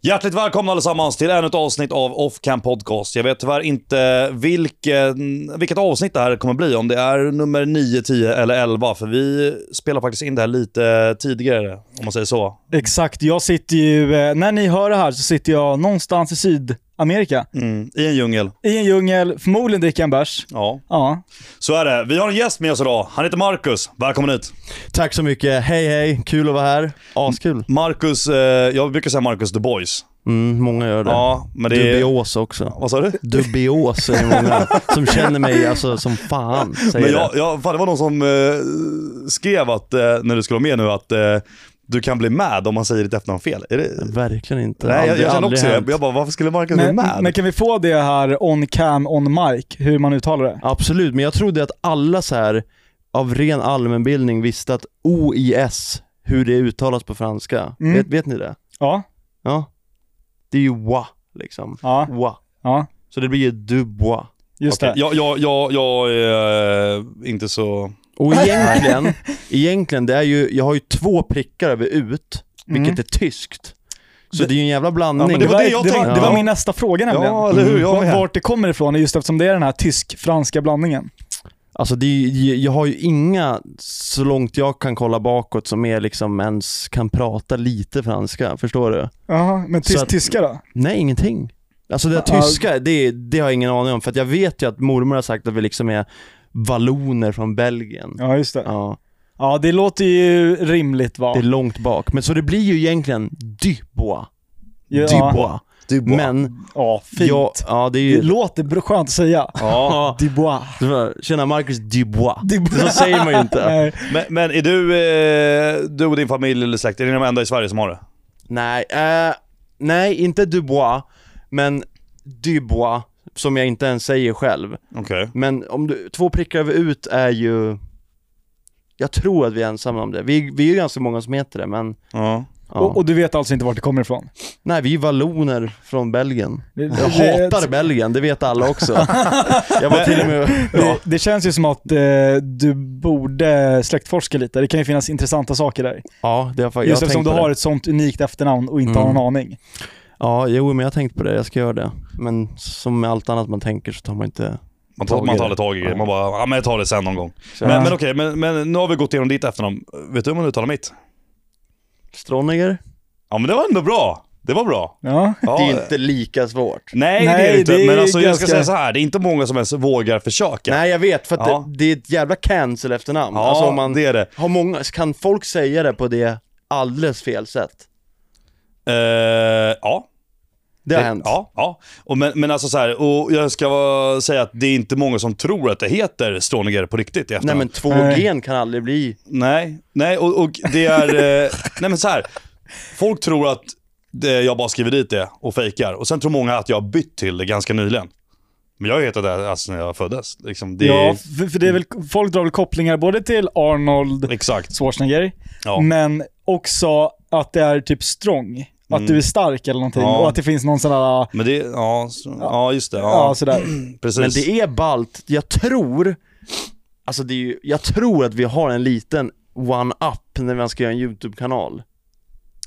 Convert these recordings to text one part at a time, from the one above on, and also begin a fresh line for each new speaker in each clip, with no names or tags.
Hjärtligt välkomna allesammans till ännu ett avsnitt av Offcam Podcast. Jag vet tyvärr inte vilken, vilket avsnitt det här kommer bli, om det är nummer 9, 10 eller 11. För vi spelar faktiskt in det här lite tidigare, om man säger så.
Exakt, jag sitter ju, eh, när ni hör det här så sitter jag någonstans i Sydamerika.
Mm, I en djungel.
I en djungel, förmodligen dricker jag en bärs.
Ja,
Ja.
så är det. Vi har en gäst med oss idag. Han heter Marcus. Välkommen hit.
Tack så mycket, hej hej, kul att vara här. Askul.
Marcus, eh, jag brukar säga Marcus the Boys.
Mm, många gör det.
Ja, men det är...
Dubios också.
Vad sa du?
Dubios är det många som känner mig alltså, som fan. Säger
Men
jag...
jag, jag, fan, det var någon som eh, skrev att, eh, när du skulle vara med nu, att eh, du kan bli med om man säger ditt efternamn fel. Är det...
det. Verkligen inte.
Nej, jag,
Aldrig-
jag känner
aldrig
också det.
hänt.
Jag bara, varför skulle Marcus bli
Men,
med?
men kan vi få det här on cam, on mic, hur man uttalar det?
Absolut, men jag trodde att alla så här av ren allmänbildning visste att OIS, hur det uttalas på franska.
Mm.
Vet, vet ni det?
Ja,
Ja. Det är ju wa, liksom.
ja,
Wa.
ja.
Så det blir ju dubois.
Just
Okej,
det.
jag, jag, jag, jag är eh, inte så...
Och egentligen, egentligen, det är ju, jag har ju två prickar över ut, vilket
Mm.
är tyskt. Så
Det-
det, är ju en jävla
Ja,
blandning.
men
det var det jag
det, var,
tänkte.
det var
Ja.
min nästa fråga nämligen.
Ja, eller hur? Jag
Vart-
med.
Vart det kommer ifrån, är just eftersom det är den här tysk-franska blandningen.
Alltså det är, ju- jag har ju inga, så långt jag kan kolla bakåt, som är liksom ens kan prata lite franska. Förstår du?
Jaha, men
Så
tys-
att-
tyska då?
Nej, ingenting. Alltså det där
Ja.
tyska, det, det har jag ingen aning om. För att jag vet ju att mormor har sagt att vi liksom är valloner från Belgien. Ja.
Ja, just det. Ja, det låter ju rimligt va?
Det är långt bak. Men så det blir ju egentligen Dubois.
Ja.
Dubois.
Dubois.
Men,
Ja, fint.
jag, ja det är
Det
ju...
låter br- skönt att säga.
Ja.
Dubois.
Det var, Tjena Marcus Dubois.
Dubois.
Så säger man ju inte.
Nej.
Men, men är du, eh, du och din familj eller släkt, är ni de enda i Sverige som har det?
nej, eh, nej, inte Dubois, men Dubois, som jag inte ens säger själv.
Okej.
Men om du, två prickar över ut är ju... Jag tror att vi är ensamma om det. Vi, vi är ju ganska många som heter det, men...
Ja.
Ja.
Och, och du vet alltså inte vart det kommer ifrån?
Nej, vi är valloner från Belgien.
Det,
Jag hatar Belgien, det vet alla också. Jag var till och med...
det,
Ja.
det känns ju som att eh, du borde släktforska lite. Det kan ju finnas intressanta saker där.
Ja, det har jag, jag
Just
har
eftersom
tänkt
du
på
har
det.
ett sånt unikt efternamn och inte har
Mm.
någon aning.
Ja, jo, men jag har tänkt på det. Jag ska göra det. Men som med allt annat man tänker så tar man inte...
Man tar,
Tag i
man
det.
tar lite tag i det. Man bara, ja men jag tar det sen någon gång.
Så-
Men, men okej, men, men nu har vi gått igenom ditt efternamn. Vet du hur man uttalar mitt?
Stronniger?
Ja men det var ändå bra. Det var bra.
Ja.
Ja.
lika svårt.
Nej, det är
Nej,
det inte.
det är
men alltså, jag ska
ganska-
säga så här. det är inte många som ens vågar försöka.
Nej jag vet, för att
Ja.
det, det är ett jävla cancel efternamn.
ja,
alltså om man
det är det.
har många, kan folk säga det på det alldeles fel sätt?
Eh, ja,
Det har hänt.
Ja, ja. Och men, men alltså så här, och jag ska vara, säga att det är inte många som tror att det heter Stråninger på riktigt i
Nej
efternamn.
men två
Nej.
gen kan aldrig bli...
Nej, nej och, och det är... eh, nej men så här. Folk tror att det, jag bara skriver dit det och fejkar. Och sen tror många att jag har bytt till det ganska nyligen. Men jag heter det alltså, när jag föddes. Liksom, det,
ja för, för det är väl, folk drar väl kopplingar både till Arnold
Exakt.
Schwarzenegger,
Ja.
men också att det är typ strong. Att
Mm.
du är stark eller någonting
Ja.
och att det finns någon sån där, ja,
Men det... Ja, så, ja just det. Ja,
ja sådär.
precis.
Men det är balt. Jag tror... Alltså det är ju, jag tror att vi har en liten one-up när man ska göra en YouTube-kanal.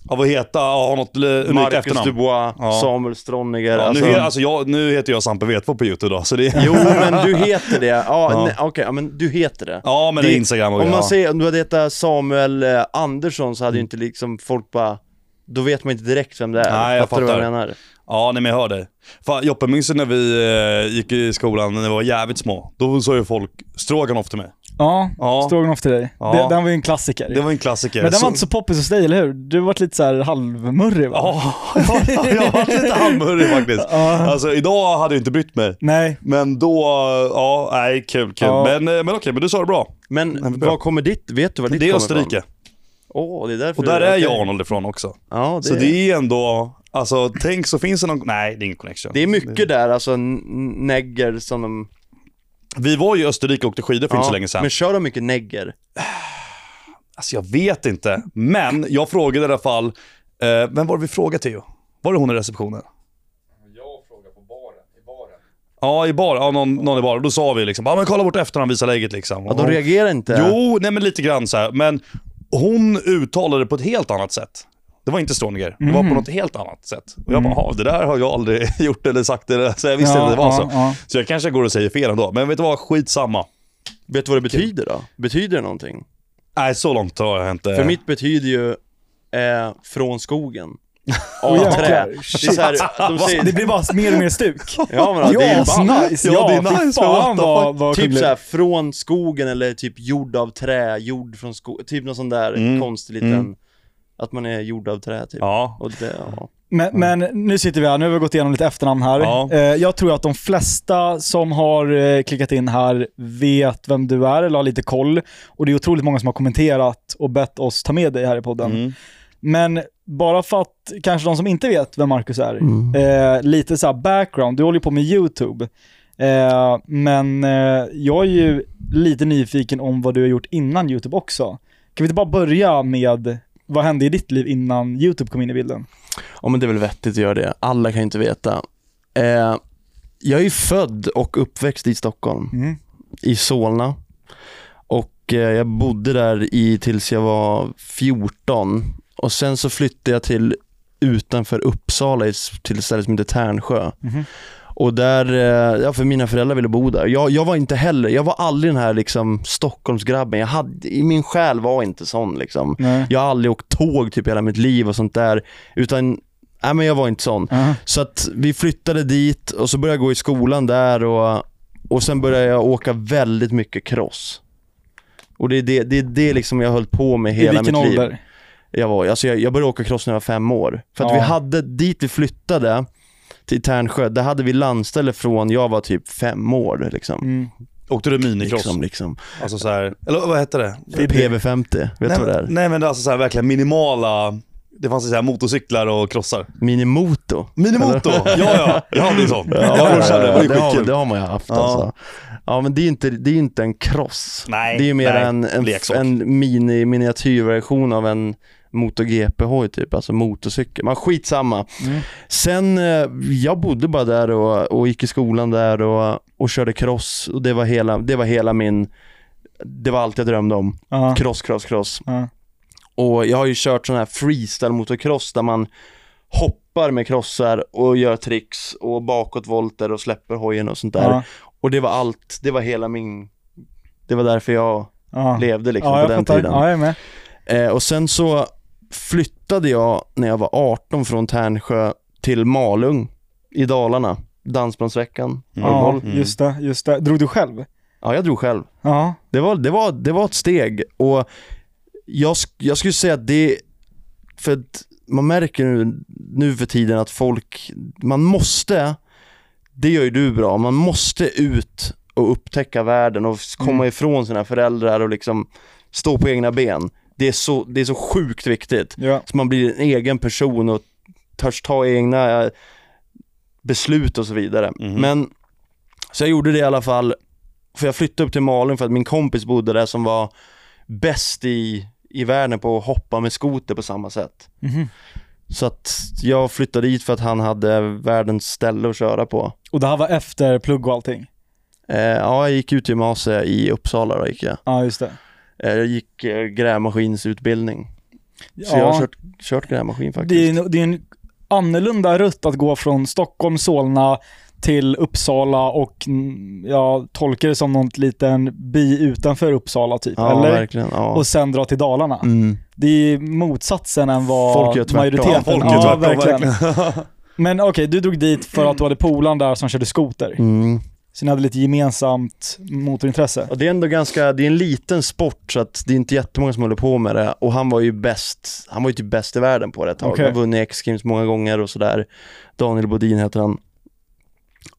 Av att heta, ha något eh, unikt
Marcus
efternamn.
Dubois,
Ja.
Samuel Stronniger.
Ja,
alltså-
nu, he- alltså, jag, nu heter jag Sampe Vetvå på YouTube då, så det...
Jo men du heter det. Ja,
Ja.
nej, Okej, ja, men du heter det.
Ja, men det,
Det-
är Instagram och
Om man
ja.
säger, om du hade hetat Samuel eh, Andersson så hade ju inte liksom folk bara, då vet man inte direkt vem det är.
Nej, jag
du vad
fattar.
jag menar?
Ja, nej men jag hör dig. Fan, Joppe, minns du när vi eh, gick i skolan när vi var jävligt små? Då sa ju folk stroganoff till mig.
Ja,
Ja.
stroganoff till dig.
Ja.
Det, den var ju en klassiker.
Det var en klassiker.
Men den var inte så poppis hos dig, eller hur? Du vart lite så här halvmurrig va?
Ja, jag var lite halvmurrig faktiskt.
Ja.
Alltså idag hade jag inte brytt mig.
Nej.
Men då, ja, nej kul kul.
Ja.
Men, eh, men okej, men du sa det bra. men
Men
bra.
var kommer ditt, vet du var ditt
Det är
kommer ifrån?
Österrike.
Åh, det är därför
Och där
du-
är
okej.
ju Arnold ifrån också.
Ja, det,
Så
är,
det är ändå, alltså tänk så finns det någon, nej det är ingen connection.
det är mycket där, alltså n- n- negger som de...
Vi var ju i Österrike och åkte skidor för inte så länge sedan.
Men kör de mycket negger?
Alltså jag vet inte. Men jag frågade i alla fall, eh, vem var det vi frågade Theo? Var det hon i receptionen? Jag frågade på baren, i baren. Ja, i bar, ja, någon, någon i baren. Då sa vi liksom, ja men kolla vårt efternamn, visa läget liksom.
Ja, de reagerar inte?
Jo, nej men lite grann så här. Men hon uttalade det på ett helt annat sätt. Det var inte Stronger. Det
Mm.
Mhm.
var på något helt annat sätt. Och jag
Mm.
bara, "Jaha, det där har jag aldrig gjort eller sagt. Eller, så jag visste
ja,
inte det var
ja,
så.
Ja.
Så jag kanske går och säger fel ändå. Men vet du vad, skitsamma.
Vet du vad det betyder då? Betyder det någonting?
Nej, så långt har jag inte...
För mitt betyder ju eh, från skogen. Av
Åh,
trä.
jäklar.
Det, är så här, de
Det
säger,
blir bara mer och mer stuk.
ja, men, det är ju
Ja,
bara,
nice.
Ja,
Ja,
det är
fy
nice,
Fan,
men what the
vad, vad
typ
kul.
så här, från skogen eller typ gjord av trä, gjord från skogen. Typ någon sån där
Mm.
konstig liten,
Mm.
att man är gjord av trä typ.
Ja.
Och det, ja.
Men, men nu sitter vi här, nu har vi gått igenom lite efternamn här.
Ja.
Eh, Jag tror att de flesta som har eh, klickat in här vet vem du är eller har lite koll. Och det är otroligt många som har kommenterat och bett oss ta med dig här i podden.
Mm.
Men bara för att kanske de som inte vet vem Marcus är,
Mm.
eh, lite så här background. Du håller ju på med YouTube. Eh, men eh, jag är ju lite nyfiken om vad du har gjort innan YouTube också. Kan vi inte bara börja med vad hände i ditt liv innan YouTube kom in i bilden?
ja men det är väl vettigt att göra det. Alla kan ju inte veta. Eh, jag är ju född och uppväxt i Stockholm.
Mm.
i Solna. Och eh, jag bodde där i, tills jag var 14. Och sen så flyttade jag till utanför Uppsala i s- till ett ställe som heter Tärnsjö.
Mhm.
Och där, eh, ja för mina föräldrar ville bo där. Jag, jag var inte heller, jag var aldrig den här liksom Stockholmsgrabben. Jag hade, i min själ var inte sån liksom.
Nej.
Jag har aldrig åkt tåg typ hela mitt liv och sånt där. Utan, nej men jag var inte sån.
Aha.
Så att vi flyttade dit och så började jag gå i skolan där och, och sen började jag åka väldigt mycket cross. Och det är det, det, är det liksom jag höll på med hela
I vilken
mitt liv.
ålder?
Jag, var, alltså jag, jag började åka cross när jag var fem år. För att
Ja.
vi hade, dit vi flyttade, till Tärnsjö, där hade vi landställe från jag var typ fem år. Liksom.
Mm.
Åkte du minicross?
Liksom, liksom.
Alltså så här, eller vad hette det?
PV50, vet du
nej,
vad det är?
men- Nej men det är alltså så här, verkligen minimala, det fanns ju så här motorcyklar och krossar.
Minimoto.
Minimotor! ja ja, jag hade en sån.
Ja,
jag och brorsan, det var ju
det, har,
skitkul.
det har man ju haft
Ja.
alltså. Ja men det är ju inte, det är ju inte en cross.
Nej,
det är ju mer
nej,
en, en,
leksak.
en mini miniatyrversion av en MotoGP-hoj typ, alltså motorcykel. Men skitsamma.
Mm.
Sen, eh, jag bodde bara där och, och gick i skolan där och, och körde cross och det var, hela, det var hela min, det var allt jag drömde om.
Ja.
Cross, cross, cross.
Ja.
Och jag har ju kört sån här freestyle motocross där man hoppar med krossar och gör tricks och bakåtvolter och släpper hojen och sånt där.
Ja.
Och det var allt, det var hela min, det var därför jag
Ja.
levde liksom
ja,
på
jag
den
fattar.
tiden.
Ja, jag är med.
Eh, och sen så flyttade jag när jag var 18 från Tärnsjö till Malung i Dalarna, Dansbandsveckan.
Ja,
Mm.
just det, just det. Drog du själv?
Ja, jag drog själv.
Ja.
Det var, det var, det var ett steg och jag, sk- jag skulle säga att det, för att man märker nu, nu för tiden att folk, man måste, det gör ju du bra, man måste ut och upptäcka världen och s- komma
Mm.
ifrån sina föräldrar och liksom stå på egna ben. Det är så, det är så sjukt viktigt.
Ja.
Så man blir en egen person och törs ta egna eh, beslut och så vidare.
Mhm.
Men, så jag gjorde det i alla fall, för jag flyttade upp till Malung för att min kompis bodde där som var bäst i, i världen på att hoppa med skoter på samma sätt.
Mhm.
Så att jag flyttade dit för att han hade världens ställe att köra på.
Och det här var efter plugg och allting?
Eh, ja, jag gick ut gymnasiet i Uppsala då gick jag.
Ja, just det.
Eh, jag gick eh, grävmaskinsutbildning. Så
ja,
jag har kört, kört grävmaskin faktiskt.
det, är en, det är en annorlunda rutt att gå från Stockholm, Solna till Uppsala och mm, jag tolkar det som någon liten by utanför Uppsala typ,
ja,
eller?
verkligen. Ja.
Och sen dra till Dalarna.
Mm.
Det är motsatsen än vad
Folk gör tvärtom.
majoriteten...
Folk
ja,
är tvärtom,
verkligen.
verkligen.
Men okej, du drog dit för att du hade polaren där som körde skoter.
Mm.
Så ni hade lite gemensamt motorintresse.
Och det är ändå ganska, det är en liten sport så att det är inte jättemånga som håller på med det och han var ju bäst, han var ju typ bäst i världen på det ett tag.
Okej.
Han har vunnit X-Games många gånger och sådär. Daniel Bodin heter han.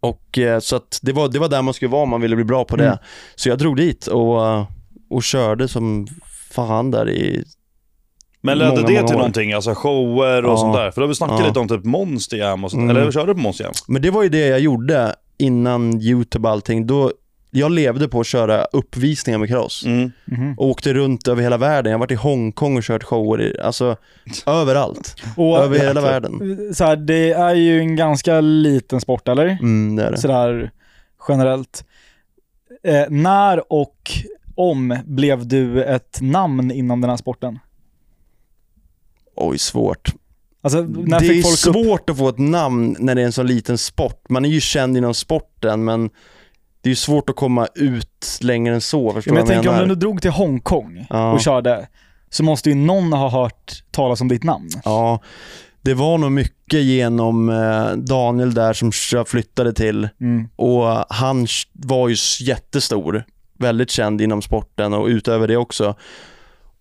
Och eh, så att det var, det var där man skulle vara om man ville bli bra på det.
Mm.
Så jag drog dit och, eh, och körde som fan där i,
Men ledde
Många,
det
många
till
år.
någonting? Alltså shower och
Ja.
sånt där? För då har vi snackat
Ja.
lite om typ Monster Jam och sånt.
Mm.
Eller körde du på Monster Jam?
men det var ju det jag gjorde innan YouTube och allting. Då, jag levde på att köra uppvisningar med cross.
Mm.
Mhm.
Och åkte runt över hela världen. Jag har varit i Hongkong och kört shower, i, alltså överallt.
Och
Över hela världen.
så här, det är ju en ganska liten sport, eller?
Mm, det är det.
Sådär generellt. Eh, när och om blev du ett namn inom den här sporten?
Oj, svårt.
Alltså, när
det är
fick folk upp...
svårt att få ett namn när det är en sån liten sport. Man är ju känd inom sporten men det är ju svårt att komma ut längre än så. Förstår
Men
du
jag
vad jag
tänker om
menar?
du nu drog till Hongkong
Ja.
och körde, så måste ju någon ha hört talas om ditt namn.
Ja, det var nog mycket genom eh, Daniel där som jag flyttade till
Mm.
och han s- var ju s- jättestor. Väldigt känd inom sporten och utöver det också.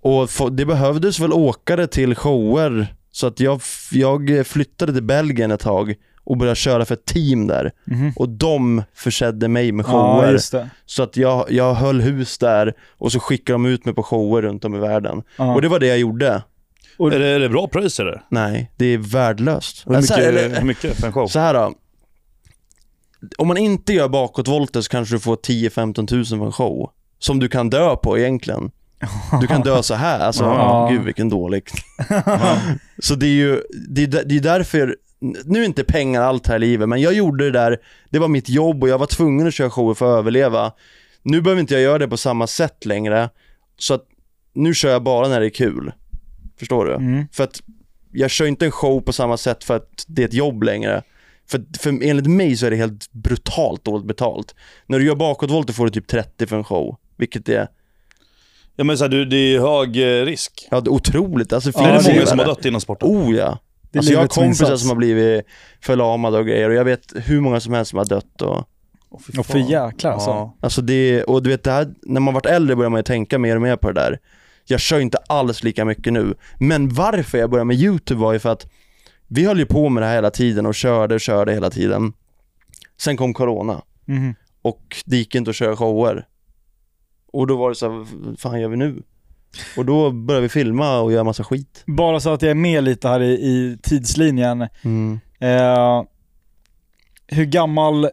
Och få- det behövdes väl åkare till shower så att jag, f- jag flyttade till Belgien ett tag och började köra för ett team där.
Mhm.
Och de försedde mig med
Ja,
shower.
just det.
så att jag, jag höll hus där och så skickade de ut mig på shower runt om i världen.
Ja.
Och det var det jag gjorde.
Och-
Är det, är det bra pröjs? är det?
Nej, det är värdelöst.
Hur
Alltså,
mycket,
eller-
hur mycket för en show?
Så här då. Om man inte gör bakåtvolter så kanske du får 10-15 000 för en show. Som du kan dö på egentligen. Du kan dö så här. Alltså,
Ja.
gud vilken dålig. så det är ju, det är, där- det är därför, nu är inte pengar allt här i livet, men jag gjorde det där, det var mitt jobb och jag var tvungen att köra shower för att överleva. Nu behöver inte jag göra det på samma sätt längre. Så att nu kör jag bara när det är kul. Förstår du?
Mm.
För att jag kör inte en show på samma sätt för att det är ett jobb längre. För, för enligt mig så är det helt brutalt dåligt betalt. När du gör bakåtvolter får du typ 30 för en show. Vilket är,
Ja, men så här, du, det är ju hög eh, risk.
ja det är otroligt. Alltså,
Ja,
är det
det är
många
det.
som har dött inom sporten?
Oh ja.
Det är
Alltså, jag har
livets
kompisar
insats.
som har blivit förlamade och grejer och jag vet hur många som helst som har dött och
Och för jäklar alltså.
Ja.
Alltså det, och du vet det här, när man varit äldre börjar man ju tänka mer och mer på det där. Jag kör inte alls lika mycket nu. Men varför jag började med YouTube var ju för att vi höll ju på med det här hela tiden och körde och körde hela tiden. Sen kom Corona
Mhm.
och det gick inte att köra shower. Och då var det så här, vad fan gör vi nu? Och då började vi filma och göra massa skit.
Bara så att jag är med lite här i, i tidslinjen.
Mm.
Eh, hur gammal...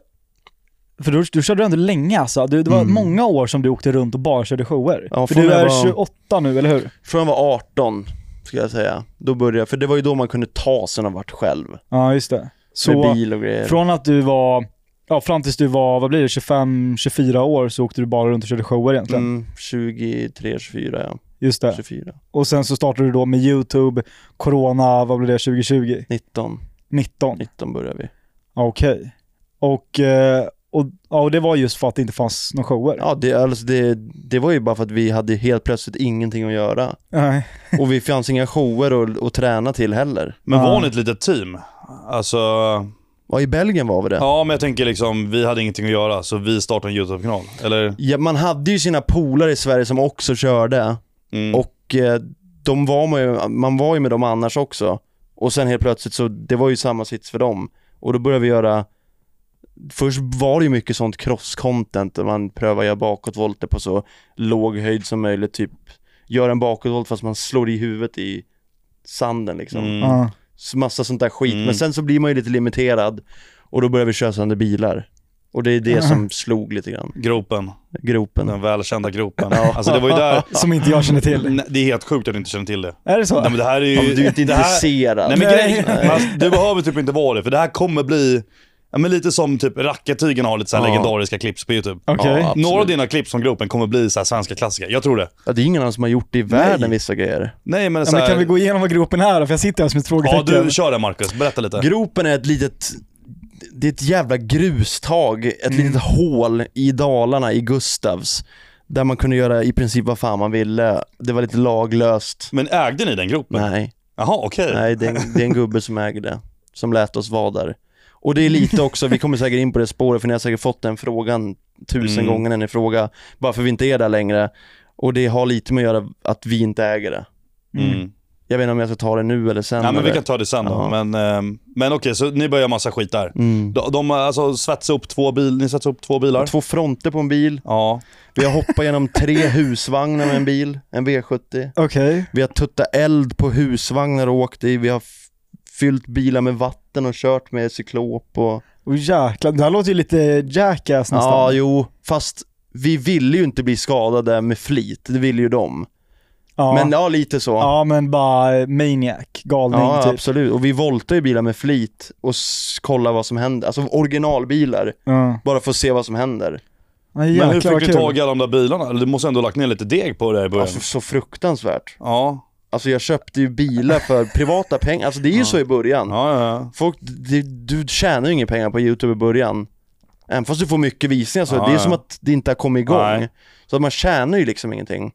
För du, du körde ändå länge alltså. Du, det var
Mm.
många år som du åkte runt och bara körde shower.
Ja,
för
från
du
jag
är
var-
28 nu, eller hur?
Från jag var 18, ska jag säga. Då började jag, för det var ju då man kunde ta sen och varit själv.
Ja, just det.
med
Så
bil och grejer.
från att du var... Ja, fram tills du var, vad blir det, 25-24 år så åkte du bara runt och körde shower egentligen.
Mm, 23, 24 ja.
Just det.
24,
Och sen så startade du då med YouTube, Corona, vad blev det, 2020?
19,
19?
19 börjar vi.
Okej. Och, eh, och, ja, och det var just för att det inte fanns några shower?
Ja, det, alltså det, det var ju bara för att vi hade helt plötsligt ingenting att göra.
Nej.
Och vi fanns inga shower att, att träna till heller.
Men
Ja.
var ni ett litet team? Alltså,
Ja, i Belgien var vi det. Ja.
ja men jag tänker liksom, vi hade ingenting att göra så vi startade en YouTube-kanal. Eller?
man hade ju sina polare i Sverige som också körde.
Mm.
Och eh, de var man, ju, man var ju med dem annars också. Och sen helt plötsligt så, det var ju samma sits för dem. Och då började vi göra Först var det ju mycket sånt cross-content där man prövar göra bakåtvolter på så låg höjd som möjligt, typ gör en bakåtvolt fast man slår i huvudet i sanden liksom.
Mm.
Ja.
Så Massa sånt där skit.
Mm.
Men sen så blir man ju lite limiterad och då börjar vi köra sönder bilar. Och det är det som slog lite grann.
Gropen,
Gropen.
den välkända gropen. Alltså det var ju där...
Som inte jag känner till.
Nej, Det är helt sjukt att du inte känner till det.
Är det så?
Nej, men det här är ju...
Ja, men du är inte
det här-
intresserad.
Nej men
Nej.
grejen, man- du behöver typ inte vara det, för det här kommer bli... Ja, men lite som typ Rackartygen har lite så här
Ja.
legendariska klipps på YouTube.
Okej.
Ja.
Några av
absolut.
dina klipp från gropen kommer bli så här svenska klassiker. Jag tror det.
Ja, det är ingen annan som har gjort det i världen
Nej.
vissa grejer.
Nej men
ja,
så här,
men kan vi gå igenom vad gropen är då? För jag sitter här som ett
Ja
frågetecken.
du, kör det Marcus. Berätta lite.
Gropen är ett litet, det är ett jävla grustag, ett
Mm.
litet hål i Dalarna i Gustavs. Där man kunde göra i princip vad fan man ville. Det var lite laglöst.
Men ägde ni den gropen?
Nej,
Jaha, okej.
nej det, är en, det är en gubbe som äger det. Som lät oss vara där. Och det är lite också, vi kommer säkert in på det spåret för ni har säkert fått den frågan tusen
Mm.
gånger när ni frågar varför vi inte är där längre. Och det har lite med att göra att vi inte äger det.
Mm.
Jag vet inte om jag ska ta det nu eller sen.
Ja, men vi
eller-
kan ta det sen då.
Ja.
Men, ehm, men okej, så ni börjar massa skit där.
mm.
De, de alltså, svetsade upp två bilar. Ni svetsade upp två bilar?
Två fronter på en bil.
Ja.
Vi har hoppat genom tre husvagnar med en bil, en V70.
Okej.
Vi har tuttat eld på husvagnar och åkt i. Vi har f- fyllt bilar med vatten och kört med cyklop och...
Och jäklar, det här låter ju lite jackass nästan.
Ja, jo. Fast vi ville ju inte bli skadade med flit. Det ville ju de.
ja.
Men ja, lite så.
ja, men bara maniac, galning
Ja,
typ.
absolut. Och vi voltar ju bilar med flit och s- kollar vad som händer. Alltså originalbilar.
Ja.
Bara för att se vad som händer.
Ja,
Men
jäklar,
hur
vad
fick du
kul.
tag i alla de där bilarna? Du måste ändå ha lagt ner lite deg på det här i början.
Alltså så fruktansvärt.
Ja.
Alltså jag köpte ju bilar för privata pengar, alltså det är ju
Ja.
så i början.
Ja, ja, ja.
Folk, det, du tjänar ju inga pengar på YouTube i början. Även fast du får mycket visningar så
Ja,
det är
ja.
som att det inte har kommit igång.
Nej.
Så att man tjänar ju liksom ingenting.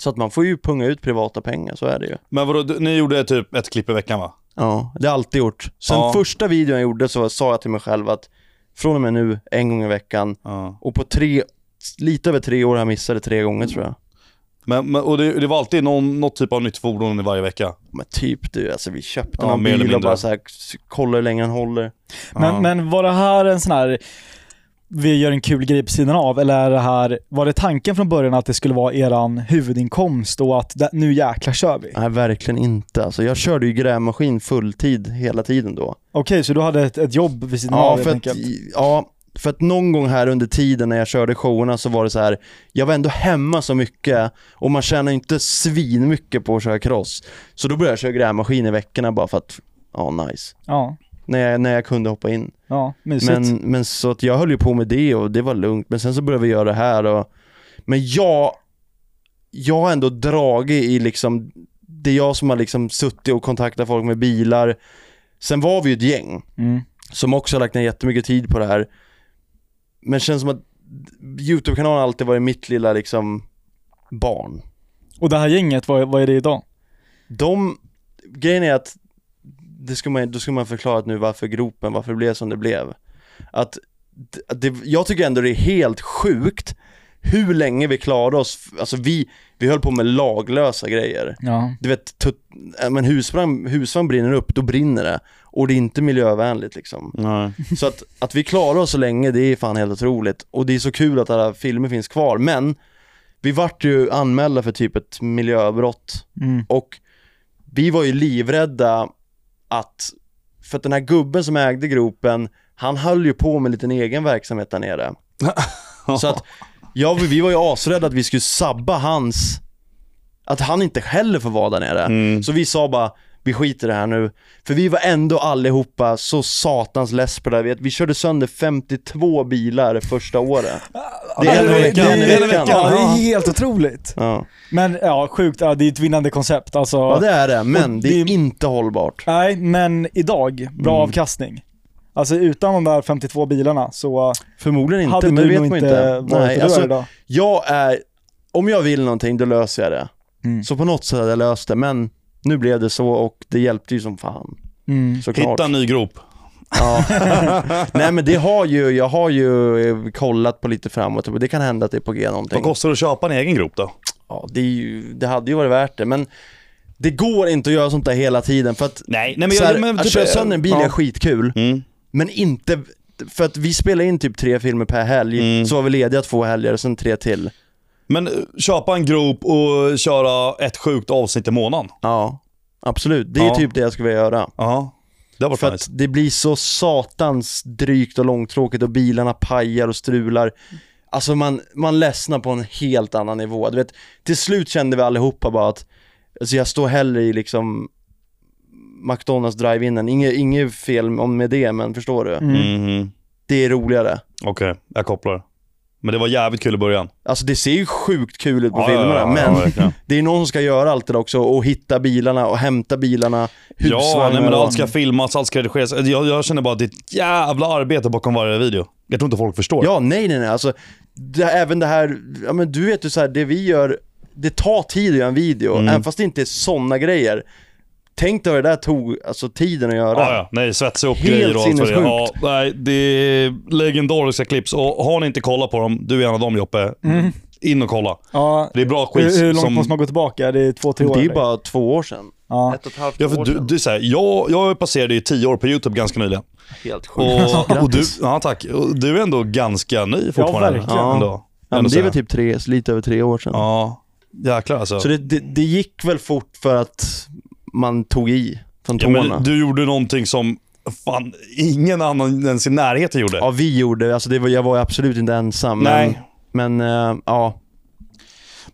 Så att man får ju punga ut privata pengar, så är det ju.
Men vadå, du- ni gjorde typ ett klipp i veckan va?
Ja, det har jag alltid gjort. Sen
Ja.
första videon jag gjorde så sa jag till mig själv att från och med nu, en gång i veckan,
Ja.
och på tre, lite över tre år har jag missat det tre gånger tror jag.
Men, men, och det, det var alltid någon, något typ av nytt fordon i varje vecka.
Men typ du, alltså vi köpte
Ja,
någon
mer eller
bil och
mindre.
bara så här, s- kolla hur länge den håller.
Men,
Ja.
men var det här en sån här, vi gör en kul grej på sidan av, eller är det här, var det tanken från början att det skulle vara eran huvudinkomst och att det, nu jäkla kör vi? Okej,
Nej, verkligen inte. Alltså jag körde ju grävmaskin fulltid hela tiden då.
så du hade ett, ett jobb vid sidan av
Ja,
helt
för att,
enkelt?
ja, för att någon gång här under tiden när jag körde showerna så var det så här, jag var ändå hemma så mycket och man tjänar ju inte svin mycket på att köra cross. Så då började jag köra grävmaskin i veckorna bara för att, ja nice.
Ja,
När jag, när jag kunde hoppa in.
ja mysigt.
Men, men så att jag höll ju på med det och det var lugnt. Men sen så började vi göra det här och Men jag Jag har ändå dragit i liksom Det är jag som har liksom suttit och kontaktat folk med bilar Sen var vi ju ett gäng
mm.
Som också har lagt ner jättemycket tid på det här Men det känns som att Youtube-kanalen har alltid varit mitt lilla liksom Barn
Och det här gänget, vad, vad är det idag?
De Grejen är att det ska man, Då ska man förklara att nu varför gropen, varför det blev som det blev Att d- att det, Jag tycker ändå det är helt sjukt Hur länge vi klarade oss Alltså vi, vi höll på med laglösa grejer
Ja.
Du vet, tut, äh, men husbrand, husvagn brinner upp, då brinner det Och det är inte miljövänligt liksom
Nej.
så att, att vi klarar oss så länge, det är fan helt otroligt. Och det är så kul att alla filmer finns kvar. Men vi vart ju anmälda för typ ett miljöbrott.
Mm.
Och vi var ju livrädda att, för att den här gubben som ägde gropen, han höll ju på med lite egen verksamhet där nere. Så att, ja, vi- vi var ju asrädda att vi skulle sabba hans, att han inte heller får vara där nere.
Mm.
Så vi sa bara, vi skiter i det här nu. För vi var ändå allihopa så satans less på det här. Vi- Vi körde sönder 52 bilar första året. Ah, Det är hela veckan.
Det är,
Hela veckan.
Ja, det är helt otroligt.
Ja,
Men ja, sjukt. Ja, det är ett vinnande koncept. Alltså,
ja det är det, men
Och
det är
det-
inte hållbart.
Nej, men idag, bra
Mm.
avkastning. Alltså utan de där 52 bilarna så
Förmodligen inte,
hade
men det
du
vet
nog
man
inte
inte.
varit där
Nej,
du är
alltså,
idag.
jag är, om jag vill någonting då löser jag det.
Mm.
Så på något sätt hade jag löst det, men nu blev det så och det hjälpte ju som fan.
Mm.
Såklart.
Hitta en ny grop.
Ja. Nej men det har ju, jag har ju eh, kollat på lite framåt och det kan hända att det är på G någonting.
Vad kostar det att köpa en egen grop då?
Ja, det, är ju, det hade ju varit värt det, men det går inte att göra sånt där hela tiden för att
Nej, nej men
så
jag...
här,
men
att
typ-
köra sönder en bil
ja.
är skitkul,
Mm.
men inte för att vi spelar in typ tre filmer per helg,
Mm.
så var vi lediga två helger och sen tre till.
Men eh, köpa en grop och köra ett sjukt avsnitt i månaden.
Ja, absolut. Det är
Ja.
typ det jag skulle vilja göra.
Ja. Det var
För
varit
att
nice.
det blir så satans drygt och långtråkigt och bilarna pajar och strular. Alltså man, man ledsnar på en helt annan nivå. Du vet, till slut kände vi allihopa bara att alltså jag står hellre i liksom McDonalds drive-inen. Inget, inget fel om- med det, men förstår du?
Mm.
Mhm.
Det är roligare.
Okej, jag kopplar. Men det var jävligt kul i början.
Alltså det ser ju sjukt kul ut på
Ja,
filmerna,
ja, ja,
men
ja, verkligen.
det är någon som ska göra allt det där också och hitta bilarna och hämta bilarna,
Ja,
husvagnar
nej, men
och-
allt ska filmas, allt ska redigeras. Eh, Jag, jag känner bara att det är ett jävla arbete bakom varje video. Jag tror inte folk förstår.
Ja, nej nej nej. Alltså, det, även det här, ja, men du vet ju så här, det vi gör, det tar tid att göra en video,
Mm.
även fast det inte är sådana grejer. Tänk dig vad det där tog, alltså tiden att göra.
Ja, ja. Nej, svetsa upp
Helt
grejer och allt vad det är. ja,
sinnessjukt.
nej, Det är legendariska clips och har ni inte kollat på dem, du är en av dem Joppe. In och kolla.
Ja,
Det är bra skit.
hur, hur långt
som...
måste man gå tillbaka? Det är två, tre år?
Det är
eller?
bara två år sedan.
Ja.
Ett och ett halvt
Ja,
år
för du,
sedan.
du är så här, jag, jag passerade ju tio år på YouTube ganska nyligen.
Helt sjukt.
Och, och du,
Alltså, Grattis.
ja, tack. Och du är ändå ganska ny fortfarande.
verkligen.
Ändå.
ja,
Ändå
men det
så
är
här.
väl typ tre, lite över tre år sedan.
Ja, jäklar alltså.
Så det, det, det gick väl fort för att man tog i från
ja,
tårna.
men du gjorde någonting som fan, ingen annan ens i närheten gjorde.
Ja, vi gjorde, alltså det var, jag var ju absolut inte ensam.
Nej.
Men, men eh, ja,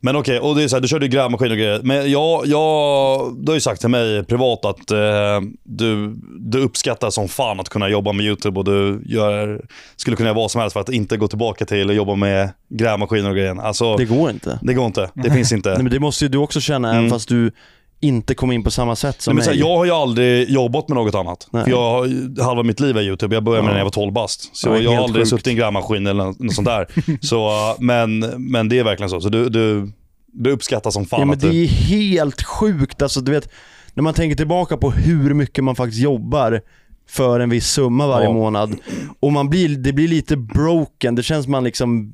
Men okej, och det är så här, du körde ju grävmaskin och grejer. Men jag, jag, du har ju sagt till mig privat att eh, du, du uppskattar som fan att kunna jobba med YouTube och du gör, skulle kunna göra vad som helst för att inte gå tillbaka till att jobba med grävmaskiner och grejer. Alltså,
det
det,
går inte.
går inte. Det finns inte.
Nej, men det måste ju du också känna även fast du inte kom in på samma sätt som
Mm. Nej, men så här,
mig.
jag har ju aldrig jobbat med något annat.
Nej.
För jag, har- halva mitt liv är YouTube. Jag började med
Ja.
när jag var 12 bast. Så
Ja,
jag har
helt
aldrig
sjukt.
suttit i en grävmaskin eller något sånt där. så, uh, men, men det är verkligen så. Så du, du, du uppskattar som fan
Ja men
att du...
det är helt sjukt alltså, du vet. När man tänker tillbaka på hur mycket man faktiskt jobbar för en viss summa varje
Ja.
månad. Och man blir, det blir lite broken, det känns man liksom...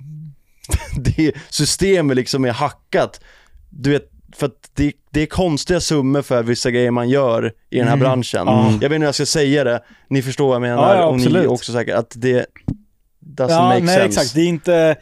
det systemet liksom är hackat. Du vet, för att det, det är konstiga summor för vissa grejer man gör i den här
Mm.
branschen.
Ja.
Jag vet inte hur jag ska säga det, ni förstår vad jag menar
Ja, ja,
och ni
absolut.
också säkert, att det doesn't
Ja,
make
nej
sense.
exakt. Det är inte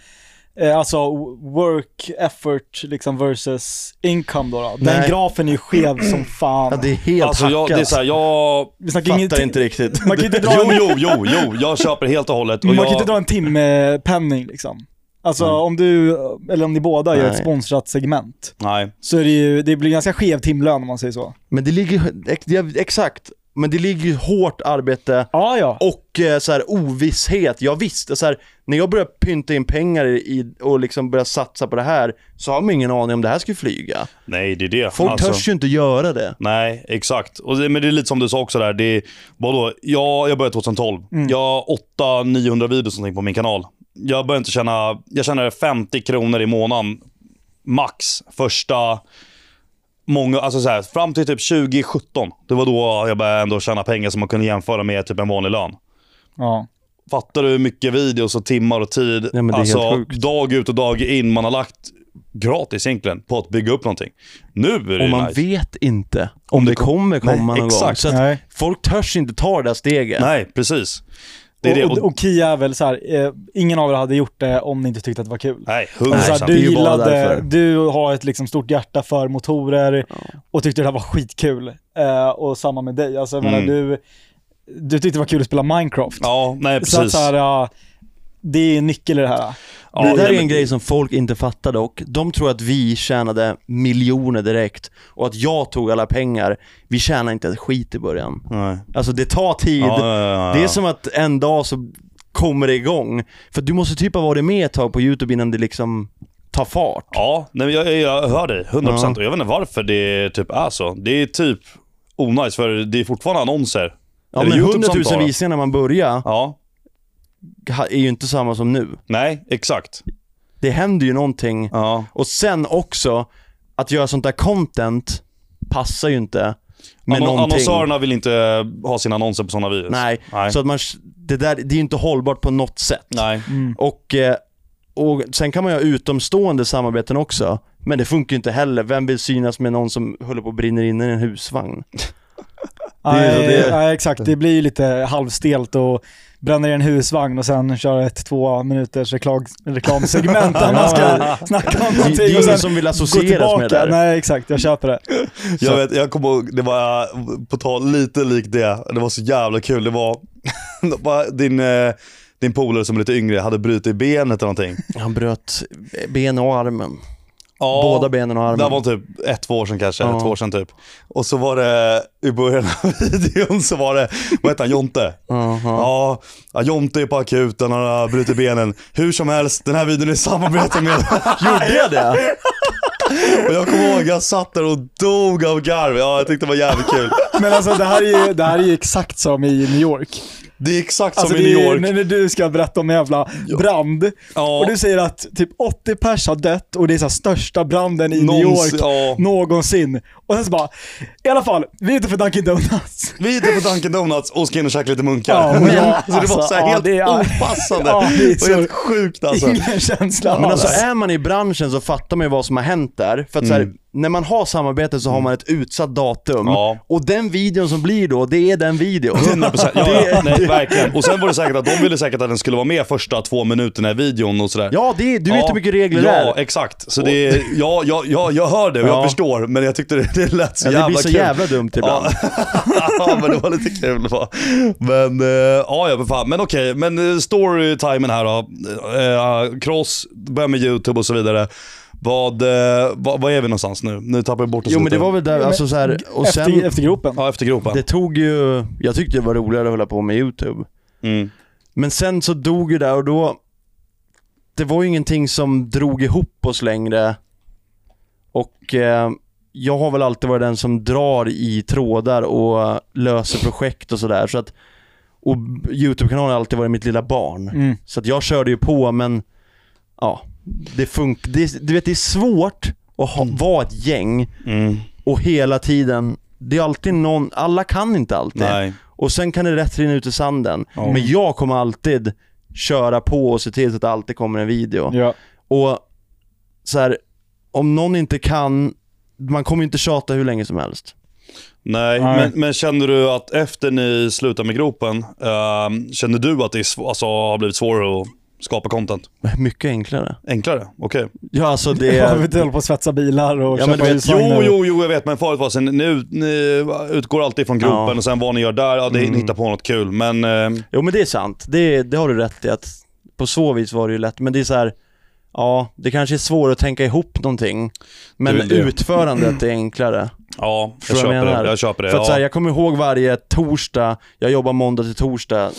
eh, alltså work effort liksom versus income då. då. Den
Nej.
grafen är ju skev som fan.
Ja, det är helt
Alltså,
hackat.
jag, det är så här, jag...
Vi snackar
Fattar
inget-
inte riktigt.
Man kan inte dra
Jo,
en,
jo, jo, jo. Jag köper helt och hållet. Och
man kan inte
jag,
dra en timmepenning liksom. Alltså
Nej.
om du, eller om ni båda gör ett
Nej.
sponsrat segment,
nej.
så är det ju, det blir ganska skev timlön om man säger så.
Men det ligger, ex- ja, exakt, men det ligger ju hårt arbete
Ja, ja.
och eh, så här, ovisshet. Jag visste, så här, när jag började pynta in pengar i, och liksom började satsa på det här så har man ingen aning om det här skulle flyga.
Nej, det är det.
Folk
Alltså-
törs ju inte göra det.
Nej, exakt. Och det, men det är lite som du sa också där. Det är, vadå? Jag, jag började 2012.
Mm.
Jag har 800-900 videos någonting på min kanal. Jag börjar inte tjäna... Jag tjänar 50 kronor i månaden max första... Många, alltså så här, fram till typ 2017. Det var då jag började ändå tjäna pengar som man kunde jämföra med typ en vanlig lön.
ja.
Fattar du hur mycket videos och timmar och tid,
Ja, men det är
alltså
helt sjukt.
dag ut och dag in man har lagt gratis egentligen på att bygga upp någonting. Nu är det
Och man
nice.
vet inte om det kommer komma någon
Nej,
gång.
exakt.
Så att
Nej.
folk törs inte ta det där steget.
Nej, precis. Det är
och,
det.
och, och Kia är väl så här, eh, ingen av er hade gjort det om ni inte tyckte att det var kul.
nej,
Nej,
så
hundra
här,
det är
du
ju bara
gillade,
därför.
du har ett liksom stort hjärta för motorer och tyckte det här var skitkul. Eh, och samma med dig, alltså jag menar,
Mm.
du, du tyckte det var kul att spela Minecraft.
Ja, nej
så att
precis.
så här, ja, det är en nyckel i det här.
ja,
det där
nej,
är en
men-
grej som folk inte fattar dock. De tror att vi tjänade miljoner direkt och att jag tog alla pengar. Vi tjänade inte ett skit i början.
Nej.
Alltså det tar tid.
Mm. Ja, ja, ja, ja.
Det är som att en dag så kommer det igång. För du måste typ ha varit med ett tag på YouTube innan det liksom tar fart.
Ja, nej, men jag, jag hör dig. 100 procent. Och jag vet inte varför det typ är så. Det är typ onajs, för det är fortfarande annonser.
Ja,
Är det
men 100
YouTube som
000
tar det?
visningar när man börjar
Ja,
ha- är ju inte samma som nu.
nej, exakt.
Det händer ju någonting.
Ja.
Och sen också, att göra sånt där content passar ju inte med
Annon-
någonting.
annonsörerna vill inte eh, ha sina annonser på sådana videos.
Nej.
Nej.
Så att man, det där, det är ju inte hållbart på något sätt.
nej.
Och, eh, och sen kan man ju ha utomstående samarbeten också. Men det funkar ju inte heller. Vem vill synas med någon som håller på att brinna inne i en husvagn? är ju
Nej,
det.
nej, exakt. Det blir ju lite halvstelt och bränner i en husvagn och sen köra ett två minuters reklam, reklamsegment där man ska snacka om
Det,
någonting
det är
Typ,
ju
och
ingen
sen
Typ, som vill
gå
associeras med det
tillbaka.
där.
Nej, exakt. Jag köper det.
Jag vet, jag kommer ihåg, det var, eh, på tal lite likt det, det var så jävla kul. Det var, det var din, eh, din polare som är lite yngre hade brutit benet eller någonting.
Han bröt ben och armen.
Ja.
Båda benen och
Det här
armen.
var typ ett, två år sedan kanske,
Ja.
två år sedan typ. Och så var det, i början av videon så var det, vad hette han, Jonte?
Aha.
Ja, ja, Jonte är på akuten, han har brutit benen. Hur som helst, den här videon är i samarbete med...
Gjorde jag det?
Och jag kommer ihåg, jag satt där och dog av garv. Ja, jag tyckte det var jävligt kul.
Men alltså det här är ju, det här är ju exakt som i New York.
Det är exakt
Alltså,
som i
det
New
är ju
York.
När, när du ska berätta om en jävla brand
Ja.
och du säger att typ 80 pers har dött och det är så här största branden i New
Någons-
York
ja.
någonsin. Och sen så bara, i alla fall, vi är ute för Dunkin' Donuts.
Vi är ute på Dunkin Donuts och ska in och käka lite munkar.
Ja, men-
så det var så här
alltså, ja,
helt
det är-
opassande.
Ja, det är
det var helt
så-
sjukt alltså.
Ingen känsla
Men
alls.
alltså är man i branschen så fattar man ju vad som har hänt där. För att så här, när man har samarbete så har man ett utsatt datum.
Ja.
Och den videon som blir då, det är den videon.
100% ja, ja, nej, verkligen. Och sen var det säkert att de ville säkert att den skulle vara med första två minuterna i videon och sådär.
Ja, det, är- du vet hur mycket regler det
ja,
är.
Ja, exakt. Så det är, ja, ja, ja, jag hör det och jag
Ja.
förstår, men jag tyckte det, det lät så
Ja,
jävla
det blir så
kul.
jävla dumt ibland.
Ja. ja, men det var lite kul va. Men, eh, ja, ja för fan. Men okej, men eh, storytimen här då. Eh, cross, börja med YouTube och så vidare. Vad, eh, vad, vad är vi någonstans nu? Nu tappar jag bort oss
Jo men
lite.
det var väl där,
men-
alltså så här, och
efter,
sen,
efter gropen.
Ja, efter gropen.
det tog ju, jag tyckte det var roligare att hålla på med YouTube.
Mm.
Men sen så dog ju det och då, det var ju ingenting som drog ihop oss längre. Och eh, jag har väl alltid varit den som drar i trådar och löser projekt och sådär. Så att, och YouTube-kanalen har alltid varit mitt lilla barn.
Mm.
Så att jag körde ju på men, ja. Det funkar, du vet det är svårt att ha, vara ett gäng
Mm.
och hela tiden, det är alltid någon, alla kan inte alltid.
Nej.
Och sen kan det rätt rinna ut i sanden.
Ja.
Men jag kommer alltid köra på och se till så att det alltid kommer en video.
Ja.
Och så här, om någon inte kan, man kommer ju inte tjata hur länge som helst.
Nej,
Nej.
Men, men känner du att efter ni slutar med gropen, ehm, känner du att det är sv- alltså, har blivit svårare att skapa content?
Mycket enklare.
Enklare? Okej.
Ja alltså det
Jag
är...
vet höll på att svetsa bilar och
Ja, men
köpa
du vet,
Jo,
husvagnar.
jo, jo, jag vet. Men förut var det sen, nu ni utgår alltid från gropen
Ja. Mm.
och sen vad ni gör där, ja, det, ni hittar på något kul. Men ehm,
Jo men det är sant, det, det har du rätt i att på så vis var det ju lätt, men det är så här. Ja, det kanske är svårare att tänka ihop någonting, men
Det är det.
utförandet är enklare.
ja, jag
Förstår du vad jag
köper
menar?
det. Jag köper det.
För att
ja.
så här, jag kommer ihåg varje torsdag, jag jobbar måndag till torsdag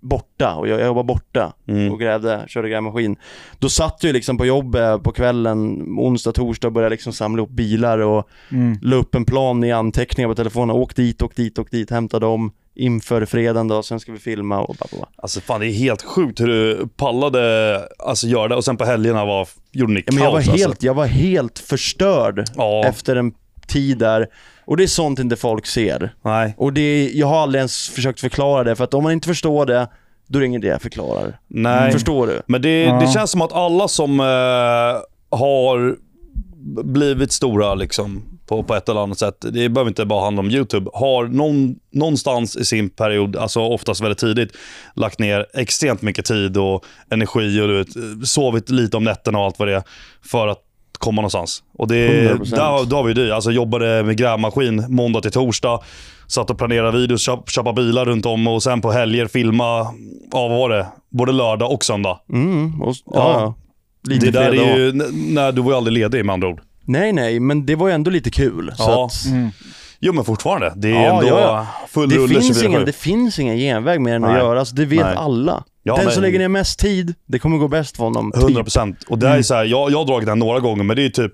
borta och jag, jag jobbar borta
Mm.
och grävde, körde grävmaskin. Då satt jag ju liksom på jobbet på kvällen, onsdag, torsdag och började liksom samla upp bilar och
Mm.
la upp en plan i anteckningar på telefonen. Åk dit, åk dit, åk dit, hämta dem inför fredagen då, sen ska vi filma och bla bla, bla.
Alltså fan, det är helt sjukt hur du pallade alltså, göra det och sen på helgerna var, gjorde ni
Ja,
kaos.
men jag var,
alltså.
helt, jag var helt förstörd
Ja,
efter en tid där. Och det är sånt inte folk ser.
nej.
Och det är, jag har aldrig ens försökt förklara det, för att om man inte förstår det, då är det ingen idé jag förklarar.
nej.
Förstår du?
Men det,
Ja.
det känns som att alla som eh, har blivit stora liksom, på, på ett eller annat sätt, det behöver inte bara handla om YouTube, har någon, någonstans i sin period, alltså oftast väldigt tidigt, lagt ner extremt mycket tid och energi och du vet, sovit lite om nätterna och allt vad det är för att komma någonstans. Och det,
100%.
där, då har vi ju det. Alltså jobbade med grävmaskin måndag till torsdag. Satt och planerade videos, köp, köpa bilar runt om och sen på helger filma, ja vad var det? Både lördag och söndag.
Mm, och, ja.
Ja.
ja. Lite
Det där
fredag
är
var-
ju, n- nej du var ju aldrig ledig med andra ord.
Nej nej, men det var ju ändå lite kul. Så
Ja.
att,
Mm.
Jo men fortfarande, det är
Ja,
ändå
ja, ja.
full
det,
rulle
finns ingen,
24-7.
det finns ingen genväg mer än att
Nej.
göra, alltså, det vet
Nej.
alla.
Ja,
Den
men-
som lägger ner mest tid, det kommer gå bäst för honom. typ.
100%. Och det här är så här, jag, jag har dragit den några gånger, men det är typ,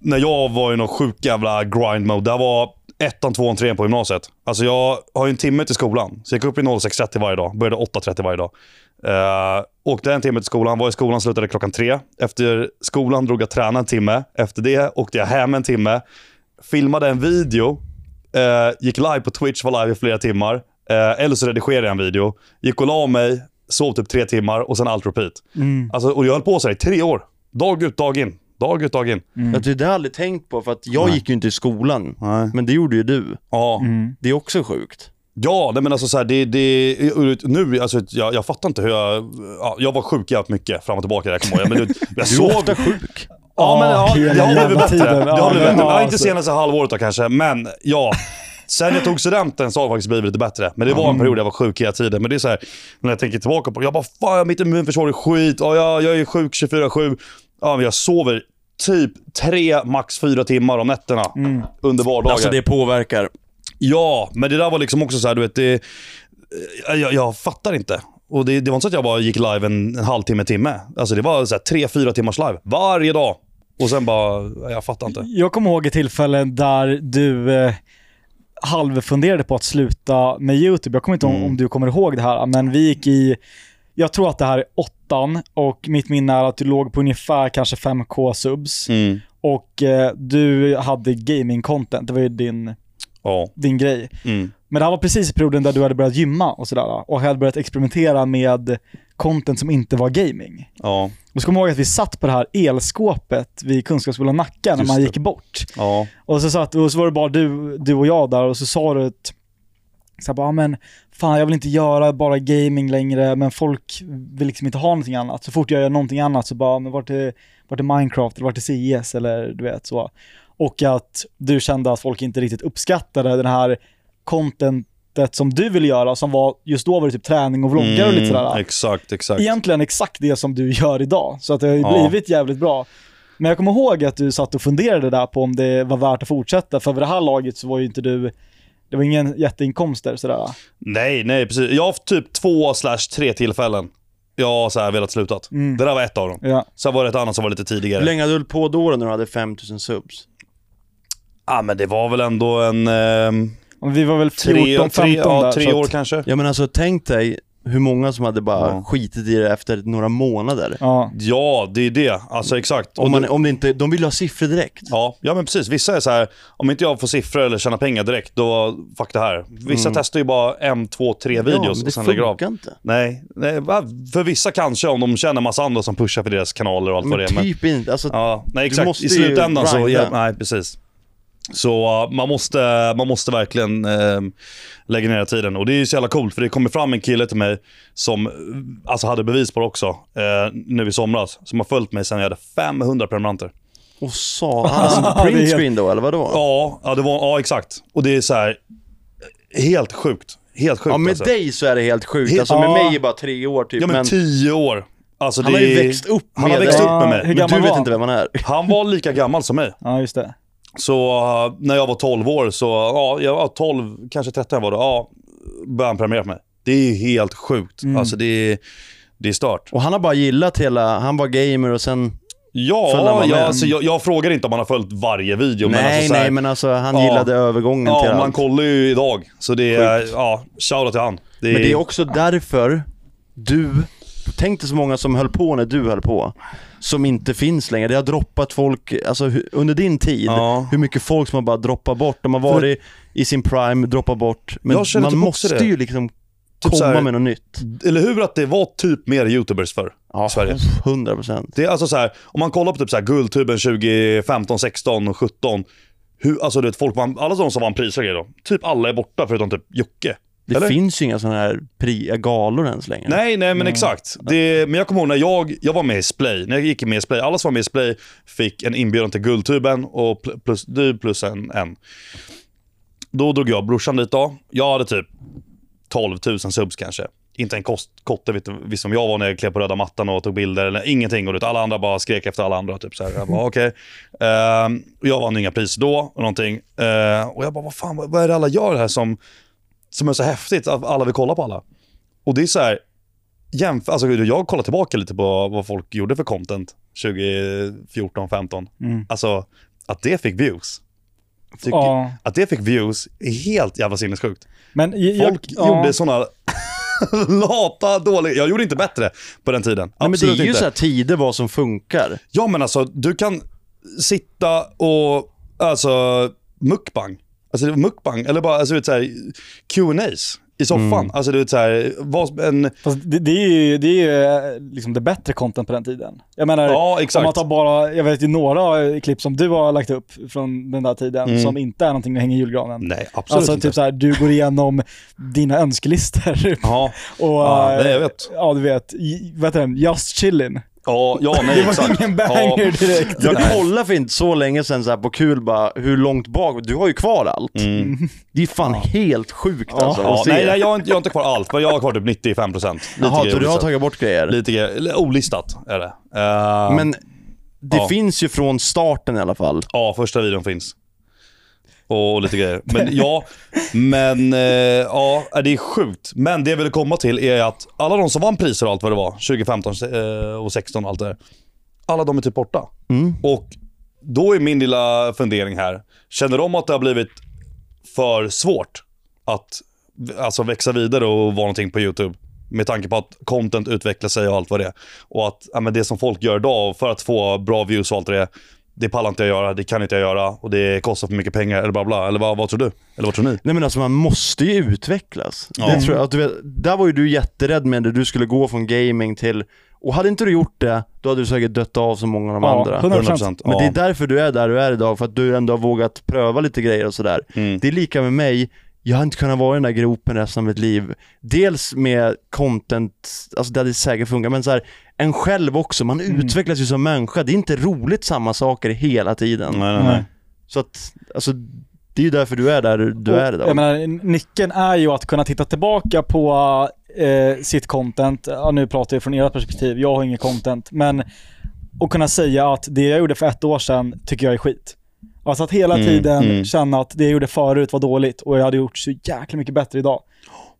när jag var i någon sjuk jävla grind mode, där var ettan, tvåan, trean på gymnasiet. Alltså jag har ju en timme till skolan, så jag gick upp i 06.30 varje dag, började 8.30 varje dag. Uh, åkte en timme till skolan, var i skolan, slutade klockan tre. Efter skolan drog jag träna en timme. Efter det åkte jag hem en timme. filmade en video, eh, gick live på Twitch, var live i flera timmar. Eh, eller så redigerade jag en video, gick och la mig, sov typ tre timmar och sen allt repeat. Alltså, och jag höll på så här i tre år. Dag ut, dag in. Dag ut, dag in.
Att det där har jag aldrig tänkt på, för att jag gick ju inte i skolan.
Nej.
Men det gjorde ju du.
Ja,
Det är också sjukt.
Mm. ja nej, men alltså så här, det, det, nu, alltså, jag, jag fattar inte hur jag... Ja, jag var sjuk jävligt mycket fram och tillbaka där, kommer jag ihåg. Men du, jag
Du är
sov
ofta sjuk.
Ja, men ja,
hela
det har blivit
jävla
bättre.
tiden.
Det har blivit
Ja,
bättre.
ja,
Ja, inte
alltså.
senaste halvåret då kanske, men ja. Sen jag tog studenten så har det faktiskt blivit lite bättre. Men det var
Mm.
en period jag var sjuk hela tiden. Men det är så här, när jag tänker tillbaka på det. Jag bara, fan mitt immunförsvar är skit. Ja, jag, jag är sjuk 24-7. Ja, men jag sover typ tre, max fyra timmar om nätterna
Mm.
under vardagar.
Alltså det påverkar.
Ja, men det där var liksom också så här, du vet, det, eh, jag, jag fattar inte. Och det, det var inte så att jag bara gick live en, en halvtimme, en timme. Alltså det var så här, tre, fyra timmars live varje dag. Och sen bara, eh, jag fattar inte.
Jag kommer ihåg ett tillfälle där du eh, halvfunderade på att sluta med YouTube. Jag kommer inte om, om du kommer ihåg det här, men vi gick i, jag tror att det här är åttan och mitt minne är att du låg på ungefär kanske 5k subs
Mm.
och eh, du hade gaming-content. Det var ju din,
Ja.
din grej.
Mm.
Men det här var precis i perioden där du hade börjat gymma och sådär och hade börjat experimentera med content som inte var gaming.
Ja.
Och så kommer jag ihåg att vi satt på det här elskåpet vid Kunskapsskolan Nacka när
Just
man
det.
gick bort.
Ja.
Och så, satt, och så var det bara du, du och jag där och så sa du att så här bara, "Ah, men fan jag vill inte göra bara gaming längre men folk vill liksom inte ha någonting annat. Så fort jag gör någonting annat så bara, men vart är, vart är Minecraft eller vart är CS eller du vet så. Och att du kände att folk inte riktigt uppskattade den här contentet som du ville göra som var, just då var det typ träning och vloggar och
Mm,
lite sådär.
Exakt, exakt.
Egentligen exakt det som du gör idag, så att det har ju
Ja.
blivit jävligt bra. Men jag kommer ihåg att du satt och funderade där på om det var värt att fortsätta, för vid det här laget så var ju inte du, det var ingen jätteinkomster sådär.
Nej, nej precis. Jag har haft typ två slash tre tillfällen jag har så här velat sluta.
Mm.
Det där var ett av dem.
Ja.
Sen var det ett annat som var lite tidigare.
Hur länge hade du hållit på då, då när du hade 5000 subs?
Ja, men det var väl ändå en... Eh,
Vi var väl 14,
tre,
15
tre, ja,
där.
tre
så
år
att-
kanske.
Ja men alltså tänk dig hur många som hade bara
Ja.
skitit i det efter några månader.
Ja.
Ja, det är det. Alltså exakt. Och
Om, man,
då-
om det inte, de vill ju ha siffror direkt.
Ja, ja, men precis. Vissa är så här, om inte jag får siffror eller tjäna pengar direkt, då fuck det här. Vissa testar ju bara en, två, tre
Mm. Ja,
videos
men
och
det
sen lägger av.
funkar inte.
Nej, nej, va? för vissa kanske om de känner massa andra som pushar för deras kanaler och allt vad det
Men
är. Men,
typ inte. Alltså,
ja, nej, exakt.
måste
I
ju
slutändan så...
grinda.
Ja, nej, precis. Så uh, man måste, man måste verkligen eh, lägga ner tiden. Och det är ju så jävla coolt, för det kommer fram en kille till mig som eh, alltså, hade bevis på det också, eh, nu i somras. Som har följt mig sedan jag hade 500 prenumeranter.
Och sa alltså,
Det är helt-
printscreen då eller vadå?
Ja, ja, det var, ja exakt. Och det är så här eh, helt sjukt. Helt sjukt
Ja, med
alltså.
dig så är det helt sjukt.
Helt-
Alltså med
Ja.
mig är bara tre år typ.
Ja, men
men
tio år. Alltså,
han
det
har ju
är-
växt upp
han har
med
växt
dig.
upp med
Ja, hur
mig.
Men du
gammal
vet
var
inte vem han är.
Han var lika gammal som mig.
Ja, just det.
Så uh, när jag var 12 år, så ja, jag var 12, kanske 13 var då, ja, började han prenumerera på mig. Det är ju helt sjukt.
Mm.
Alltså det är, det är stört.
Och han har bara gillat hela, han var gamer och sen... Följde han
Ja,
med?
jag, alltså, jag, jag frågar inte om han har följt varje video.
nej,
men alltså, så här,
nej men alltså han
Ja.
gillade övergången till
Ja,
allt.
man kollar ju idag. Så det är, ja, shoutout till han.
Men det är också därför du, tänk dig så många som höll på när du höll på, som inte finns längre. Det har droppat folk, alltså hu- under din tid,
Ja.
hur mycket folk som har bara droppat bort. De har varit i sin prime, droppat bort. Men
Jag känner
man
typ också
måste
det.
ju liksom komma
så här-
med något nytt.
Eller hur att det var typ mer youtubers förr i Sverige.
100 procent.
Det är alltså så här, om man kollar på typ så här Guldtuben 2015, 16 och 17. Hur, alltså du vet, folk vann, alla de som vann priser och grejer då. Typ alla är borta förutom typ Jocke.
Det
Eller?
finns ju inga sådana här pri- galor ens längre.
Nej, nej men exakt. Det, men jag kommer ihåg när jag, jag var med i Splay. När jag gick med i Splay, alla som var med i Splay fick en inbjudan till Guldtuben och pl- plus, du plus en, en. Då drog jag och brorsan dit då. Jag hade typ 12 000 subs kanske. Inte en kost, kotte vet, visste om jag var när jag klev på röda mattan och tog bilder. Eller, ingenting. Och, du vet, alla andra bara skrek efter alla andra. Typ, så här. Jag bara okej. Ehm, och jag vann inga priser då. Och, någonting. Ehm, och jag bara vad fan vad, vad är det alla gör här som, som är så häftigt? Att alla vill kolla på alla. Och det är så här. Jämf- alltså, jag kollar tillbaka lite på vad folk gjorde för content 2014, 15
Mm.
Alltså att det fick views. Tycker-
Ja.
Att det fick views är helt jävla sinnessjukt.
Men j- jag,
Folk
ja.
gjorde såna lata, dåliga... Jag gjorde inte bättre på den tiden.
Nej, men det
Absolut
är ju
inte.
så här tider vad som funkar.
Ja, men alltså du kan sitta och... Alltså, mukbang. Alltså det var mukbang, eller bara alltså, du vet, så här, Q&As i soffan. Alltså du vet så här, vad, som- en...
Fast det, det Mm. är ju, det är ju eh, liksom det bättre content på den tiden. Jag menar,
Ja,
om man
exakt.
tar bara, jag vet ju några eh, klipp som du har lagt upp från den där tiden
Mm.
som inte är någonting att hänga i julgranen.
Nej, absolut
Alltså
inte.
typ såhär, du går igenom dina önskelistor. typ.
Ja,
Och,
Ja,
eh,
nej, jag vet.
Ja, du vet. i- Vad heter den? Just chillin.
ja, ja, nej
Det var
exakt.
ingen
ja.
banger direkt.
Jag kollade för inte så länge sedan så här på kul bara, hur långt bak, du har ju kvar allt. Det är fan helt sjukt alltså
Mm. Ja,
att Mm. se.
nej, nej, jag har inte, jag har inte kvar allt, men jag har kvar typ 95 procent.
Jaha, så du har tagit bort grejer?
Lite grejer, eller olistat är det. Eh,
Men det
Ja.
finns ju från starten i alla fall.
Ja, första videon finns. Och lite grejer. Men ja, men eh, ja, det är sjukt. Men det jag ville komma till är att alla de som vann priser och allt vad det var, 2015 eh, och 16 och allt det där. Alla de är typ borta.
Mm.
Och då är min lilla fundering här. Känner de att det har blivit för svårt att alltså, växa vidare och vara någonting på YouTube? Med tanke på att content utvecklar sig och allt vad det är. Och att ja, men det som folk gör idag för att få bra views och allt det där, det pallar inte jag göra, det kan inte jag göra och det kostar för mycket pengar eller bla bla. Eller vad, vad tror du? Eller vad tror ni?
Nej men alltså man måste ju utvecklas. Det tror jag, att du vet, där var ju du jätterädd med när du skulle gå från gaming till, och hade inte du gjort det, då hade du säkert dött av som många av de
Ja,
andra.
100%.
Ja.
Men det är därför du är där du är idag, för att du ändå har vågat pröva lite grejer och sådär.
Mm.
Det är lika med mig, jag har inte kunnat vara i den där gropen resten av mitt liv. Dels med content, alltså det hade säkert funkat, men så här, en själv också, man utvecklas ju som människa. Det är inte roligt samma saker hela tiden.
Nej, nej, nej.
Så att, alltså det är ju därför du är där du
Och,
är idag.
Jag menar, nyckeln är ju att kunna titta tillbaka på eh, sitt content. Ja, nu pratar jag från ert perspektiv, jag har inget content. Men att kunna säga att det jag gjorde för ett år sedan tycker jag är skit. Alltså att hela
Mm,
tiden
mm.
känna att det jag gjorde förut var dåligt och jag hade gjort så jäkla mycket bättre idag.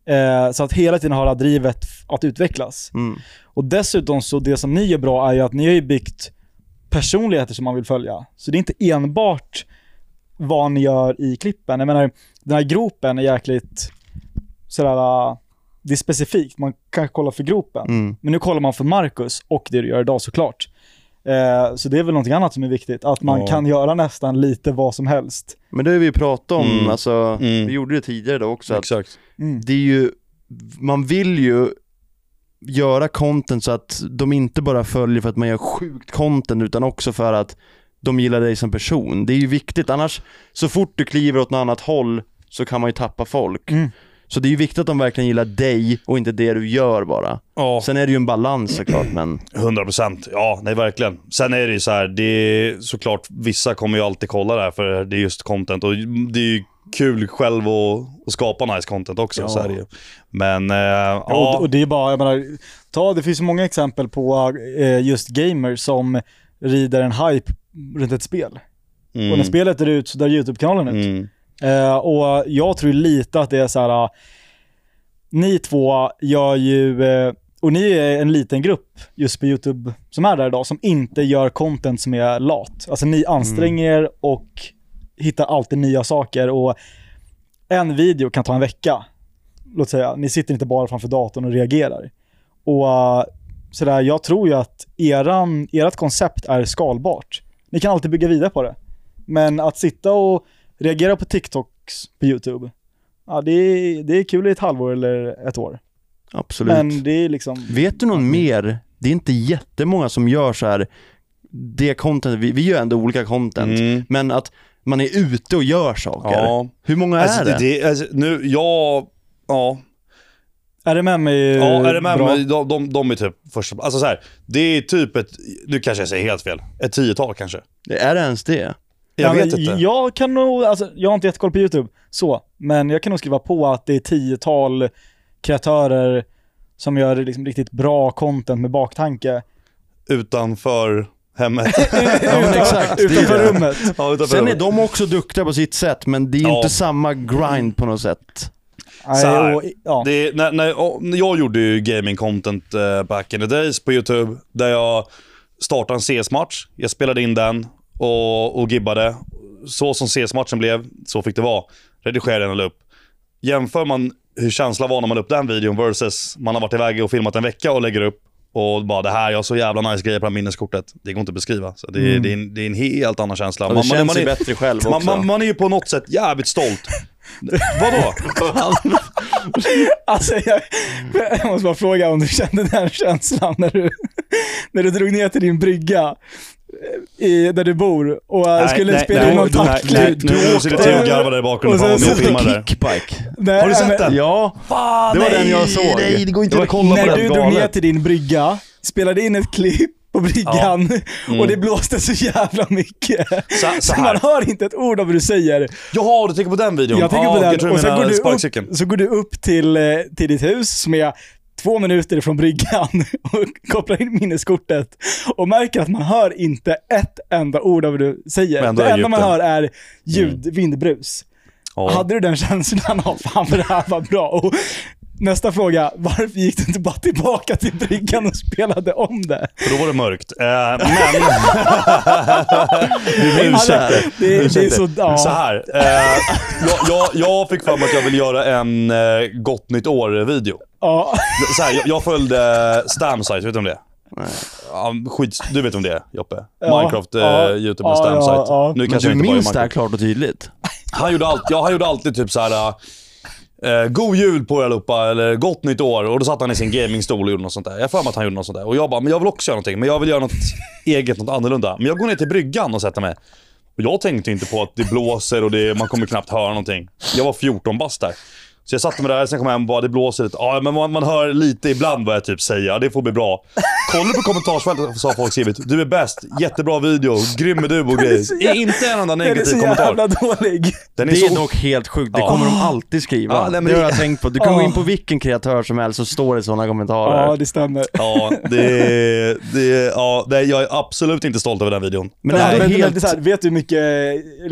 Eh, så att hela tiden ha det här drivet f- att utvecklas.
Mm.
Och dessutom så det som ni gör bra är ju att ni har ju byggt personligheter som man vill följa. Så det är inte enbart vad ni gör i klippen. Jag menar, den här gropen är jäkligt sådär, äh, det är specifikt. Man kanske kollar för gropen.
Mm.
Men nu kollar man för Marcus och det du gör idag såklart. Eh, så det är väl någonting annat som är viktigt. Att man
Ja.
kan göra nästan lite vad som helst.
Men det har vi ju pratat om,
Mm.
alltså,
Mm.
vi gjorde det tidigare då också, att
Exakt.
Mm.
det är ju, man vill ju göra content så att de inte bara följer för att man gör sjukt content utan också för att de gillar dig som person. Det är ju viktigt, annars så fort du kliver åt något annat håll så kan man ju tappa folk.
Mm.
Så det är ju viktigt att de verkligen gillar dig och inte det du gör bara.
Ja,
Sen är det ju en balans såklart men
100 procent. Ja, nej verkligen. Sen är det ju så här, det är såklart, vissa kommer ju alltid kolla det här för det är just content och det är ju kul själv att, att skapa nice content också.
Ja.
Så är det ju. Men, eh,
Ja.
ja.
Och, och det är bara, jag menar, ta, det finns ju många exempel på eh, just gamers som rider en hype runt ett spel. Och när
mm,
spelet är ut så där YouTube-kanalen ut.
mm,
Eh, och jag tror lite att det är så här. ah, ni två gör ju, eh, och ni är en liten grupp just på YouTube som är där idag, som inte gör content som är lat. Alltså ni anstränger
Mm.
er och hittar alltid nya saker och en video kan ta en vecka. Låt säga, ni sitter inte bara framför datorn och reagerar. Och eh, sådär, jag tror ju att eran, ert koncept är skalbart. Ni kan alltid bygga vidare på det. Men att sitta och reagera på TikToks på YouTube, ja, det, är, det är kul i ett halvår eller ett år.
absolut.
Men det är liksom...
Vet du någon mer? Det är inte jättemånga som gör så här det content, vi, vi gör ändå olika content,
mm.
men att man är ute och gör saker.
Ja.
Hur många är
Alltså,
det?
det, det, alltså, nu, jag, ja.
RMM är ju
Ja, RMM,
Eh, bra.
de, de, de är typ första... Alltså så här, det är typ ett... Nu kanske jag säger helt fel. Ett tiotal kanske.
Är det ens det?
Jag
Ja, men
vet inte.
Jag kan nog, alltså, jag har inte jättekoll på YouTube, så. Men jag kan nog skriva på att det är tiotal kreatörer som gör liksom riktigt bra content med baktanke.
Utanför hemmet.
Ja, men exakt, det är
Utanför
det.
rummet.
ja, utanför
Sen är
hemmet.
de också duktiga på sitt sätt, men det är ju
Ja.
inte samma grind på något sätt.
Så
Nej,
här,
och, ja.
Det, är- när, när, och- när jag gjorde ju gaming content eh, back in the days på YouTube, där jag startade en CS-match. Jag spelade in den och, och gibbade. Så som CS-matchen blev, så fick det vara. Redigerade den och la upp. Jämför man hur känslan var när man la upp den videon versus man har varit iväg och filmat en vecka och lägger upp och bara det här, jag har så jävla nice grejer på det här minneskortet. Det går inte att beskriva. Så det, är- det, är, en, det är en helt annan känsla.
Och Mm. det känns ju bättre själv också.
man, man, man är ju på något sätt jävligt stolt. Vadå?
Alltså, jag, jag måste bara fråga om du kände den här känslan när du, när du drog ner till din brygga eh, i, där du bor och äh, skulle spela in någon
nej,
tackklipp.
nu nu sitter du och garvar där i bakgrunden för
Och
att
sen
vara med och
så-
filma där.
Kickbike.
Nej,
Har du sett
men-
den?
Ja,
Fan,
det var den jag
nej.
såg.
nej, det går inte
Jag
att kolla
var
på
När
den.
du drog ner till din brygga, spelade in ett klipp på bryggan och det blåste så jävla mycket.
Mm. Så, så
Så man
här.
hör inte ett ord av vad du säger.
Jaha, du tänker på den videon?
Jag tänker
Ja,
på
Jag tror
den
du
och sen
menar
går du,
sparkcykeln.
upp, så går du upp till, eh, till ditt hus som är två minuter ifrån bryggan och kopplar in minneskortet och märker att man hör inte ett enda ord av vad du
Men
säger.
ändå
det
är
enda man
djupt.
hör är ljud, vindbrus.
Ja.
Hade du den känslan av fan vad det här var bra? Och nästa fråga, varför gick du inte bara tillbaka till bryggan och spelade om det?
För då var det mörkt. Eh, men...
Du
Alltså, det, är- det är så... Ja.
Så här. Eh, jag, jag, jag fick fram att jag ville göra en eh, Gott Nytt År-video.
Ja.
Så här, jag, jag följde Stamsize, vet du om det är? Ja, skit, du vet om det är, Joppe?
Ja.
Minecraft, eh,
Ja.
YouTube med
Ja,
Stamsite.
ja, ja.
Nu
Men
kanske
du
jag inte bara är
minns det här
Minecraft.
klart och tydligt?
Han gjorde, alltid, ja, han gjorde alltid typ så här. eh, God jul på er allihopa, eller gott nytt år. Och då satt han i sin gamingstol och gjorde något sånt där. Jag har för mig att han gjorde något sånt där. Och jag bara, men jag vill också göra någonting. Men jag vill göra något eget, något annorlunda. Men jag går ner till bryggan och sätter mig. Och jag tänkte inte på att det blåser och det, man kommer knappt höra någonting. Jag var 14 bast där. Så jag satte mig där, sen kom jag hem och bara, det blåser lite. Ja, men man, man hör lite ibland vad jag typ säger. Ja, Det får bli bra. Kollar på kommentarsfältet så har folk skrivit, du är bäst, jättebra video, grym är du och grejer. Inte en enda
Den är så
negativ kommentar.
jävla dålig.
Den
Det är Ah. dock helt sjukt, det
Ja.
kommer de alltid skriva.
Ja, nej, men
det Ah. har
det-
jag tänkt på. Du kan
Ja.
gå in på vilken kreatör som helst så står det sådana kommentarer.
Ja, det stämmer.
Ja, det, det, ja nej, jag är absolut inte stolt över den videon.
men det
Ja,
här är
men, men,
helt...
det är så här, vet du hur mycket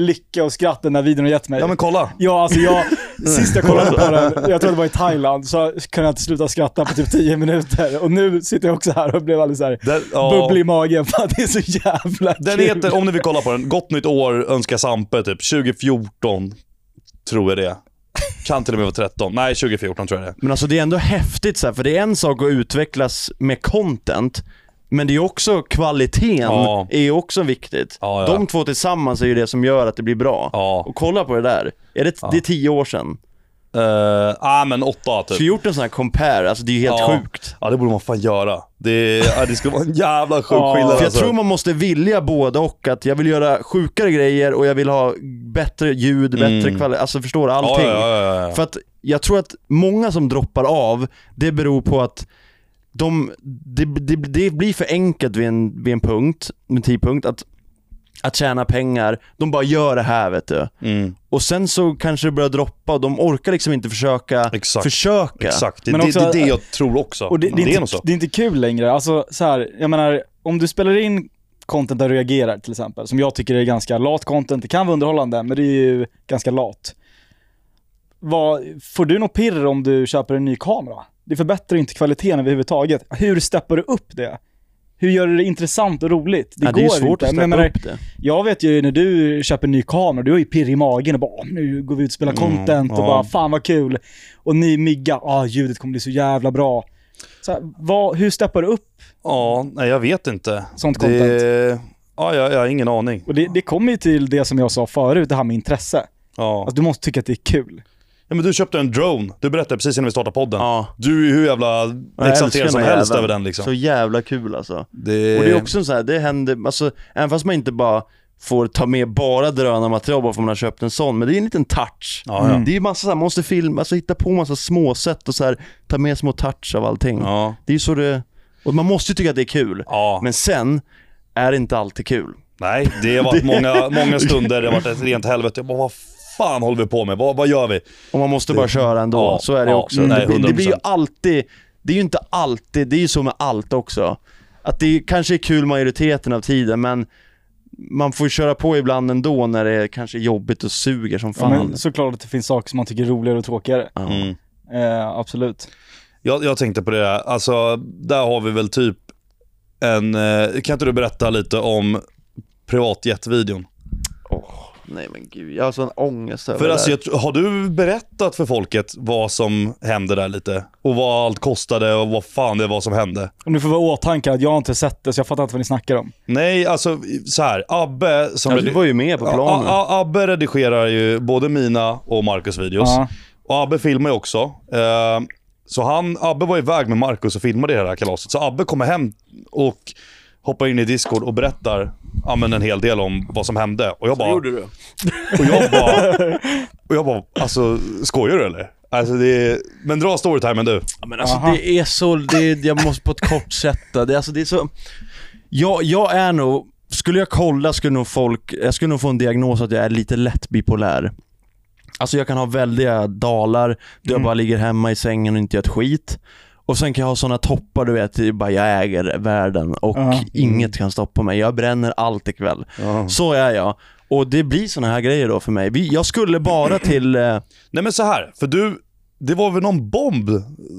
lycka och eh, skratt den här videon har gett mig?
Ja, men kolla.
Ja, alltså jag, sist jag kollade på på den, jag tror det var i Thailand, så kunde jag inte sluta skratta på typ 10 minuter. Och nu sitter jag också här och blev alldeles såhär
Den, ja.
bubblig i magen för att det är så jävla
Den
kul.
heter, om ni vill kolla på den, Gott Nytt År önskar Sampe typ 2014. Tror jag det är. Kan till och med vara 13. Nej, 2014 tror jag det är.
Men alltså det är ändå häftigt så här, för det är en sak att utvecklas med content, men det är också kvaliteten,
Ja.
är ju också viktigt.
Ja, ja.
De två tillsammans är ju det som gör att det blir bra.
Ja.
Och kolla på det där. Är det, det är tio år sedan.
Typ. Uh, ah, men åtta typ.
Skulle gjort en sån här compare, alltså det är ju helt
Ja.
sjukt.
Ja, det borde man fan göra. Det, ja, det skulle vara en jävla sjuk
Ja.
skillnad
För jag
alltså.
tror man måste vilja både och, att jag vill göra sjukare grejer och jag vill ha bättre ljud, bättre kvalitet, alltså förstår du?
ja,
Allting.
Mm. ja, ja, ja.
För att jag tror att många som droppar av, det beror på att de, det, det, det blir för enkelt vid en, vid en punkt, en tidpunkt, att, att tjäna pengar. De bara gör det här vet du.
Mm,
Och sen så kanske det börjar droppa och de orkar liksom inte försöka
Exakt.
försöka.
exakt. Det,
Men
det,
också-
det är det jag tror också.
Och det, det, är
det är nog
inte,
så.
det är inte kul längre. Alltså så här, jag menar, om du spelar in content där du reagerar till exempel, som jag tycker är ganska lat content, det kan vara underhållande, men det är ju ganska lat. Vad, får du något pirr om du köper en ny kamera? Det förbättrar ju inte kvaliteten överhuvudtaget. Hur steppar du upp det? Hur gör du det intressant och roligt?
Det, ja, det är ju svårt
inte.
att
Men jag
släppa
menar,
upp det.
jag vet ju när du köper en ny kamera, du har ju pirr i magen och bara "Åh, nu går vi ut och spelar content och
ja.
bara fan vad kul. Och ny mygga, ah ljudet kommer bli så jävla bra. Så här, vad, hur steppar du upp?
Ja, nej jag vet inte.
Sånt
Det, ja, jag, jag har ingen aning.
Och det, det kommer ju till det som jag sa förut, det här med intresse.
Ja.
Alltså, du måste tycka att det är kul.
ja, men du köpte en drone. Du berättade precis innan vi startade podden.
Ja.
Du är hur jävla
Jag älskar
exalterad som
den här
helst
jäveln.
över den liksom. Eh.
Så jävla kul alltså.
Det...
Och det är också så här, det händer, alltså även fast man inte bara får ta med bara drönarmaterial bara för att man har köpt en sån, men det är en liten touch.
Ja, ja.
Det är ju massa så här, man måste filma, alltså hitta på massa små sätt och så här, ta med små touch av allting.
Ja.
Det är ju så det, och man måste ju tycka att det är kul.
Ja.
Men sen är det inte alltid kul.
Nej, det har varit många, många stunder. Det har varit ett rent helvete. Jag bara, vad fan håller vi på med? Vad, vad gör vi?
Och man måste bara köra ändå,
Ja,
så är det
ja,
också.
nej,
det, blir, det blir ju
100%.
alltid, det är ju inte alltid, det är ju så med allt också. Att det kanske är kul majoriteten av tiden men man får ju köra på ibland ändå när det är kanske jobbigt och suger som
Ja,
fan.
men, såklart att det finns saker som man tycker är roligare och tråkigare.
Ja.
Eh, absolut.
Jag, jag tänkte på det där. Alltså, där har vi väl typ en... eh, Kan inte du berätta lite om privatjetvideon?
Åh, nej men gud, jag har sån ångest över
För
det
alltså,
där.
jag, tr- har du berättat för folket vad som hände där lite? Och vad allt kostade och vad fan det var som hände?
Om du får vara i åtanke att jag har inte sett det, så jag fattar inte vad ni snackar om. Nej
Nej, alltså så här. Abbe som...
Ja, du var ju med på planen.
A- A- Abbe redigerar ju både mina och Marcus videos.
Ja.
Och Abbe filmar ju också. Eh, så han, Abbe var iväg med Marcus och filmade det här kalaset. Så Abbe kommer hem och hoppar in i Discord och berättar ja, men en hel del om vad som hände. Och jag bara...
du.
Och jag bara... Och jag bara, alltså skojar du eller? Alltså det är, men dra storytimen du.
Ja, men alltså
Aha.
det är så, det, jag måste på ett kort sätt då. det, alltså, det är så jag, jag är nog, skulle jag kolla skulle nog folk, jag skulle nog få en diagnos att jag är lite lätt bipolär. Alltså jag kan ha väldiga dalar, där jag bara ligger hemma i sängen och inte gör ett skit. Och sen kan jag ha sådana toppar du vet, det är bara jag äger världen och
Ja.
inget kan stoppa mig. Jag bränner allt ikväll.
Mm.
Så är jag. Och det blir sådana här grejer då för mig. Vi, jag skulle bara till, eh,
Nej men så här, för du, det var väl någon bomb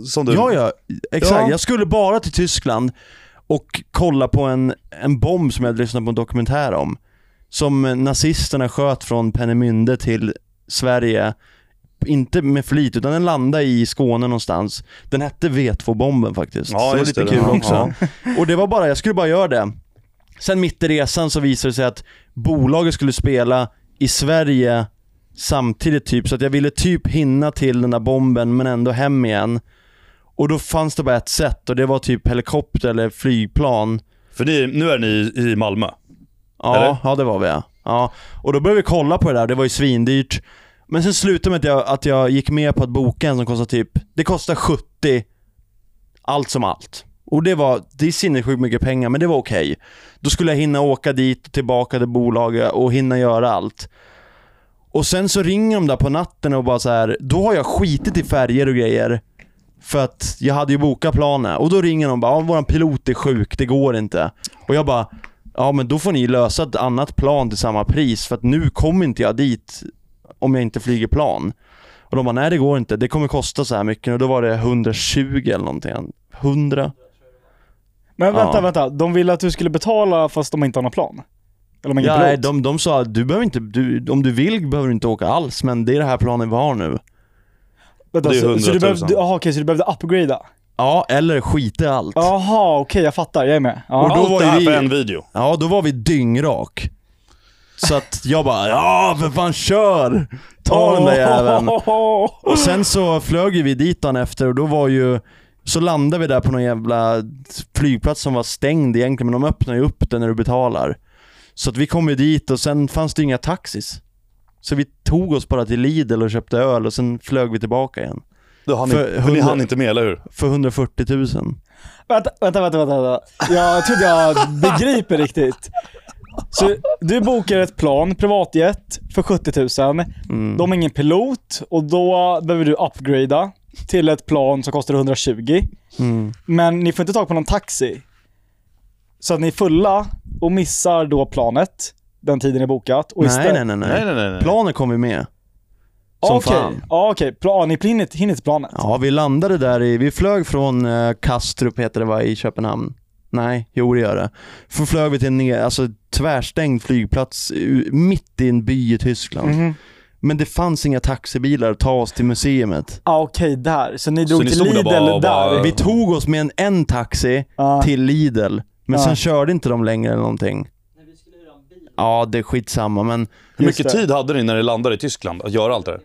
som du...
Ja, ja. Exakt.
Ja.
Jag skulle bara till Tyskland och kolla på en, en bomb som jag hade lyssnat på en dokumentär om. Som nazisterna sköt från Peenemünde till Sverige. Inte med flit, utan den landade i Skåne någonstans. Den hette V2-bomben faktiskt.
Ja,
så det var
just
lite
det.
kul
Ja,
också. Och det var bara, jag skulle bara göra det. Sen mitt i resan så visade det sig att bolaget skulle spela i Sverige samtidigt typ, så att jag ville typ hinna till den där bomben men ändå hem igen. Och då fanns det bara ett sätt och det var typ helikopter eller flygplan.
För ni, nu är ni i- i Malmö.
Ja,
Eller?
ja det var vi ja. ja. Och då började vi kolla på det där, det var ju svindyrt. Men sen slutade det med att jag, att jag gick med på att boka en som kostar typ, det kostar 70, allt som allt. Och det var, det är sinnessjukt mycket pengar men det var okej. Då skulle jag hinna åka dit och tillbaka till bolaget och hinna göra allt. Och sen så ringer de där på natten och bara så här. då har jag skitit i färger och grejer. För att jag hade ju bokat planen. Och då ringer de och bara, ja, våran pilot är sjuk, det går inte. Och jag bara, ja men då får ni lösa ett annat plan till samma pris för att nu kommer inte jag dit om jag inte flyger plan. Och de bara, nej det går inte, det kommer kosta så här mycket. Och då var det 120 eller någonting. 100?
Men vänta,
Ja.
vänta. De ville att du skulle betala fast de inte har någon plan? Eller de har ingen
Ja, nej,
pilot?
de, de sa, du behöver inte, du, om du vill behöver du inte åka alls, men det är det här planet vi har nu.
Vänta,
det är
så, så du
100 000.
behövde, aha, okej, så du behövde upgrada?
Ja, eller skita i allt. Ja.
Jaha, okej jag fattar, jag är med. Ja.
då
Allt
var
det
ju
här
vi-
för en video.
då var vi dyngrak. Så att jag bara, ja för fan kör! Ta den där jäveln. Och sen så flög ju vi dit dagen efter och då var ju så landade vi där på någon jävla flygplats som var stängd egentligen, men de öppnar ju upp den när du betalar. Så att vi kom ju dit och sen fanns det ju inga taxis. Så vi tog oss bara till Lidl och köpte öl och sen flög vi tillbaka igen.
Du hann
För
inte, för ni
100
hann inte med, eller hur?
För 140 000.
Vänta, vänta, vänta, vänta, vänta. Jag tror inte jag begriper riktigt. Så du bokar ett plan, privatjet, för 70 000.
Mm.
De har ingen pilot och då behöver du upgrada till ett plan som kostar 120.
Mm.
Men ni får inte tag på någon taxi. Så att ni är fulla och missar då planet den tiden är bokat. Och
Nej, nej, nej, nej.
nej, nej.
Planen kom ju med.
Som
Som
Ah, Okej,
fan.
ja, okej. Plan, ni hinner till- hinner till planet.
Ja, vi landade där i, vi flög från eh, Kastrup heter det va, i Köpenhamn. Nej, jo det gör det. För flög vi till en ne- alltså, tvärstängd flygplats u- mitt i en by i Tyskland.
Mhm.
Men det fanns inga taxibilar att ta oss till museet.
Ah, Okej, där. Så ni drog
ni
till
stod där
Lidl
bara och
där?
bara-
Vi tog oss med en, en taxi
Ja.
till Lidl, men
Ja.
sen körde inte de längre eller någonting. Ja, det är skitsamma, men
Hur
Just
mycket
det.
tid hade ni när ni landade i Tyskland att göra allt det där?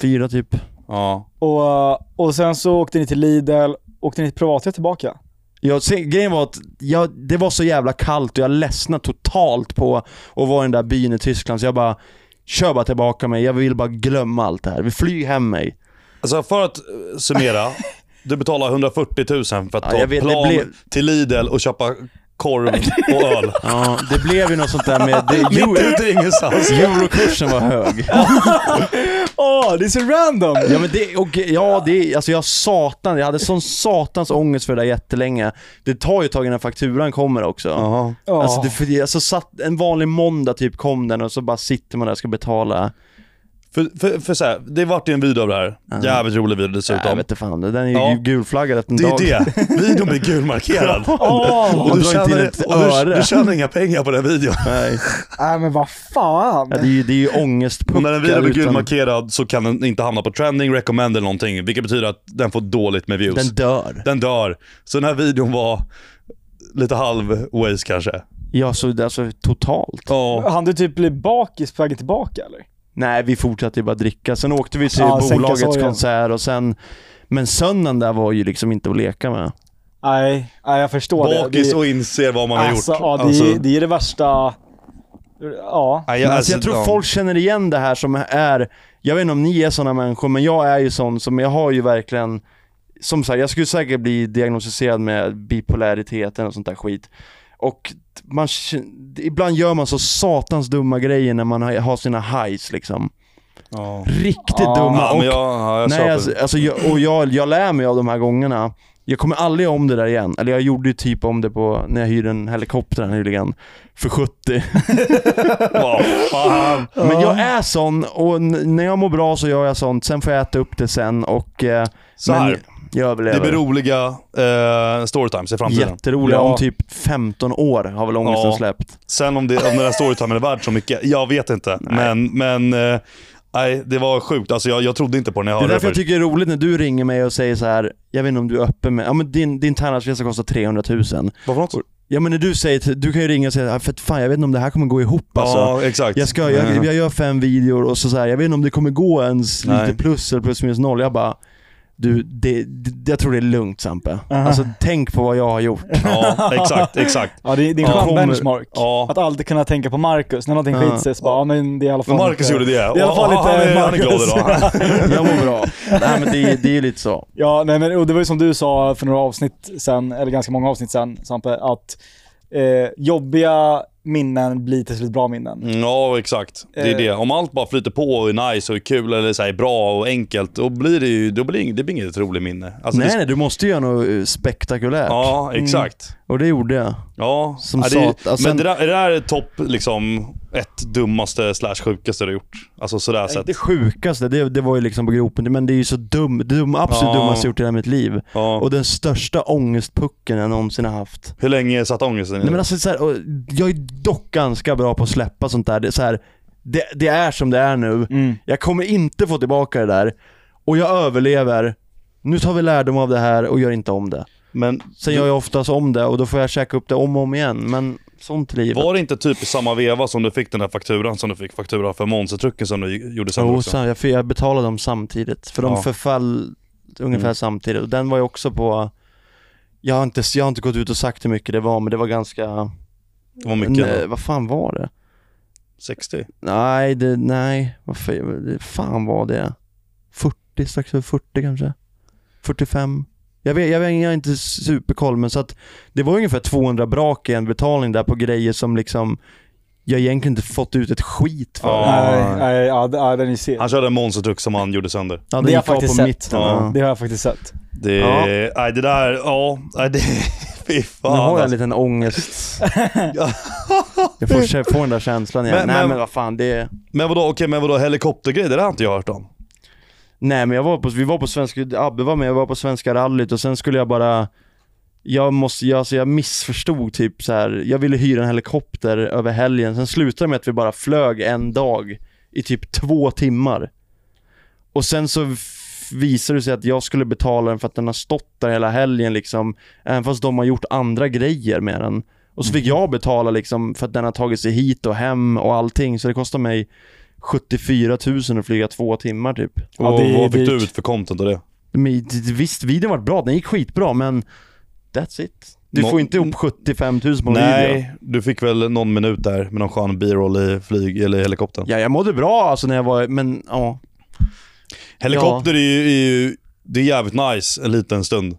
fyra typ.
Ja.
Och, och sen så åkte ni till Lidl, åkte ni till privatjet tillbaka?
Jag, sen, grejen var att jag, det var så jävla kallt och jag ledsnade totalt på att vara i den där byn i Tyskland så jag bara Kör bara tillbaka mig, jag vill bara glömma allt det här. Vi flyg hem mig.
Alltså för att eh, summera. du betalar 140 000 för att ta
jag vet, det
plan
blev-
till Lidl och köpa korv och öl.
Ja, det blev ju något sånt där med... Det,
Mitt
euro,
ute i ingenstans.
eurokursen var hög.
Åh, det är så random!
Ja men det, och, ja det, alltså jag satan, jag hade sån satans ångest för det där jättelänge. Det tar ju ett tag innan fakturan kommer också.
Jaha.
Ja.
Alltså, det, för, alltså satt, en vanlig måndag typ kom den och så bara sitter man där och ska betala.
För, för, för så här, det vart ju en video av det här. Jävligt rolig video dessutom.
Jag vet inte fan, den är ju
Ja.
gulflaggad efter en
Det är
dag.
det. Videon blir gulmarkerad.
Åh!
Och
Man
du,
drar inte in
tjänar,
ett
och du,
öre.
du tjänar inga pengar på den videon.
Nej.
Nej men vad fan!
Ja, det är ju, det är ju ångestpuckar
Och när en video blir
utan-
gulmarkerad så kan den inte hamna på trending, recommend eller någonting. Vilket betyder att den får dåligt med views.
Den dör.
Den dör. Så den här videon var lite halv waste kanske.
Ja, så alltså totalt.
Ja.
Han du typ bli bakis på vägen tillbaka eller?
Nej, vi fortsatte ju bara dricka. Sen åkte vi till
Ja, sänka
bolagets
sorgen.
konsert och sen... Men söndagen där var ju liksom inte att leka med.
Nej, nej jag förstår det.
Bakis
det.
och inser vad man har
alltså,
gjort.
Ja, det, är, det är det värsta... Ja.
Nej,
Men
jag,
alltså, jag tror folk känner igen det här som är, jag vet inte om ni är sådana människor, men jag är ju sån som, jag har ju verkligen, som sagt, jag skulle säkert bli diagnostiserad med bipolaritet eller sånt där skit. Och man, k- ibland gör man så satans dumma grejer när man har- har sina highs liksom.
Ja.
Riktigt
Ja,
dumma.
Ja,
Och,
men jag, ja, jag
nej,
köper.
alltså, alltså, jag, och jag, jag lär mig av de här gångerna. Jag kommer aldrig om det där igen. Eller jag gjorde ju typ om det på, när jag hyrde en helikopter nyligen. För 70.
Vad fan.
Men jag är sån och n- när jag mår bra så gör jag sånt. Sen får jag äta upp det sen och... Eh,
Så
men
här.
Jag
Det
överlever.
blir roliga eh, storytimes i framtiden.
Jätteroliga.
Ja.
Om typ 15 år har väl ångesten
Ja.
släppt.
Sen om, det, om den här storytimen är värd så mycket, jag vet inte. Men, men eh, nej, det var sjukt. Alltså, jag, jag trodde inte på det när jag
Det är
hörde
därför jag
först.
tycker det är roligt när du ringer mig och säger så här. jag vet inte om du är öppen med... Ja men din, din Thailandsresa kostar 300 000.
Vad för något?
Ja men när du säger, till- du kan ju ringa och säga, "Ja, för att fan jag vet inte om det här kommer gå ihop alltså.
ja, exakt.
Jag, ska, jag, jag gör fem videor och så, så här, jag vet inte om det kommer gå ens
Nej.
lite plus eller plus minus noll. Jag bara, du, det, det, jag tror det är lugnt Sampe. Alltså tänk på vad jag har gjort.
Ja, exakt, exakt.
Ja, det är, det är en
Ja.
skön
Kommer-
benchmark.
ja.
Att alltid kunna tänka på Marcus. När någonting
Ja.
skiter sig så bara, ja men det är i alla fall
Men Marcus
inte-
gjorde det.
Det är i alla fall
Och han,
lite
är, han är glad
Marcus.
idag.
Jag mår bra. Nej men det, det är ju lite så.
Ja, nej, men och det var ju som du sa för några avsnitt sen, eller ganska många avsnitt sen Sampe, att eh, jobbiga minnen blir till slut bra minnen.
Mm. Ja, exakt. Det är
Eh.
det. Om allt bara flyter på och är nice och är kul eller så här, bra och enkelt, då blir det ju då blir, det blir inget roligt minne. Alltså,
nej
det,
nej, du måste göra något eh, spektakulärt.
ja, exakt.
Och det gjorde jag.
Ja,
Som alltså
ja, det, är-
satan. Sen-
men det där, det där är topp liksom, ett dummaste slash sjukaste du har gjort. Alltså sådär
Nej,
sett.
Det sjukaste, det, det var ju liksom på gropen, men det är ju så dum, det dum, absolut
Ja.
dummaste jag gjort i hela mitt liv.
Ja.
Och den största ångestpucken jag någonsin har haft.
Hur länge satt ångesten i
Nej, men
dig?
alltså, så här, och jag är dock ganska bra på att släppa sånt där. Det, är så här, det, det är som det är nu.
Mm.
Jag kommer inte få tillbaka det där. Och jag överlever. Nu tar vi lärdom av det här och gör inte om det.
Men
Sen gör jag oftast om det och då får jag käka upp det om och om igen. Men sånt är livet.
var det inte typ i samma veva som du fick den här fakturan som du fick faktura för monstertrucken som du gjorde sen
Jo,
också?
sen, jag, jag betalade dem samtidigt. För de
Ja.
förfall ungefär
Mm.
samtidigt. Och den var ju också på... Jag har, inte, jag har inte gått ut och sagt hur mycket det var, men det var ganska...
Det var mycket.
Nej, vad fan var det?
60?
Nej, det, nej. Vad fan, det- fan var det? 40, strax över 40 kanske? 45? Jag vet, jag vet jag har inte superkoll men så att det var ungefär 200 brak i en betalning där på grejer som liksom jag egentligen inte fått ut ett skit för.
Ja.
Nej, nej, ja, d- ja, den är sen.
Han körde en monstertruck som han gjorde sönder.
Det
Ja,
har jag
gick av
faktiskt
på
sett.
mitten.
Ja.
Ja.
Det har jag faktiskt sett.
Det,
Ja.
nej det där, ja, nej, det, fy fan.
nu har jag en
alltså.
liten ångest. jag får, kä- får den där känslan igen.
Men-
nej
men-
men, vad fan det...
Men vadå, okej men vadå helikoptergrej, det där har inte jag hört om.
Nej men jag var på, vi var på svenska, Abbe var med, jag var på svenska rallyt och sen skulle jag bara jag, måste, jag, alltså jag missförstod typ så här. jag ville hyra en helikopter över helgen, sen slutade det med att vi bara flög en dag i typ två timmar. Och sen så f- visade det sig att jag skulle betala den för att den har stått där hela helgen liksom, även fast de har gjort andra grejer med den. Och så fick jag betala liksom för att den har tagit sig hit och hem och allting, så det kostade mig 74 000 att flyga två timmar typ.
Ja,
och
det är
vad fick du
dyrt.
ut för content och det?
Men, d- d- visst, videon var bra, den gick skitbra men that's it. Du
Nå-
får inte ihop 75 000 på en video.
Nej, du fick väl någon minut där med någon skön b-roll i flyg, eller i helikoptern.
Ja, jag mådde bra alltså när jag var, men ja.
Helikopter är, ju, är ju, det är jävligt nice en liten stund.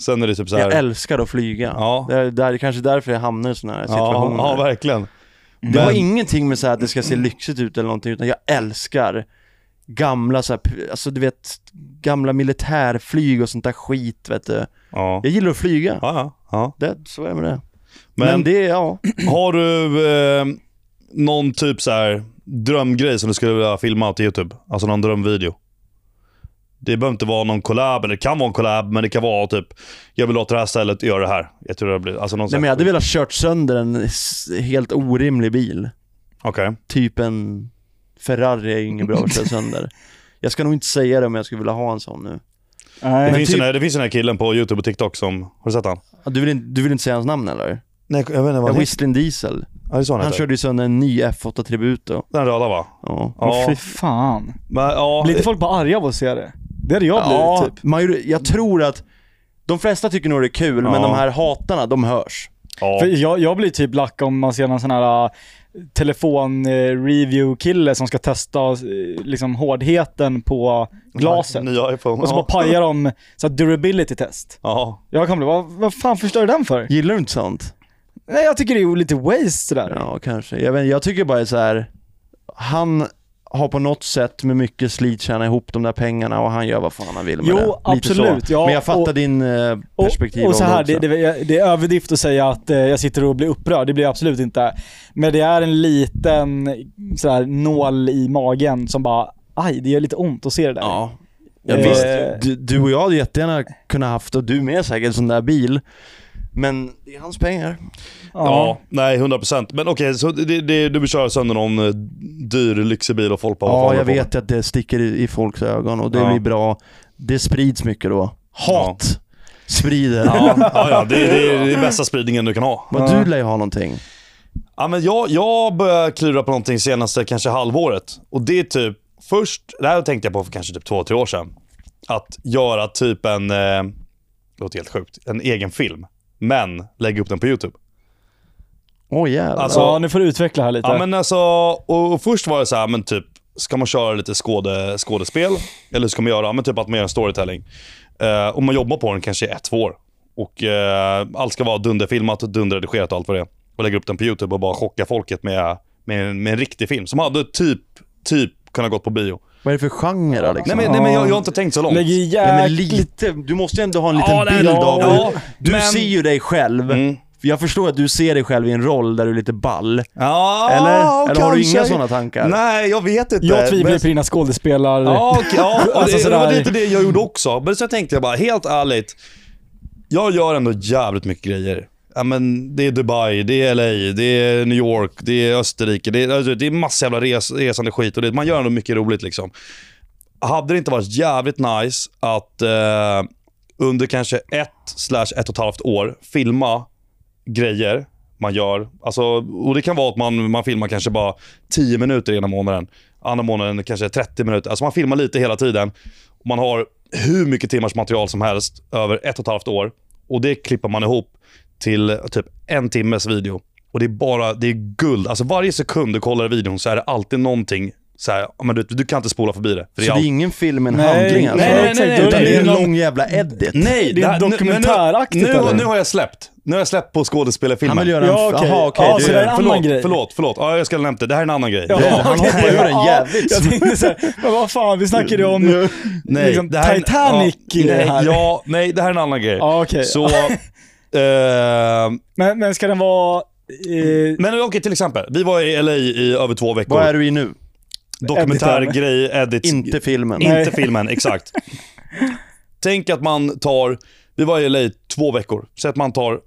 Sen är det typ så här.
Jag älskar att flyga.
Ja.
Det är där, det är kanske därför jag hamnar i sådana här
ja,
situationer.
ja, verkligen.
det har
Men-
ingenting med så här att det ska se lyxigt ut eller någonting, utan jag älskar gamla så här, p- alltså du vet, gamla militärflyg och sånt där skit vet du.
Ja,
Jag gillar att flyga.
ja, ja. ja.
Det, så är det med det. Men,
Men,
det, ja.
har du eh, någon typ så här drömgrej som du skulle vilja filma till YouTube? Alltså någon drömvideo? Det behöver inte vara någon collab, eller det kan vara en collab, men det kan vara typ Jag vill låta det här stället göra det här. Jag tror det blir, alltså någon
Nej men jag hade velat kört sönder en s- helt orimlig bil.
Okej.
typ en Ferrari är ingen bra att köra sönder. Jag ska nog inte säga det om jag skulle vilja ha en sån nu.
Det,
Nej.
finns
typ-
den här- det finns den här killen på YouTube och TikTok som, har du sett han?
Ja, Du vill inte, du vill inte säga hans namn eller?
Nej, jag vet inte
Ja,
vad
Whistling Diesel.
Ja, det är så han,
Han
heter.
körde ju sönder en ny F8 Tributo.
Den röda va?
Ja.
Åh
Ja.
fy fan.
Men, ja,
Blir inte folk bara arga av att se det? Det hade jag blivit
Ja,
typ.
majori- jag tror att de flesta tycker nog det är kul,
Ja.
men de här hatarna, de hörs.
ja.
För jag, jag blir typ lack om man ser någon sån här äh, telefon-review-kille som ska testa eh, liksom hårdheten på glaset.
Nya iPhone.
Och så bara pajar de så här durability test.
Ja.
Jag kommer bli, vad, vad fan förstör du den för?
Gillar du inte sånt?
Nej jag tycker det är lite waste sådär.
Ja, kanske. Jag, vet, jag tycker bara så här. han har på något sätt med mycket slit tjänat ihop de där pengarna och han gör vad fan han vill med
Jo,
det.
absolut,
Så.
ja,
men jag fattar
och-
din eh, perspektiv
Och,
av
och så
det
här,
också.
det, det, det är överdrift att säga att eh, jag sitter och blir upprörd. Det blir jag absolut inte. Men det är en liten så här, nål i magen som bara, aj, det gör lite ont att se det där.
Ja. Ja,
Eh,
visst, du, du och jag hade jättegärna kunnat haft, och du med säkert, en sån där bil. Men det är hans pengar.
Ja, nej 100%. Men okej, så det, det, du vill köra sönder någon eh, dyr lyxig bil och folk bara vad
Ja,
fan
jag
håller du på
vet att det sticker i, i folks ögon och det
Ja.
blir bra. Det sprids mycket då. Hat sprider.
med?" Ja, ja det, det är den bästa spridningen du kan ha.
Men du lär ju ha någonting.
Ja, men jag, jag börjar klura på någonting senaste kanske halvåret. Och det är typ, först, det här tänkte jag på för kanske typ två, tre år sedan. Att göra typ en, eh, det låter helt sjukt, en egen film. Men lägga upp den på YouTube.
Åh jävlar.
Alltså-
ja, nu får du utveckla här lite.
Ja, men alltså, och och först var det så här, men typ, ska man köra lite skåde, skådespel? Eller ska man göra, ja, men typ att man gör en storytelling. Eh, och man jobbar på den kanske i ett, två år. Och eh, allt ska vara dunderfilmat, dunderredigerat och allt vad det är. Och lägger upp den på YouTube och bara chocka folket med, med, en- med en riktig film. Som hade typ, typ kunnat gått på bio.
Vad är det för genre Alex?
Nej men, nej, men jag, jag har inte tänkt så långt.
Lägg i
Ja, men
jäkligt...
lite, du måste ju ändå ha en liten
Ja, nej,
bild
ja,
av
ja,
Du
men-
ser ju dig själv
Mm.
jag förstår att du ser dig själv i en roll där du är lite ball.
Ja,
Eller? eller har du
kanske.
inga sådana tankar?
Nej, jag vet inte.
Jag tvivlar ju
Men-
på dina skådespelar...
Ja, okej, ja och
Alltså
det, det var
sådär.
lite det jag gjorde också. Men så tänkte jag bara, helt ärligt. Jag gör ändå jävligt mycket grejer. Ja, men det är Dubai, det är LA, det är New York, det är Österrike. Det är, alltså, det är massa jävla res, resande skit och det, man gör ändå mycket roligt liksom. Hade det inte varit jävligt nice att eh, under kanske ett slash ett och ett halvt år filma grejer man gör. Alltså, och det kan vara att man, man filmar kanske bara 10 minuter ena månaden. Andra månaden kanske 30 minuter. Alltså man filmar lite hela tiden. Och man har hur mycket timmars material som helst över ett och ett halvt år. Och det klipper man ihop till eh, typ en timmes video. Och det är bara, det är guld. Alltså varje sekund du kollar i videon så är det alltid någonting så här, ja, men du, du kan inte spola förbi det. För det är
Så det är
allt-
ingen film, en
Nej,
handling alltså?
nej, nej, nej, nej,
Utan
nej,
det är en
nej.
lång jävla edit.
Nej,
det är
här- nu- men nu-
dokumäraktigt,
nu,
eller?
nu, har jag släppt. Nu har jag släppt på skådespelarfilmen.
Han vill göra en...
Ja, okej.
Jaha, okej.
Ja,
du-
så det är en annan
förlåt,
grej.
Förlåt, förlåt. Ja, jag skulle nämnt det. Det här är en annan grej.
Ja, han
okej.
hoppar över den jävligt.
Jag tänkte såhär, men vad fan, vi snackade ju om
Nej,
liksom,
det här är en-
Titanic
ja,
i det
nej,
här.
Ja, nej, det här är en annan grej.
Ja, okej.
Så... ehm,
Men, men ska den vara... Eh,
men okej, till exempel. Vi var i LA i över två veckor.
Vad är du i nu?
Dokumentärgrej, edits.
Inte filmen.
Nej.
Inte filmen, exakt. Tänk att man tar, vi var i LA i två veckor, så att man tar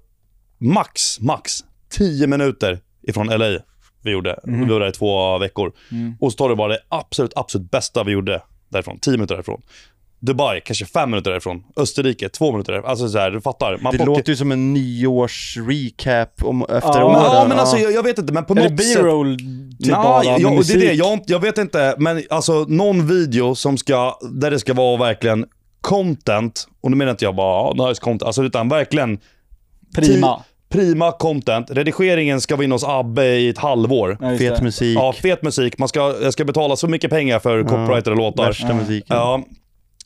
max, max 10 minuter ifrån LA vi gjorde. Vi var där i två veckor. Och så tar du bara det absolut, absolut bästa vi gjorde därifrån, 10 minuter därifrån. Dubai, kanske 5 minuter därifrån. Österrike, 2 minuter därifrån. Alltså så här, du fattar. Man
Det
plockar-
låter ju som en nioårs recap om, efter
Ja,
åren.
men, ja, men alltså, jag, jag vet inte, men på
eller
något sätt...
B-roll typ
Ja,
av
ja,
med
och det är det.
musik?
Jag, har inte- jag vet inte, men alltså någon video som ska, där det ska vara verkligen content. Och nu menar inte jag bara ja, nice content, alltså, utan verkligen typ
Prima.
prima content. Redigeringen ska vara inne hos Abbe i ett halvår.
Ja, just
Fet
det.
musik,
Ja, fet musik. Man ska, jag ska betala så mycket pengar för copyrightade låtar.
värsta musiken.
Mm. Ja.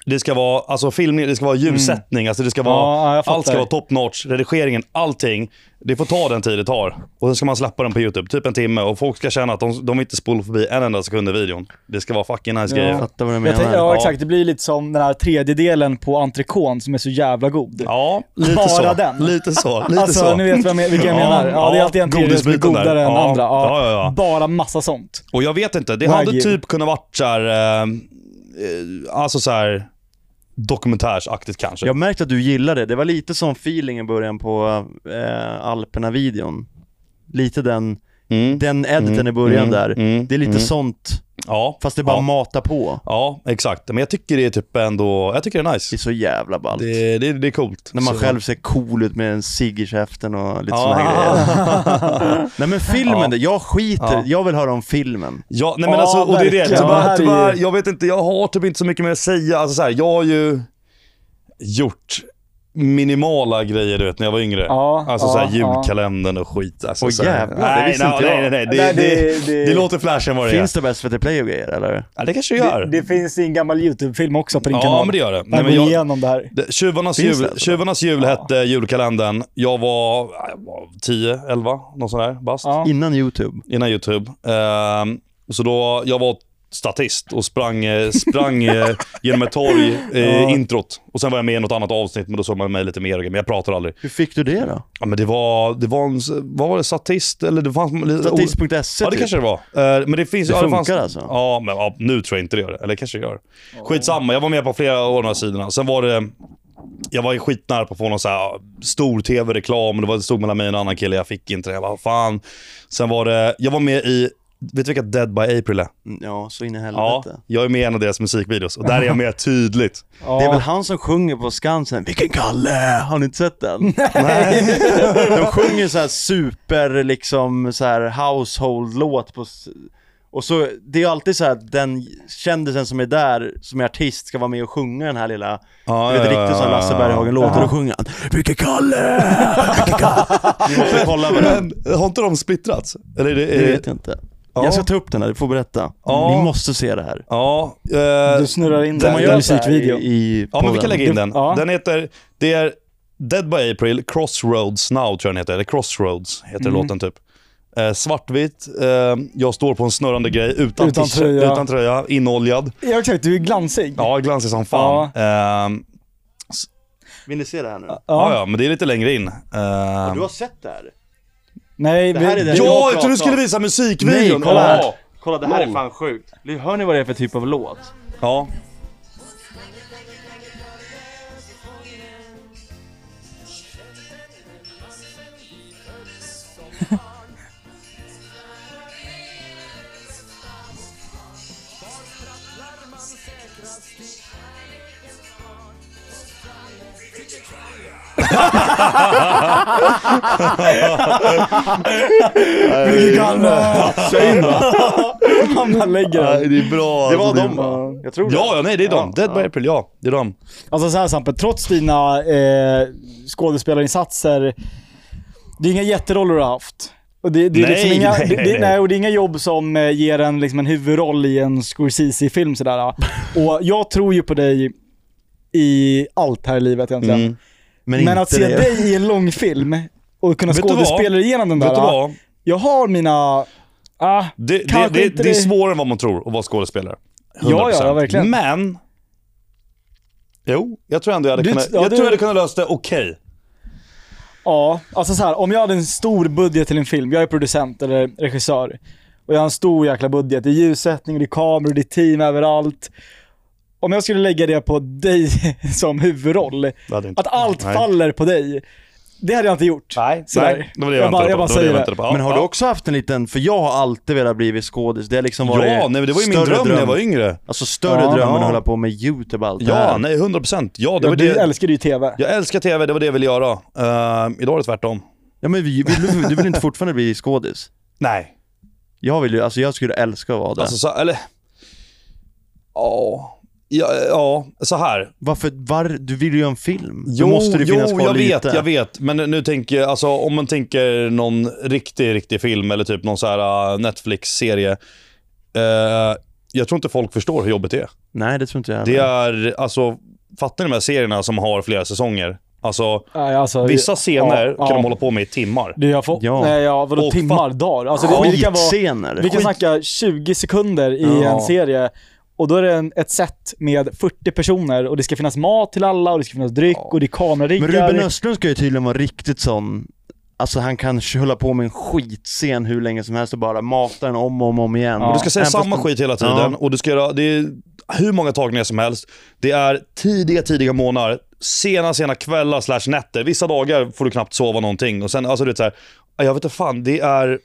Det ska vara alltså filmning, det ska vara ljussättning, alltså det ska
Mm. Ja,
vara,
jag fattar.
allt ska vara top notch. Redigeringen, allting. Det får ta den tid det tar. Och sen ska man släppa den på YouTube, typ en timme. Och folk ska känna att de, de inte spolar förbi en enda sekund i videon. Det ska vara fucking nice
Ja.
grejer.
Fattar vad du
Jag
menar.
tänk, ja, exakt. Det blir lite som den här tredjedelen på entrecôte som är så jävla god.
Ja, lite
Bara
så.
den.
Lite så. Lite
alltså,
så.
ni vet vem jag, vilka jag
Ja,
menar. Ja, det är
ja,
alltid en tredjedel som är
godisbiten
godare
där.
än
Ja,
andra.
ja, ja, ja.
Bara massa sånt.
Och jag vet inte, det
Wagyu.
hade typ kunnat varit såhär, eh, eh, alltså såhär dokumentärsaktigt kanske.
Jag märkte att du gillade det. Det var lite sån feeling i början på eh, Alperna-videon. Lite den,
Mm.
den editen
Mm,
i början
mm,
där.
mm,
det är lite
mm.
sånt,
Ja,
fast det bara
Ja.
matar på.
ja, exakt. Men jag tycker det är typ ändå, jag tycker det är nice.
Det är så jävla ballt.
Det, det, det är coolt.
När man
Så-
själv ser cool ut med en cigg i käften och lite
Ja.
såna grejer. Nej men filmen,
Ja.
det- jag skiter
Ja.
Jag vill höra om filmen.
Ja, nej men
Ja,
alltså, och det är det.
verkligen. Det här
Tyvärr,
är
tyvärr,
ju-
jag vet inte, jag har typ inte så mycket mer att säga. Alltså så här, jag har ju gjort minimala grejer du vet, när jag var yngre.
Ja,
alltså
ja,
så här,
ja.
julkalendern och skit. Alltså,
Åh,
så här.
jävlar, det
nej,
visste
nej,
inte jag.
nej, nej, nej. Det,
Nej,
det,
det-
det,
det-
låter flash än vad det är.
Finns det bäst SVT Play och grejer eller?
Ja, det kanske det gör.
Det, det finns en gammal YouTube-film också på din
ja,
kanal.
men det gör det.
Där
Nej, men
går
jag-
igenom det här.
Det- Tjuvarnas
Finns
jul,
det? alltså?
Tjuvarnas jul hette julkalendern. Jag var, jag var 10, 11, något sånt där bast.
Ja.
Innan YouTube.
innan YouTube. Ehm, så då, jag var statist och sprang, eh, sprang eh, genom ett torg i
Ja.
introt. Och sen var jag med i något annat avsnitt, men då såg man mig lite mer. och grejer. Men jag pratade aldrig.
Hur fick du det då?
Ja, men det var, det var en, s- vad var det, statist? Eller det fanns...
Statist.se
Oh. Ja, det kanske det var. Eh, Men det finns...
Det
ja,
funkar
fanns,
alltså?
Ja, men ja, nu tror jag inte det gör det. Eller kanske det gör. Skitsamma, jag var med på flera av de här sidorna. Sen var det... Jag var ju skitnära på att få någon så här stor tv-reklam. Det var- det stod mellan mig och en annan kille. Jag fick inte det. Jag bara, fan. Sen var det... Jag var med i... Vet du vilka Dead by April är?
Mm, Ja, så in i
Ja,
helvete.
jag är med i en av deras musikvideos. Och där är jag med tydligt.
Ja.
Det är väl han som sjunger på Skansen, Vilken Kalle! Har ni inte sett den? Nej. De sjunger så här super, liksom så här household-låt på... s- Och så, det är ju alltid så här att den kändisen som är där, som är artist, ska vara med och sjunga den här lilla,
Ja,
du vet
ja, ja,
riktigt sån
ja,
Lasse
ja.
Berghagen-låt, och då sjunger han Vilken Kalle! Vilken Kalle! Ni måste kolla på den.
Men har inte de splittrats? Eller är det...
Det vet jag inte.
Eh, Ja.
Jag ska ta upp den här, du får berätta.
Ja.
Ni måste se det här.
Ja. eh,
Du snurrar in
Där
den
man
i
gör
en
så här
musikvideo.
I, i
Ja, men vi kan
podden.
lägga in
Det-
den.
ja.
Den heter, det är Dead by April, Crossroads Now tror jag den heter. Eller Crossroads heter låten typ. Eh, svartvitt, eh, jag står på en snurrande grej utan,
Utan
t-shirt-
tröja.
utan tröja, inoljad.
Ja, exakt. Du är glansig.
Eh, Ja, glansig som fan. Ja.
Vill ni se det här nu?
Ja, ja, men det är lite längre in. Ehm,
Du har sett det här?
Nej,
Det här är den-
Ja,
Jag
jag trodde du
pratar.
skulle visa
Nej,
musikvideon!
kolla här!
Ja.
Kolla, det här är
Lol.
fan sjukt. Hör ni vad det är för typ av låt?
Ja.
Säg va?
man lägger den.
det är bra.
Det var dem va? Jag tror det.
Ja, ja, nej det är dem.
Ja,
Dead by
ja.
April, ja. Det är dem.
Alltså så här Sampe, trots dina eh, skådespelarinsatser, det är inga jätteroller du har haft. Och det, det är
Nej,
liksom inga,
nej,
det,
nej.
det, nej, och det är inga jobb som eh, ger en, liksom en huvudroll i en Scorsese-film sådär. Och jag tror ju på dig i allt här i livet egentligen.
Mm.
Men, att se dig i en långfilm och kunna
Vet du vad?
skådespela igenom den där.
Vet du vad?
Jag har mina... Ah,
Det, det,
Kanske
det,
inte
det är
det-
svårare än vad man tror att vara skådespelare.
Ja, ja, ja, verkligen.
Men... Jo, jag tror ändå jag hade
Du-
kunnat,
ja,
jag
du-
tror jag hade kunnat lösa det okej.
Ja, alltså så här, om jag hade en stor budget till en film, jag är producent eller regissör, och jag har en stor jäkla budget, det är ljussättning, det är kameror, det är team överallt. Om jag skulle lägga det på dig som huvudroll,
Det hade inte-
att allt
nej.
faller på dig, det hade jag inte gjort.
Nej,
Så där.
nej. Det var det jag,
Jag
väntade
bara- jag
på.
bara
Det var det jag
säger det.
väntade på. Ja,
Men har
ja.
du också haft en liten, för jag har alltid velat bli skådis, det har liksom varit
Ja, nej, men det var ju min
större
dröm, när jag var yngre.
Alltså större
Ja,
dröm än
ja.
att hålla på med YouTube och allt det
Ja,
här.
nej 100 procent. Ja, det
Ja,
var
du
det.
älskar ju TV.
Jag älskar TV, det var det jag ville göra. Ehm, idag är det tvärtom.
Ja men vi- vill du, du vill inte fortfarande bli skådis?
Nej.
Jag vill ju, alltså jag skulle älska att vara det.
Alltså, så, eller... Ja. Ja, ja, så här.
Varför, var, du vill ju göra en film.
Jo,
Då måste det finnas
jo
kvar
jag
lite.
vet, jag vet. Men nu tänker jag, alltså om man tänker någon riktig, riktig film eller typ någon så här äh, Netflix-serie. Eh, jag tror inte folk förstår hur jobbigt det är.
Nej det tror inte jag
Det
heller.
är, alltså, fattar ni de här serierna som har flera säsonger? Alltså,
Nej, alltså,
vissa scener kan
ja, ja.
de hålla på med i timmar.
Du, jag får,
Ja.
nej, ja, vadå
Och
timmar, dagar? Alltså, det, det kan vara...
Skitscener.
Vi kan
Skit-
snacka 20 sekunder i
Ja.
en serie och då är det en, ett set med 40 personer och det ska finnas mat till alla och det ska finnas dryck och det är kamerariggar.
Men Ruben Östlund ska ju tydligen vara riktigt sån, alltså han kan sh- hålla på med en skitscen hur länge som helst och bara mata den om och om, och igen.
Ja.
Du ska säga
Även fast
samma
de-
skit hela tiden
Ja.
och du ska göra, det är hur många tagningar som helst. Det är tidiga, tidiga månader, sena, sena kvällar slash nätter. Vissa dagar får du knappt sova någonting och sen, alltså du vet såhär, jag vet inte fan, det är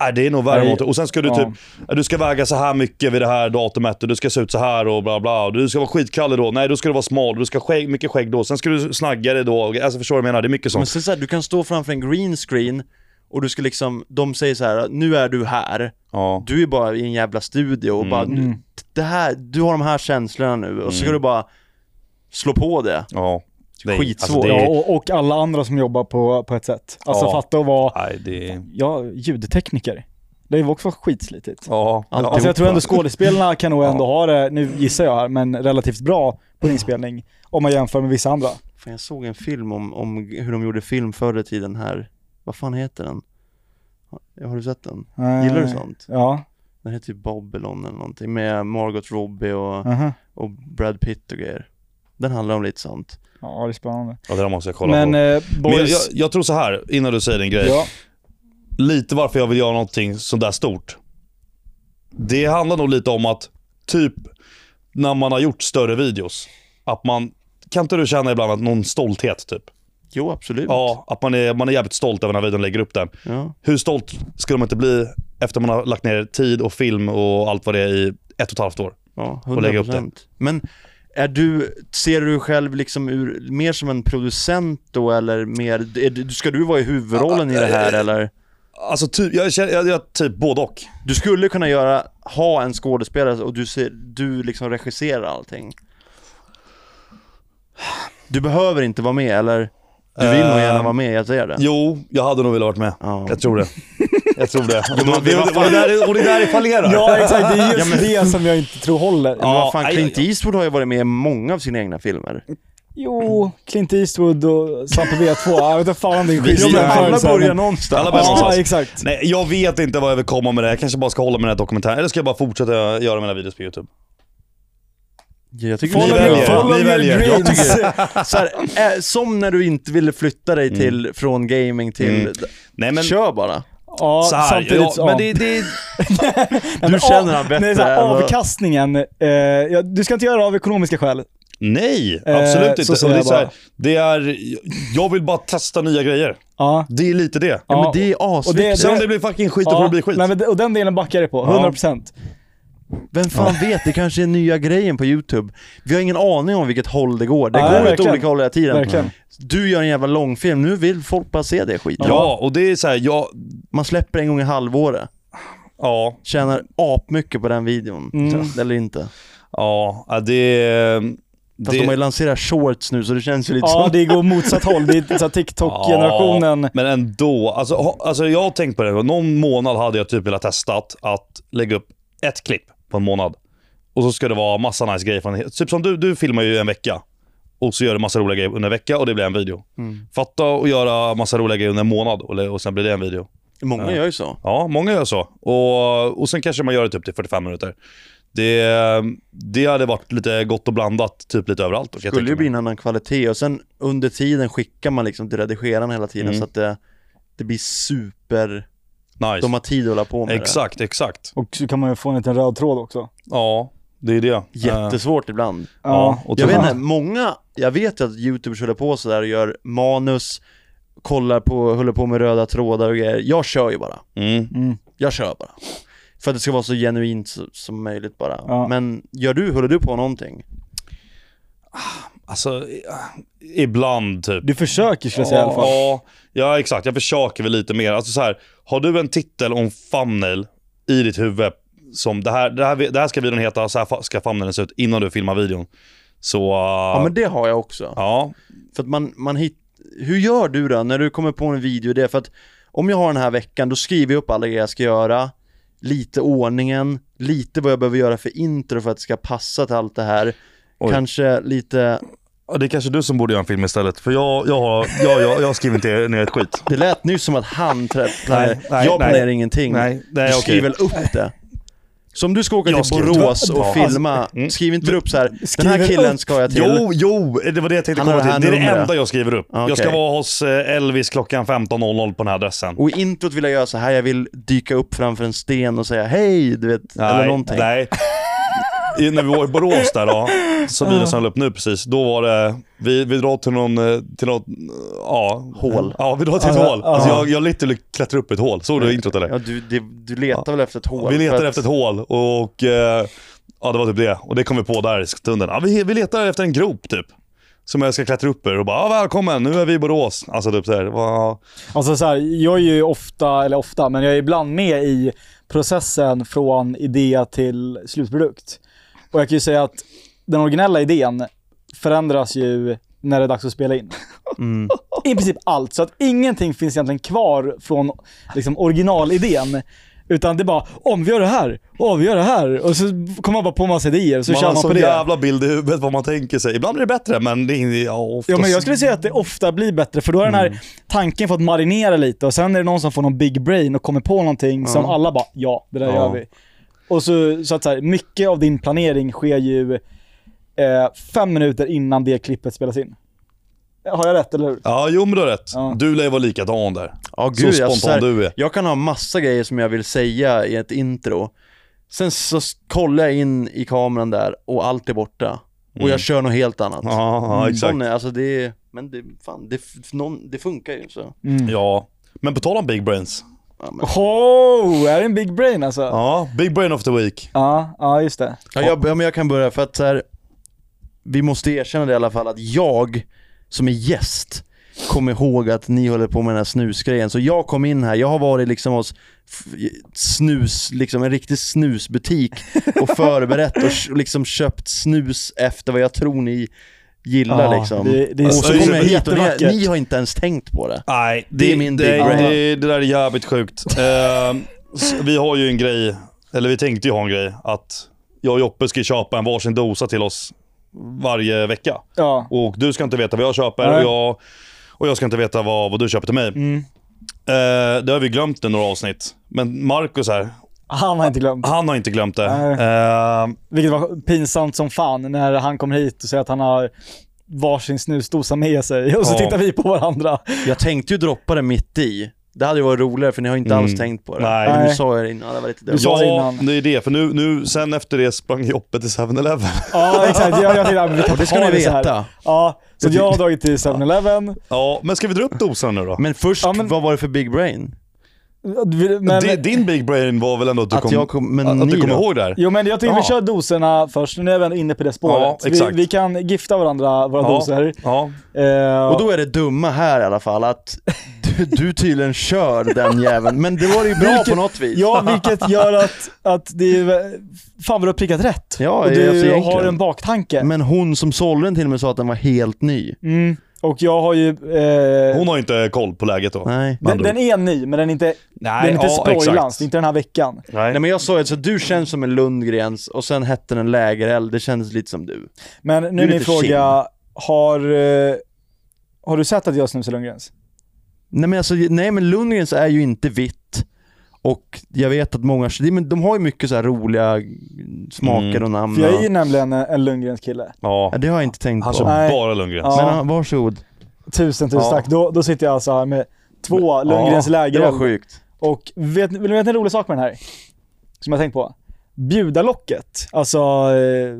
Nej, det är nog värre
Nej.
mot det. Och sen ska du
Ja.
typ, du ska väga så här mycket vid det här datumet och du ska se ut så här och bla bla. Och du ska vara skitkallig då. Nej, då ska du vara smal. Du ska ha skägg, mycket skägg då. Sen ska du snagga dig då. Alltså förstår du vad jag menar? Det är mycket
Men
sånt.
sen så här, du kan stå framför en green screen och du ska liksom, de säger så här: nu är du här.
Ja.
Du är bara i en jävla studio och bara, du,
Mm.
det här, du har de här känslorna nu och så ska du bara slå på det.
ja. Det är-
Skitsvårt.
det är-
Ja, och, och alla andra som jobbar på, på ett sätt. Alltså
Ja.
fatta att vara
Nej, det är...
ja, ljudtekniker. Det var också skitslitigt.
Ja.
Alltid.
Alltså jag tror ändå
Alltihopa.
skådespelarna kan nog ändå ha det, nu gissar jag här, men relativt bra på inspelning om man jämför med vissa andra.
Fan, jag såg en film om, om hur de gjorde film förr i tiden här. Vad fan heter den? Har- Har du sett den? Gillar du
Eh,
sånt?
Ja.
Den heter typ Babylon eller någonting med Margot Robbie och,
aha.
och Brad Pitt och grejer. Den handlar om lite sånt.
Ja, det är spännande.
Ja, det där måste jag kolla
Men,
på.
eh,
Men jag,
boys,
jag, jag tror så här, innan du säger din grej.
ja.
Lite varför jag vill göra någonting sådär stort. Det handlar nog lite om att, typ när man har gjort större videos, att man, kan inte du känna ibland att någon stolthet typ?
Jo, absolut.
Ja, att man är, man är jävligt stolt över den här videon och lägger upp den.
Ja.
Hur stolt skulle man inte bli efter man har lagt ner tid och film och allt vad det är i ett och ett halvt år?
Ja,
Och lägga upp
100%. Men är du, ser du dig själv liksom ur, mer som en producent då eller mer, är, du- ska du vara i huvudrollen i det här
äh,
eller?
Alltså typ, jag känner, jag, jag, typ både och.
Du skulle kunna göra, ha en skådespelare och du, ser, du liksom regisserar allting. Du behöver inte vara med eller? Du vill nog gärna
Eh,
vara med, jag säger det.
Jo, jag hade nog velat varit med.
Ja.
Jag tror det. Jag tror det. Och,
men vad
det, och, det där, och det där är fallerar.
Ja exakt, det är just det som jag inte tror håller.
Ja,
Men vad fan,
aj,
Clint
aj,
Eastwood har ju varit med i många av sina egna filmer.
Jo, Clint Eastwood och Svante V2. Jag vet inte fan om det är
Ja, men alla
skitjävlar.
någonstans.
Alla börjar
Ja,
någonstans.
exakt.
Nej, jag vet inte vad jag vill komma med det. Jag kanske bara ska hålla med den här dokumentären. Eller ska jag bara fortsätta göra mina videos på YouTube?
Jag tycker
Follow
ni
your-
väljer.
follow
Ni
your
väljer. Jag
dreams.
tycker, så här, eh, som när du inte ville flytta dig till, från gaming till,
Mm. Nej men,
kör bara.
Ja,
så här,
samtidigt
ja,
så-
men det, det,
Nej, men
Du känner
av-
han bättre
Nej, så här,
än vad-
avkastningen. Eh, ja, du ska inte göra det av ekonomiska skäl.
Nej,
Eh,
absolut
så
inte. och
säger
det, är
jag
så här,
bara.
det är, jag vill bara testa nya grejer.
Ja.
Det är lite det.
Ja,
Ja,
men det är
och det-
asviktigt.
Sen om det blir fucking skit, då
ja,
får det bli skit.
Nej, men, det- och den delen backar jag på, 100%.
Vem fan vet, det kanske är nya grejen på YouTube. Vi har ingen aning om vilket håll det går. Det
Nej,
går åt
verkligen.
olika håll hela tiden.
Verkligen.
Du gör en jävla långfilm, nu vill folk bara se det skiten.
ja, och det är så här, jag,
Man släpper en gång i halvåret.
ja,
Tjänar apmycket på den videon.
Mm.
Eller inte.
ja, ja, det...
Fast de har ju lanserat shorts nu så det känns ju lite
Ja,
som...
det går motsatt håll. Det är så här TikTok-generationen.
Ja, men ändå. Alltså, ha, alltså jag har tänkt på det. Någon månad hade jag typ velat testat att lägga upp ett klipp på en månad. Och så ska det vara massa nice grejer. Från, typ som du, du filmar ju en vecka. Och så gör du massa roliga grejer under en vecka och det blir en video.
Mm.
Fatta och göra massa roliga grejer under en månad och, och sen blir det en video.
Många gör ju så.
Ja, många gör så. Och, och sen kanske man gör det typ till 45 minuter. Det, det hade varit lite gott och blandat, typ lite överallt. då, kan jag
skulle ju
tänka mig.
bli en annan kvalitet och sen under tiden skickar man liksom till redigeraren hela tiden
Mm.
så att det, det blir super,
nice.
de har tid att hålla på med
Exakt, exakt.
Och så kan man ju få en liten röd tråd också.
Ja, det är det.
det. Jättesvårt ibland.
Ja, och
Jag vet
typ-
inte, många, jag vet ju att youtube håller på sådär och gör manus, kollar på, håller på med röda trådar och grejer. Jag kör ju bara.
Mm.
Jag kör bara. För att det ska vara så genuint så- som möjligt bara.
Ja.
Men gör du, håller du på någonting?
Alltså, i- ibland typ.
Du försöker skulle jag säga i alla fall.
Ja, ja, exakt. Jag försöker väl lite mer. Alltså så här, har du en titel om thumbnail i ditt huvud som det här, det här, det här ska videon heta, så här fa- ska thumbnailen se ut innan du filmar videon. Så...
Ja men det har jag också.
ja.
För att man, man hit... Hur gör du då när du kommer på en video det? För att om jag har den här veckan, då skriver jag upp alla grejer jag ska göra, lite ordningen, lite vad jag behöver göra för intro för att det ska passa till allt det här.
Oj.
Kanske lite,
Ja, Det är kanske du som borde göra en film istället. För jag, jag, har, jag, jag, jag har skrivit inte ner ett skit.
det lät nyss som att han trä- planerar,
Nej, nej,
jag planerar
nej.
ingenting.
Nej, nej,
du
okej.
skriver väl upp det? Så om du ska åka
Jag
till
skriver-
Borås och
Ja.
filma,
Mm.
skriv inte upp så här. den
Skriver
här killen
upp.
ska jag till.
Jo, jo, det var det jag tänkte
Han har
komma
det här
till. Det är det
numret.
enda jag skriver upp.
Okej.
Jag ska vara hos eh, Elvis klockan 15.00 på den här adressen.
Och i introt vill jag göra så här, jag vill dyka upp framför en sten och säga hej, du vet, eller någonting.
Nej. I- När vi var i Borås där då, som videon som jag la upp nu precis, då var det, vi, vi drar till någon, eh, till något, ja.
Hål.
Ja, vi drar till ett
Ja,
hål.
ja.
Alltså jag, jag literally klättrar upp i ett hål. Såg du introt eller?
Ja, du, det, du letar väl efter ett hål?
Vi
för
letar
att-
efter ett hål och, eh, ja det var typ det. Och det kom vi på där i stunden. Ja, vi, vi letar efter en grop typ. Som jag ska klättra upp ur och bara, ja, välkommen, nu är vi i Borås. Alltså typ såhär, ja.
Alltså så här, jag är ju ofta, eller ofta, men jag är ibland med i processen från idé till slutprodukt. Och jag kan ju säga att den originella idén förändras ju när det är dags att spela in.
Mm.
I princip allt, så att ingenting finns egentligen kvar från liksom, originalidén. Utan det är bara, om vi gör det här, om vi gör det här. Och så kommer man bara på massa idéer, så
Man
kör
har
man på
sån
det.
jävla bild i huvudet vad man tänker sig. Ibland är det bättre, men det är ja, oftast...
Ja, men jag skulle säga att det ofta blir bättre, för då har den här tanken fått marinera lite och sen är det någon som får någon big brain och kommer på någonting som alla bara “ja, det där
Ja.
gör vi”. Och så, så att så här, mycket av din planering sker ju eh, fem minuter innan det klippet spelas in. Har jag rätt, eller hur?
Ja, jo men du har rätt.
Ja.
Du lär ju vara likadan där.
Ja,
Så
gud, jag,
spontan
såhär,
du är.
Jag kan ha massa grejer som jag vill säga i ett intro. Sen så s- kollar jag in i kameran där och allt är borta. Och jag kör något helt annat.
Mm. Ja, ja exakt.
Sån är, alltså det är, men det, fan, det, f- någon, det funkar ju så.
Mm.
Ja. Men på tal om big brains.
Ja, men,
Oh, är det en big brain alltså? Ja,
Ja, big brain of the week.
ja, just det.
ja, jag, ja, men jag kan börja för att så här, vi måste erkänna det i alla fall att jag som är gäst kom ihåg att ni håller på med den här snusgrejen. Så jag kom in här, jag har varit liksom hos f- snus, liksom en riktig snusbutik och förberett och sh- liksom köpt snus efter vad jag tror ni gillar
Ja,
liksom.
det- det är
och
så-
så kom jag hit och ni,
jättevackert.
ni har inte ens tänkt på det.
Nej, det,
är min
det,
big brain.
Det, det där är jävligt sjukt. Ehm, s- vi har ju en grej, eller vi tänkte ju ha en grej, att jag och Joppe ska köpa en varsin dosa till oss varje vecka.
Ja.
Och du ska inte veta vad jag köper och
Nej.
jag, och jag ska inte veta vad, vad du köper till mig. Eh, det har vi glömt i några avsnitt. Men Marcus här,
Han har inte glömt.
Han har inte glömt det.
Nej.
Eh,
Vilket var pinsamt som fan när han kommer hit och säger att han har varsin snusdosa med sig och så
Ja.
tittar vi på varandra.
Jag tänkte ju droppa det mitt i. Det hade ju varit roligare för ni har inte
Mm.
alls tänkt på det.
Nej.
Men Nu
Nej.
sa jag det innan, det var lite dumt.
sa det
ja,
innan.
det är det. För nu, nu, sen efter det sprang Joppe till 7-Eleven.
Ja exakt, jag, jag tänkte att vi kan
Och det ska
ta
ni
så här.
veta.
Ja, så jag har dragit till 7-Eleven.
Ja, men ska vi dra upp dosan nu då?
Men först,
Ja, men-
vad var det för big brain?
Men-
Di- din big brain var väl ändå att du
Att
kom,
jag kom- men
att, att du
ni
kom
då?
ihåg det här?
Jo men jag tycker
Jaha.
vi kör doserna först, nu är vi även inne på det
Ja,
spåret. vi,
exakt.
vi kan gifta varandra, våra doser.
Ja.
Eh,
Och då är det dumma här i alla fall att du, du tydligen kör den jäveln, men det var ju bra
Vilket-
på något vis.
Ja, vilket gör att, att det är... Fan vad du har prickat rätt.
Ja,
och
alltså
du har
egentligen.
en baktanke.
Men hon som sålde den till mig sa att den var helt ny.
Mm. Och jag har ju... Eh,
Hon har ju inte koll på läget då.
Nej.
Man
den, den är ny, men den är inte,
Nej,
den är inte
ja,
spoilans.
exakt.
Det är inte den här veckan.
Nej.
Nej men jag sa ju alltså, du känns som en Lundgrens och sen hette den Lägereld, det kändes lite som du.
Men nu är min
lite
fråga, har, eh, har du sett att jag snusar Lundgrens?
Nej men alltså, nej men Lundgrens är ju inte vitt. Och jag vet att många, det- men de har ju mycket så här roliga smaker
Mm.
och namn.
För jag är ju
och-
nämligen en, en Lundgrens kille.
Ja.
ja, det har jag inte tänkt
Han
på.
kör
Nej.
bara Lundgren.
Ja.
Men ja, varsågod.
Tusen, tusen
Ja.
tack. Då, då sitter jag alltså här med två Lundgrens
Det var
lägereld.
sjukt.
Och vet, vill ni veta en rolig sak med den här? Som jag tänkt på? Bjudarlocket, alltså eh,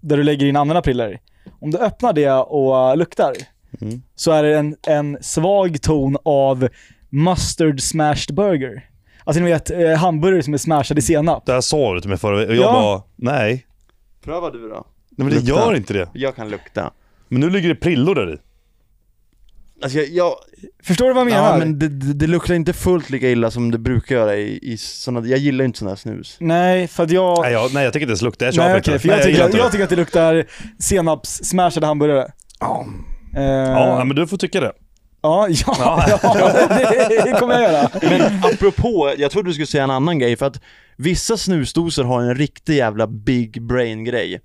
där du lägger in andra piller. Om du öppnar det och eh, luktar
Mm.
så är det en, en svag ton av mustard smashed burger. Alltså ni vet eh, hamburgare som är smashade i senap.
Det här sa du till mig förra veckan och jag
Ja.
bara, nej.
Pröva du då.
Nej men det
Luktar.
gör inte det.
Jag kan lukta.
Men nu ligger det prillor där i.
Alltså jag, jag
Förstår du vad jag menar?
ja, men det, det, det luktar inte fullt lika illa som det brukar göra i, i såna, jag gillar inte sådana här snus.
Nej, för att jag...
Nej jag, nej, jag tänker inte ens lukta. Jag
Nej,
köper
okej,
inte.
för jag,
Nej,
tycker,
gillar
jag,
inte det.
tycker att det luktar senaps-smashade hamburgare. Eh, Ja.
Ja, men du får tycka det.
ja, ja, det, det kommer jag göra.
Men apropå, jag trodde du skulle säga en annan grej för att vissa snusdosor har en riktig jävla big brain grej.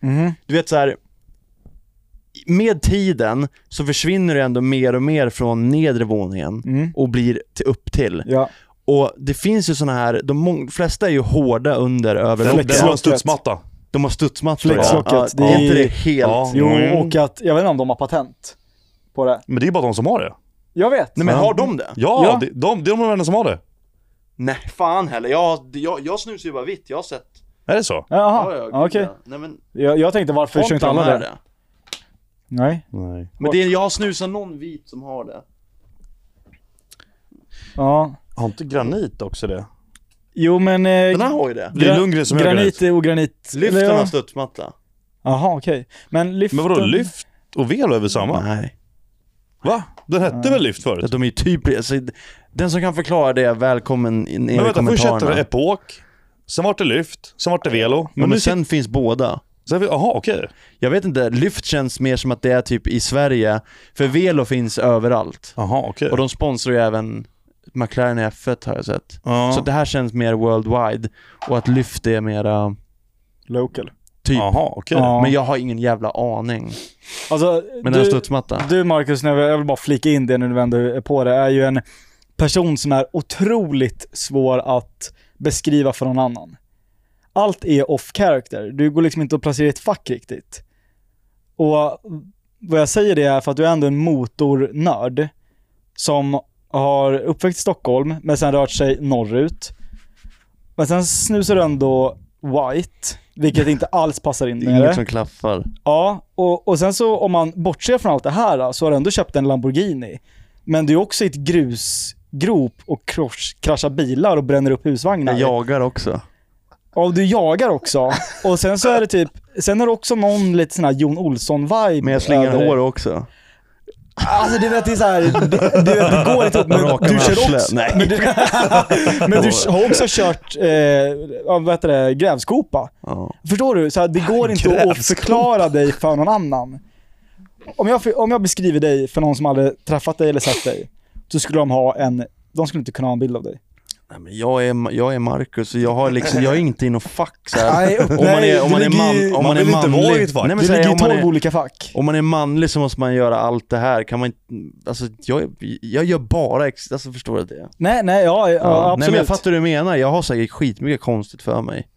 Du vet så här. med tiden så försvinner du ändå mer och mer från nedre våningen
Mm.
och blir till, upp till.
Ja.
Och det finns ju sådana här, de mång- flesta är ju hårda under
Den, den
överlocken.
har en
Flexlocket.
studsmatta.
De har studsmattor.
Flexlocket,
Ja,
det
det är
är-
inte det helt...
Ja.
Jo,
Mm.
och att, jag vet inte om de har patent på det.
Men det är bara de som har det.
Jag vet.
Nej men har de det?
Ja,
Ja.
Det, de, det är de enda som har det.
Nej, fan heller. Jag, jag, jag snusar ju bara vitt, jag har sett.
Är det så?
Jaha, Ah, okej.
Nej men,
Jag, jag tänkte varför kör inte alla det? Nej.
Nej.
Men det, är- jag har snusat någon vit som har det.
Ja.
Har inte granit också det?
Jo men... Eh,
Den här har ju det.
Det är Lundgren som gör
granit
granit.
är ogranit.
Lyften
Eller ja.
har studsmatta.
Jaha, okej. Men lyften...
Men vadå, lyft och velo är väl samma?
Nej.
Va? Den hette väl lyft förut?
De är ju typ, alltså, den som kan förklara det, är välkommen in i
Men vänta, först hette
kommentarerna.
det epok, sen vart det lyft, sen vart det velo.
Men,
Men nu
sen finns båda.
sit- sen... Jaha, okej.
Jag vet inte, lyft känns mer som att det är typ i Sverige, för Velo finns överallt.
Jaha, okej.
Och de sponsrar ju även McLaren i F1 har jag sett. Så
Ja.
det här känns mer worldwide, och att lyft är mera,
Local.
typ.
Jaha, okej.
Ja.
Men jag har ingen jävla aning.
Alltså,
Men den har
du,
studsmatta.
du Marcus, när jag jag vill bara flika in det när du vänder på det, är ju en person som är otroligt svår att beskriva för någon annan. Allt är off character. Du går liksom inte att placera i ett fack riktigt. Och vad jag säger det är för att du är ändå en motornörd som har uppväxt i Stockholm, men sen rört sig norrut. Men sen snusar du ändå white, vilket inte alls passar in
Det
med
är inget som klaffar.
Ja, och, och sen så om man bortser från allt det här då, så har du ändå köpt en Lamborghini. Men du är också i ett grusgrop och krosch, kraschar bilar och bränner upp husvagnar.
Jag jagar också.
Ja, och du jagar också. Och sen så är det typ, sen har du också någon lite sån här Jon Olsson-vibe.
Men jag slingar
över dig.
hår också.
Alltså du vet, det är så här, det, du vet, det går inte upp, men
Raka
du
med
kör
arslet.
också.
Nej.
Men du, men du har också kört, eh, ja, vad heter det, grävskopa.
Ja.
Förstår du? Så här, det går inte att förklara dig för någon annan. Om jag, om jag beskriver dig för någon som aldrig träffat dig eller sett dig, så skulle de ha en, de skulle inte kunna ha en bild av dig.
Nej, men jag, är, jag är Marcus och jag, har liksom, jag är inte i något fack så här.
Nej, upp,
Om man är, om man är, man, om man är
vill inte vara i
manlig.
ett fack.
Nej, men
Det
så här,
ligger i
om, man
12
är,
olika fack.
om man är manlig så måste man göra allt det här. Kan man inte, alltså, jag, jag gör bara, ex, alltså förstår du det?
Nej, nej, ja, ja, absolut.
Nej men jag fattar hur du menar, jag har säkert skitmycket konstigt för mig.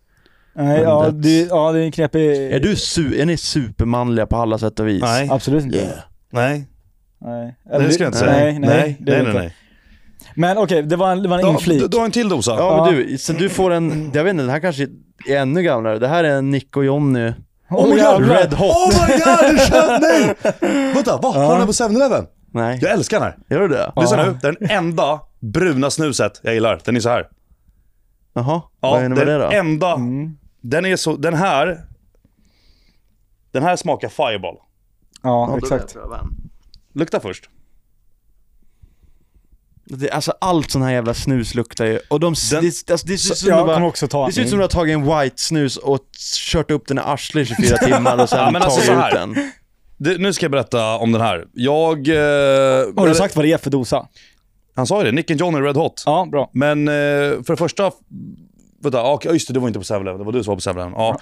Nej, ja,
Men
det, ja, det är en knepig...
Är, du su- är ni supermanliga på alla sätt och vis?
Nej.
Absolut inte.
Yeah.
Nej,
Nej.
det ska jag inte säga.
Nej, nej,
nej,
det
nej,
är det
nej,
inte.
nej.
Men okej, det var en, det var en
Du, har-
inflik.
du, du har en till dosa.
Ja men
Ja.
du, så du får en, jag vet inte, den här kanske är ännu gamlare. Det här är en Nick och Jonny
Åh,
my
jävlar.
Red Hot.
Oh my god, du kör, nej! Vänta, va? Har den här på 7-Eleven?
Nej,
Jag älskar den här.
gör du det?
Lyssna nu, det är den enda bruna snuset jag gillar. Den är så här.
Jaha,
Ja,
vad är det
den
med det då?
enda.
Mm.
Den är så, den här. Den här smakar Fireball.
Ja, exakt.
Lukta först.
Det, alltså allt sån här jävla snus luktar ju, och de,
Den-
det, alltså, det ser ut som
Jag
du bara
kommer också ta
det ser ut som du har tagit en white snus och kört upp den i arslet i 24 timmar och sen
Ja, men alltså så
tagit
här.
ut den.
Det, nu ska jag berätta om den här. Jag... Eh,
Har du sagt vad det är för dosa?
Han sa ju det, Nick and Johnny Red Hot.
Ja, bra.
Men eh, för det första... Vänta, ja, okej, just det, du var inte på 7-Eleven. Det var du som var på 7-Eleven. Ja,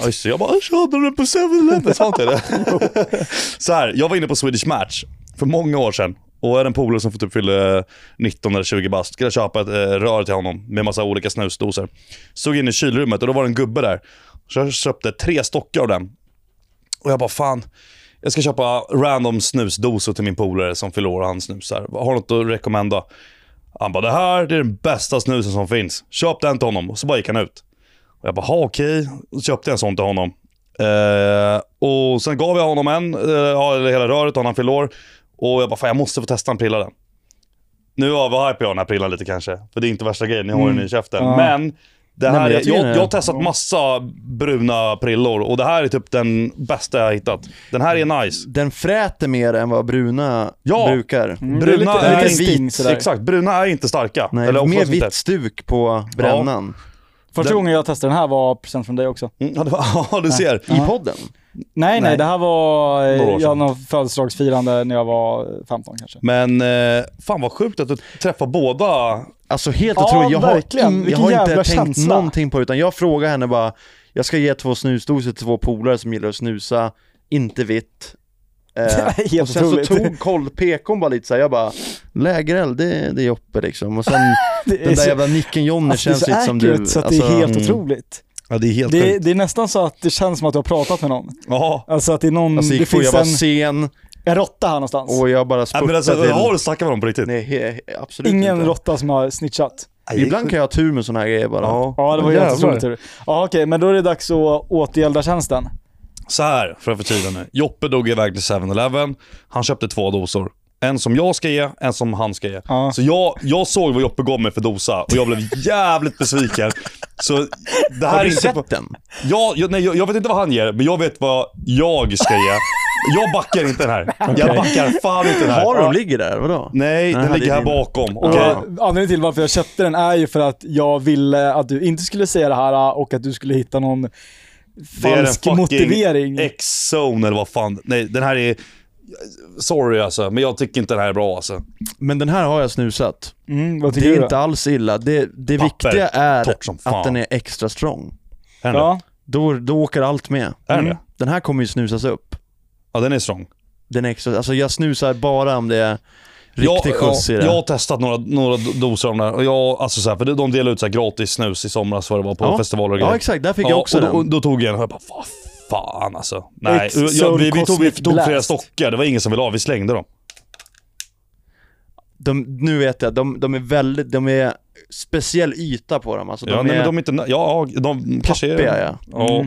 Ja, just det. Jag bara, "Äh, jag körde den på 7-Eleven. Sa inte jag det? så här, jag var inne på Swedish Match för många år sedan. Och är en polare som får typ fyllde 19 eller 20 bast. Skulle jag köpa ett eh, rör till honom med massa olika snusdosor. Stod in i kylrummet och då var det en gubbe där. Så jag köpte tre stockar av den. Och jag bara, fan. Jag ska köpa random snusdosor till min polare som fyller år och han snusar. Har du något att rekommenda? Han bara, det här det är den bästa snusen som finns. Köp den till honom. Och så bara gick han ut. Och jag bara, ha okej. Så köpte jag en sån till honom. Eh, och sen gav jag honom en, eh, ja, eller hela röret, och han fyllde år. Och jag bara, fan jag måste få testa en prilla den. Nu överhypar jag den här prillan lite kanske. För det är inte värsta grejen, ni har ju den i käften.
Ja.
Men, det
Mm. Nej,
här
men jag
är,
tycker
jag,
det
jag,
är-
har testat massa bruna prillor och det här är typ den bästa jag har hittat. Den här är nice.
Den fräter mer än vad bruna
Ja.
brukar.
Det är lite,
Bruna
det är
är
lite sting
vit,
sådär.
Exakt, bruna är inte starka.
Nej,
Eller
mer
oftast inte.
vitt stuk på brännan.
Första
Den-
gången jag testade den här var present från dig också.
Mm, ja, det var, ja, du ser.
I podden.
Nej, nej,
Nej.
det här var eh,
Några år
jag
sedan.
hade någon födelsedagsfirande när jag var 15 kanske.
Men eh, fan vad sjukt att du träffar båda.
Alltså helt
Ja,
otroligt, jag har,
verkligen.
in, jag
Vilken
har inte
jävla
tänkt
känsla.
någonting på det utan jag frågar henne bara Jag ska ge två snusdosor till två polare som gillar att snusa, inte vitt eh,
Helt
Och sen så
otroligt.
tog koll, pekon bara lite såhär, jag bara Lägereld, det, det är Joppe liksom och sen
Det är
den
Eh,
där
så-
jävla nicken Jonny
alltså,
känns
det är
lite
så
som du
accurate så att det är helt
mm.
otroligt.
Ja, det är helt
Det, det är nästan så att det känns som att du har pratat med någon.
Ja.
Alltså att det är någon,
Mm,
Alltså
det
gick på, jag
finns
var
en,
sen
en råtta här någonstans.
och jag bara
Nej, men
spurtade
alltså,
till
har du snackat med dem på riktigt?
Nej, he, he, absolut
Ingen
inte
råtta som har snitchat.
Ibland kan jag ha tur med såna här grejer bara
Ja.
Ja, det var ju
Jävlar.
jätteroligt tur. Ja, okej, men då är det dags att återgälda tjänsten.
Så här, för att förtydliga nu. Joppe dog iväg till 7-Eleven. Han köpte två dosor. En som jag ska ge, en som han ska ge.
Ja.
Så jag, jag såg vad Joppe gav mig för dosa och jag blev jävligt besviken. Så det här
Har
är
du
inte på...
sett den?
Jag, jag, nej, jag, jag vet inte vad han ger, men jag vet vad jag ska ge. Jag backar inte den här. Jag backar fan inte den här.
Har de ligger där, vadå?
Nej,
Nej,
den
det
ligger
är
här
din.
bakom. Okej.
Ja, Anledningen till varför jag köpte den är ju för att jag ville att du inte skulle säga det här och att du skulle hitta någon
Det är en
falsk
fucking
motivering.
X-zone eller vad fan. Nej, den här är... Sorry alltså, men jag tycker inte den här är bra alltså.
Men den här har jag snusat
Mm, vad tycker
Det är
du då?
inte alls illa. Det, det
Papper.
viktiga är
Torrt som fan.
att den är extra strong.
Är den
Ja,
Då, då åker allt med. Mm.
det? Är den det?
Den här kommer ju snusas upp.
Ja, den är strong.
Den är extra, alltså jag snusar bara om det är riktig skjuts i
jag,
det.
jag har testat några, några doser av den här. Och jag, alltså så här, för de delar ut så här gratis snus i somras vad det var på
Ja.
festivaler och
ja
grejer.
exakt, där fick jag också
och då, och
den.
då tog jag en och jag bara, vad fan alltså. Nej,
It's
jag, vi, vi tog, vi
Cosmic
tog flera
Blast.
stockar. Det var ingen som ville ha, vi slängde dem.
De, nu vet jag, de, de är väldigt, de är speciell yta på dem. Alltså, de
ja,
är
nej, men de är inte... Ja, de, de kanske är...
pappiga ja. Mm.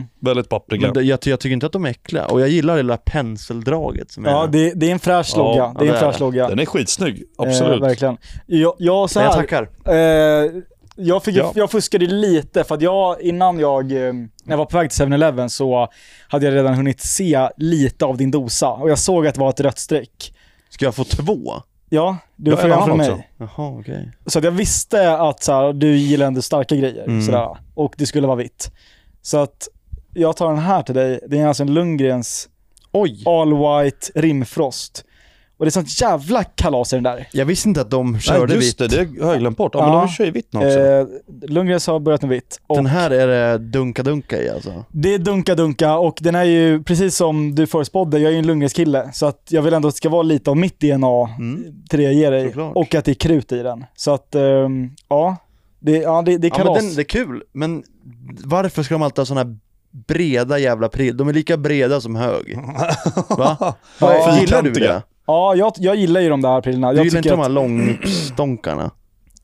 Ja, väldigt pappriga.
Men det, jag, ty- jag tycker inte att de är äckliga. Och jag gillar det lilla penseldraget som
ja
är...
det, det är en fräsch
Ja,
logga.
ja,
det är
det
en
är
fräsch
det.
logga.
Den är skitsnygg, absolut.
Eh, verkligen. Jag, jag, så
Nej,
här,
jag tackar.
Eh, jag, fick,
Ja.
jag fuskade lite för att jag innan jag, eh, när jag var på väg till 7-Eleven så hade jag redan hunnit se lite av din dosa och jag såg att det var ett rött streck.
Ska jag få två?
Ja, du
Ja,
får
jag
gärna
har
från mig.
också.
Jaha, okej.
Så att jag visste att så här, du gillar ändå starka grejer
Mm.
sådär, och det skulle vara vitt. Så att jag tar den här till dig. Det är alltså en Lundgrens
Oj!
All White Rimfrost. Och det är sånt jävla kalas i den där.
Jag visste inte att de
Nej,
körde
just
vitt.
det, det har jag glömt bort. Ja, men
Ja.
de kör ju vitt nu också.
Eh, Lundgrens har börjat med vitt. Och
Den här är det dunka-dunka i alltså.
Det är dunka-dunka och den är ju, precis som du förespådde, jag är ju en Lundgrens-kille. Så att jag vill ändå att det ska vara lite av mitt DNA
Mm.
till det jag ger dig.
Såklart.
Och att det är krut i den. Så att, ehm, ja. Det, ja, det, det är
Ja, men
kalas.
den, det är kul, men varför ska de alltid ha såna här breda jävla prylar? De är lika breda som hög. Va? Vad är-
Ja.
gillar du det?
Fyrkantiga.
Ja, jag, jag gillar ju de där prylarna.
Du
jag
gillar inte
tycker
de
att-
här långstonkarna?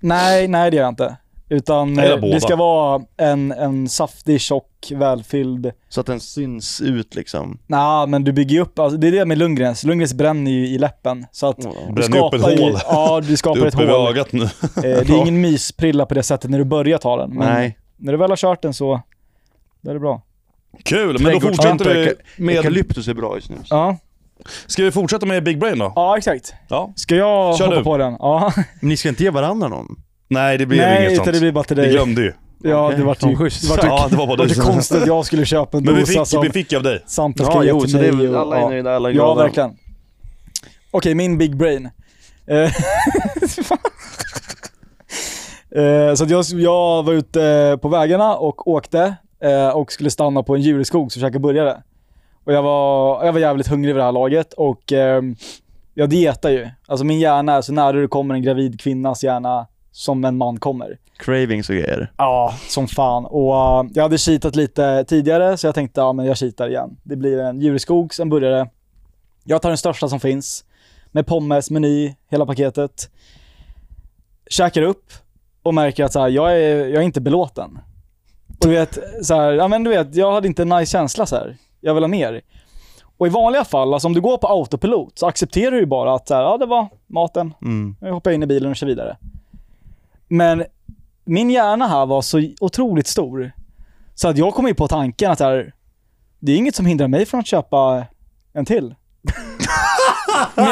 Nej, nej det gör jag inte. Utan
Jag gillar
eh,
båda.
det ska vara en, en saftig, tjock, välfylld.
Så att den syns ut liksom.
Nej, men du bygger ju upp, alltså, det är det med Lundgrens. Lundgrens bränner ju i läppen. Så att du
Bränner upp ett
skapar ju-
hål.
Ja, du skapar
Du är
ett
uppe vid
hål. Eh,
ögat nu.
det är ingen mysprilla på det sättet när du börjar ta den. Men
Nej.
när du väl har kört den så, då är det bra.
Kul, men då fortsätter
eh,
vi med...
Eukalyptus är bra i snus.
Ja,
Ska vi fortsätta med Big Brain då?
ja exakt.
Ja.
Ska jag
Kör
hoppa
du.
på den? Ja.
Men ni ska inte ge varandra någon?
Nej, det blev
Nej,
inget
utan
sånt.
det blir bara till
Vi
dig.
glömde ju.
Ja,
Okej,
det vart
fan
ju,
schysst.
det vart ju,
Ja, det var bara
det vart ju
du.
konstigt att jag skulle köpa en
Men vi
dosa
fick,
som...
vi fick av dig.
Sampe ska ge till mig och, ja.
nöjda, alla
Ja, verkligen. Okej, min big brain. Eh, Eh, så att jag, jag var ute eh, på vägarna och åkte eh, och skulle stanna på en djurskog och käka burgare. Och jag var, jag var jävligt hungrig vid det här laget och ehm, jag dietar ju. Alltså min hjärna är så nära det kommer en gravid kvinnas hjärna som en man kommer.
Cravings och grejer.
Ja, som fan. Och eh, jag hade kitat lite tidigare så jag tänkte ja men jag kitar igen. Det blir en djurskog, sen börjar det. Jag tar den största som finns med pommes, meny, hela paketet. Käkar upp och märker att så här, jag, är, jag är inte belåten. Och du vet, så här, ja men du vet, jag hade inte en nice känsla så här. Jag vill ha mer. Och i vanliga fall, alltså om du går på autopilot så accepterar du ju bara att så här, ja det var maten,
Mm.
jag hoppar in i bilen och kör vidare. Men min hjärna här var så otroligt stor. Så att jag kom in på tanken att så här, det är inget som hindrar mig från att köpa en till. Men,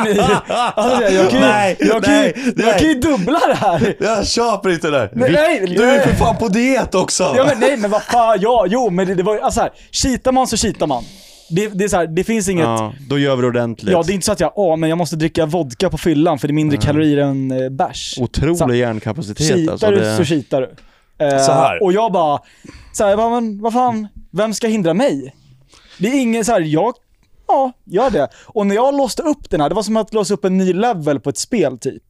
alltså, jag kan ju,
Nej,
jag kan ju,
nej,
jag kan ju dubbla det här.
Jag köper inte det där.
Nej, nej,
Du är ju
nej.
för fan på diet också.
Ja, men, nej men vad fan, ja, jo men det, det var ju, alltså så här, kitar man så kitar man. Det, det är så här, det finns inget,
Ja, då gör vi det ordentligt.
ja det är inte så att jag, åh men jag måste dricka vodka på fyllan för det är mindre kalorier än eh, bärs.
Otrolig hjärnkapacitet alltså.
Kitar du så kitar du. Eh,
Så här.
Och jag bara, så här, jag bara, men vad fan, vem ska hindra mig? Det är ingen så här, jag, ja, gör det. Och när jag låste upp den här, det var som att låsa upp en ny level på ett spel typ.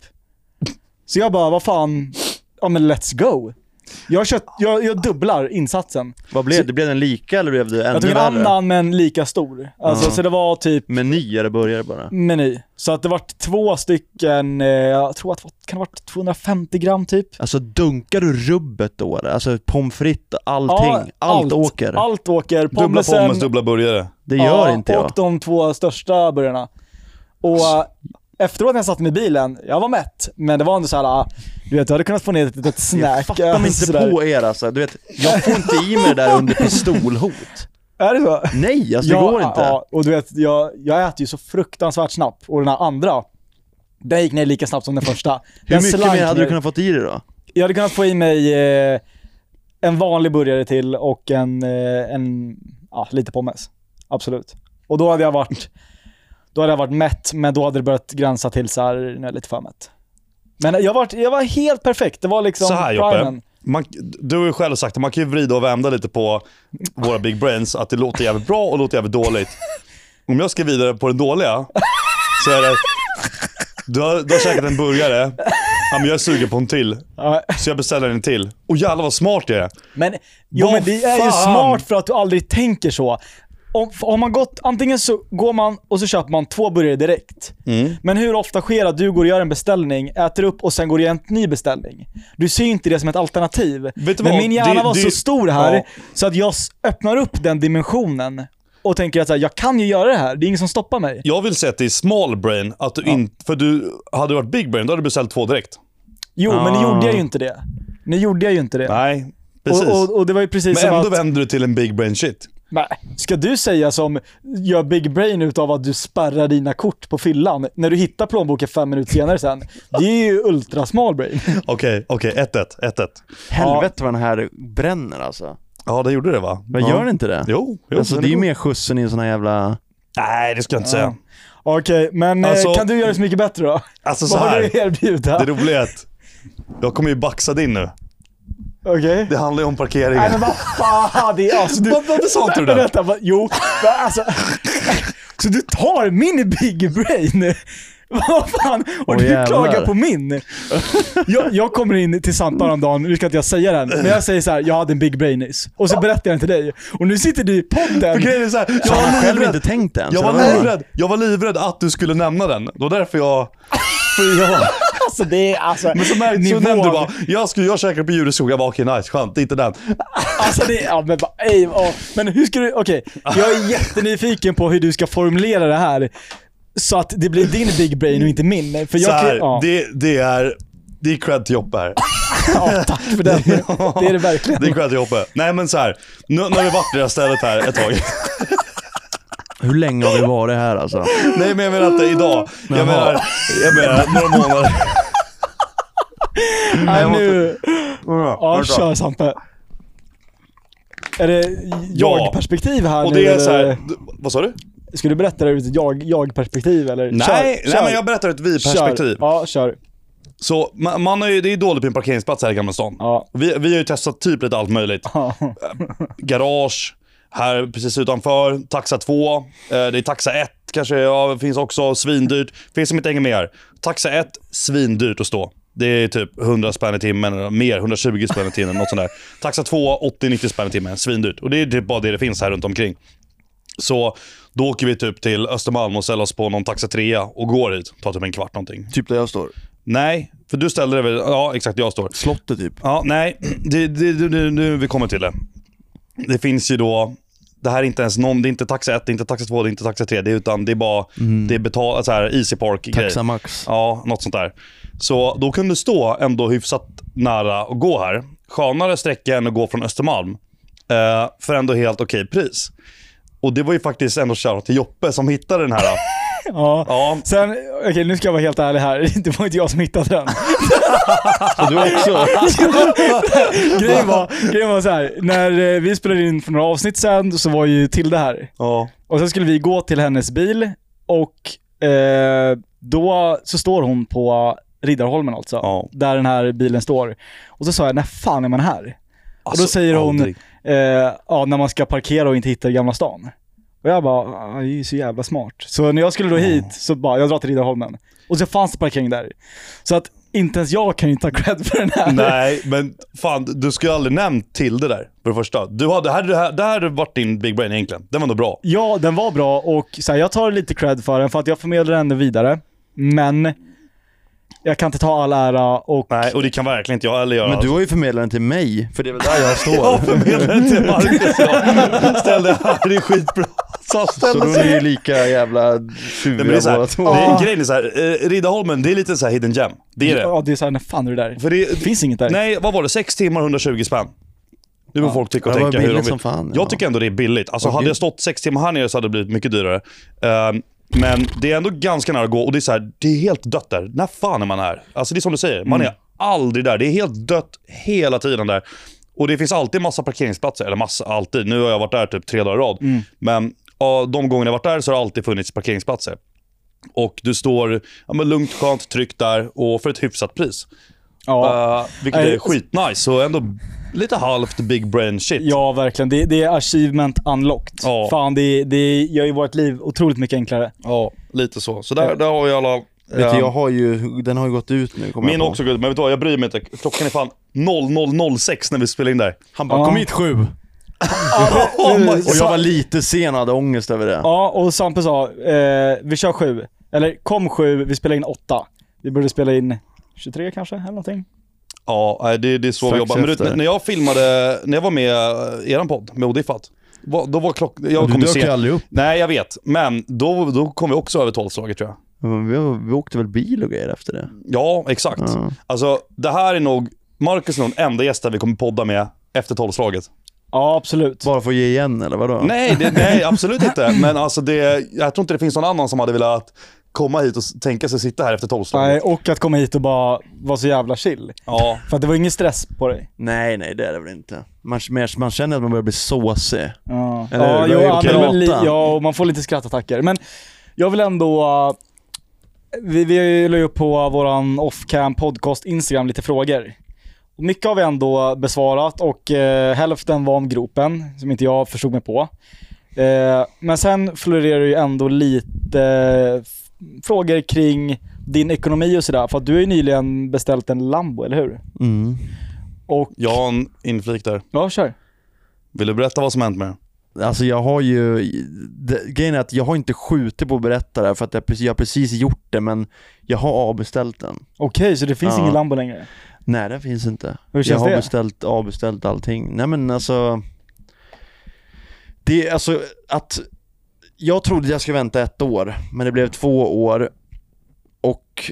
Så jag bara, vad fan, ja men let's go. Jag, kört, jag, jag dubblar insatsen.
Vad blev det? Blev den lika eller blev det ännu
Jag tog en
värre?
annan men lika stor. Alltså,
Mm.
Så det var typ
Meny eller burgare bara?
meny. Så att det var två stycken, eh, jag tror att det var- kan det ha varit 250 gram typ.
Alltså dunkar du rubbet då eller? Alltså pommes frites, allting.
Ja,
allt, åker.
Allt åker.
Dubbla
Pommesen-
pommes, dubbla burgare.
Det gör
ja,
inte jag.
Och de två största burgarna. Och äh, efteråt när jag satt med bilen, jag var mätt, men det var ändå så här, ah, du vet jag hade kunnat få ner ett litet snack.
Jag fattar mig inte
sådär.
på er alltså. Du vet, jag får inte i mig det där under pistolhot.
Är det så?
Nej, alltså det går inte.
Ja, och du vet, jag, jag äter ju så fruktansvärt snabbt och den här andra, den gick ner lika snabbt som den första.
Hur
den
mycket
slank
mer hade
ner.
du kunnat fått i dig då?
Jag hade kunnat få i mig eh, en vanlig burgare till och en, eh, en ja, lite pommes. Absolut. Och då hade jag varit då hade jag varit mätt, men då hade det börjat gränsa till så här, nu är jag lite för mätt. Men jag var, jag var helt perfekt. Det var liksom
Så här Joppe,
primen.
man, du har ju själv sagt att man kan ju vrida och vända lite på våra big brains, att det låter jävligt bra och låter jävligt dåligt. Om jag ska vidare på den dåliga, så är det... Du har, du har käkat en burgare, ja, men jag är sugen på en till,
Ja,
så jag beställer en till. Och jävlar vad smart jag är.
Men, jo,
Vad
men det är ju
fan?
smart för att du aldrig tänker så. Om, för om man gått, antingen så går man och så köper man två burgare direkt.
Mm.
Men hur ofta sker att du går och gör en beställning, äter upp och sen går och gör en ny beställning? Du ser ju inte det som ett alternativ.
Vet du
men
vad?
min hjärna
Det-
var
det-
så stor här
ja.
så att jag s- öppnar upp den dimensionen och tänker att så här, jag kan ju göra det här. Det är ingen som stoppar mig.
Jag vill säga att det är small brain, att du inte... För du, hade du varit big brain, då hade du beställt två direkt.
Jo, men nu
Ah.
gjorde jag ju inte det. Nu gjorde jag ju inte det.
Nej, precis.
och, och, och det var ju precis
men
som
ändå
att...
vänder du till en big brain shit.
Nej. Ska du säga som gör big brain utav att du spärrar dina kort på fyllan när du hittar plånboken fem minuter senare sen? Det är ju ultra small brain.
Okej, okej. 1-1, 1-1.
Helvete vad den här bränner alltså.
Ja, det gjorde det va?
Men
ja.
gör den inte det?
Jo, jo
alltså
den
det är ju
god.
mer skjutsen i en sån här jävla...
Nej, det ska jag inte säga.
Okej, men eh,
Alltså-
kan du göra det så mycket bättre då?
Alltså så
Vad har du
här.
att erbjuda?
Det roliga är att jag kommer ju baxa din nu.
Okej?
Det handlar ju om parkeringen.
Nej men vad fan, det är alltså du...
Vad- varför sa inte du det?
Vänta, vad- jo, men alltså... Så du tar min Big Brain? Vad fan? Och
Åh,
du
jävlar.
klagar på min? Jag, jag kommer in till Sampa häromdagen, nu ska inte jag säga den, men jag säger så här: jag hade en Big Brain nyss. Och så berättar jag den till dig. Och nu sitter du i podden.
För grejen är så här, jag
Jag har
var
själv
livrädd.
inte tänkt den.
Jag
så
var
det var-
livrädd. Jag var livrädd att du skulle nämna den. Det var därför jag... För jag var...
Alltså det är alltså...
Men så, märkte, så
nivån-
nämnde du bara, jag, skulle, jag käkade på Djureskog, jag bara okej nice, skönt, inte den.
Alltså det, ja men bara, ej, ja. Men hur ska du, okej. Jag är jättenyfiken på hur du ska formulera det här. Så att det blir din big brain och inte min. För jag
Så här,
kan, ja,
det, det är... Det är cred till Joppe här.
ja, tack för den. Det är det verkligen.
Det är cred till Joppe. Nej men så här, nu, nu har vi varit i det här stället här ett tag.
Hur länge har vi varit här alltså?
Nej men jag menar inte idag. Jag
Jaha.
menar, jag menar några månader.
Nej,
jag måste-
nu, ja kör Sampe. Är det jag-perspektiv här
Och
nu?
det är så
eller?
här, vad sa du?
Ska du berätta det ur ett jag- jag-perspektiv eller?
Nej, nej men jag berättar ur ett
kör.
vi-perspektiv.
Ja, kör.
Så man, man har ju, det är dåligt på en parkeringsplats här i Gamla stan.
Ja.
Vi, vi har ju testat typ lite allt möjligt.
Ja.
Garage, här precis utanför, taxa 2, eh, det är taxa 1 kanske, ja, finns också, svindyrt. Finns som inte hänger med här. Taxa 1, svindyrt att stå. Det är typ 100 spänn i timmen, eller mer, 120 spänn i timmen, något sånt där. Taxa 2, 80-90 spänn i timmen, svindyrt. Och det är typ bara det det finns här runt omkring. Så då åker vi typ till Östermalm och ställer oss på någon taxa 3 och går hit. Tar typ en kvart någonting.
Typ där jag står.
Nej, för du ställde dig väl... Ja, exakt. Jag står.
Slottet typ.
Ja, nej. Det, det, det, det, nu vi kommer till det. Det finns ju då... Det här är inte ens någon... Det är inte taxa 1, det är inte taxa 2, det är inte taxa 3. Det är, utan det är bara...
Mm.
Det är betal... Så här, Easy park grej.
Taxa Max.
Ja, något sånt där. Så då kunde du stå ändå hyfsat nära och gå här. Skönare sträcka än att gå från Östermalm. Eh, för ändå helt okej pris. Och det var ju faktiskt ändå shoutout till Joppe som hittade den här.
ja.
Ja,
Sen, okej nu ska jag vara helt ärlig här. Det var inte jag som hittade den.
Och du också.
grejen var, grejen var så här. när eh, vi spelade in för några avsnitt sen så var ju Tilde här.
ja.
Och sen skulle vi gå till hennes bil och eh, då så står hon på Riddarholmen alltså.
Ja.
Där den här bilen står. Och så sa jag, när fan är man här? och då
Alltså,
säger hon,
aldrig.
eh, ja när man ska parkera och inte hittar Gamla stan. Och jag bara, "Ah, det är ju så jävla smart. Så när jag skulle då hit så bara, jag drar till Riddarholmen. Och så fanns det parkering där. Så att inte ens jag kan ju ta cred för den här.
Nej, men fan du skulle ju aldrig nämnt till det där. För det första. Du hade, här, det, här, det här hade varit din big brain egentligen. Den var nog bra.
Ja, den var bra och så här, jag tar lite cred för den för att jag förmedlar den vidare. Men jag kan inte ta all ära och...
Nej, och det kan verkligen inte jag heller göra.
Men du har ju förmedlat den till mig, för det är väl där jag står.
jag förmedlade till Marcus. Jag ställde här, det är skitbra. Så han
Så
ställde
de
sig.
är ju lika jävla
Nej, men det är
tjuriga
så här,
båda
det
två.
är, grejen är så här, eh, Riddarholmen, det är lite så här hidden gem. Det är det.
Ja, det är såhär, när fan är det där?
För det,
finns inget där.
Nej, vad var det? 6 timmar 120 spänn. Nu får folk tycka och
Det var
tänka hur de
billigt
vill.
som fan, ja.
Jag tycker ändå det är billigt. Alltså
Åh,
hade
gud.
jag stått 6 timmar här nere så hade det blivit mycket dyrare. Ehm, men det är ändå ganska nära att gå och det är så här, det är helt dött där. När fan är man här? Alltså det är som du säger, man
Mm.
är aldrig där. Det är helt dött hela tiden där. Och det finns alltid massa parkeringsplatser, eller massa, alltid. Nu har jag varit där typ tre dagar i rad.
Mm.
Men ja, de gångerna jag varit där så har det alltid funnits parkeringsplatser. Och du står ja, men lugnt, skönt, tryggt där och för ett hyfsat pris.
Ja,
Eh, vilket
Nej.
är skitnice. Så ändå lite halvt big brain shit.
ja verkligen. Det, det är achievement unlocked.
Ja.
Fan, det, det gör ju vårt liv otroligt mycket enklare.
Ja, lite så. Så där, där har jag alla...
Vet du,
eh,
jag har ju, den har ju gått ut nu kommer
min
jag på.
också går ut, men vet du vad? Jag bryr mig inte. Klockan är fan 00.06 när vi spelar in där.
Han bara,
Ja.
kom hit sju.
Oh
Och jag var lite sen och hade ångest över det.
Ja, och Sampe sa, eh, vi kör sju. Eller kom sju, vi spelar in åtta. Vi borde spela in 23 kanske, eller någonting.
Ja, nej, det, det är så vi
Strax
jobbar. Men du,
efter.
vet, när jag filmade, när jag var med i eran podd med Odiffat. vad- Då var klockan... Jag
Du
kom
dök ju
se.
aldrig upp.
Nej, jag vet. Men då, då kom vi också över tolvslaget tror jag.
Men Vi, vi åkte väl bil och grejer efter det.
Ja, exakt.
Ja.
Alltså, det här är nog... Marcus är nog den enda gästen vi kommer podda med efter tolvslaget.
Ja, absolut.
Bara för att ge igen eller vadå?
Nej, det, nej, absolut inte. Men alltså det, jag tror inte det finns någon annan som hade velat komma hit och s- tänka sig sitta här efter
Nej,
tolvslaget.
och att komma hit och bara vara så jävla chill.
Ja,
För att det var ingen stress på dig.
Nej, nej det är det väl inte. Man, man, man känner att man börjar bli såsig.
Ja,
Eller
ja,
hur?
jo,
Börjar
ja,
prata.
men li- ja och man får lite skrattattacker. Men Jag vill ändå... eh, vi, vi la ju upp på våran Offcam podcast Instagram lite frågor. Och Mycket har vi ändå besvarat och eh, hälften var om gropen, som inte jag förstod mig på. Eh, men sen florerar ju ändå lite f- frågor kring din ekonomi och sådär. För att du har ju nyligen beställt en Lambo, eller hur?
Mm.
Och...
Jag har en inflik där.
Ja, kör.
Vill du berätta vad som hänt med den?
Alltså jag har ju, det, grejen är att jag har inte skjutit på att berätta det här för att jag, precis- jag har precis gjort det men jag har avbeställt den.
Okej, så det finns
Ja.
ingen Lambo längre?
Nej den finns inte.
Hur
jag
känns
har
det?
beställt, avbeställt allting. Nej men alltså, det är alltså att, jag trodde jag skulle vänta ett år men det blev två år och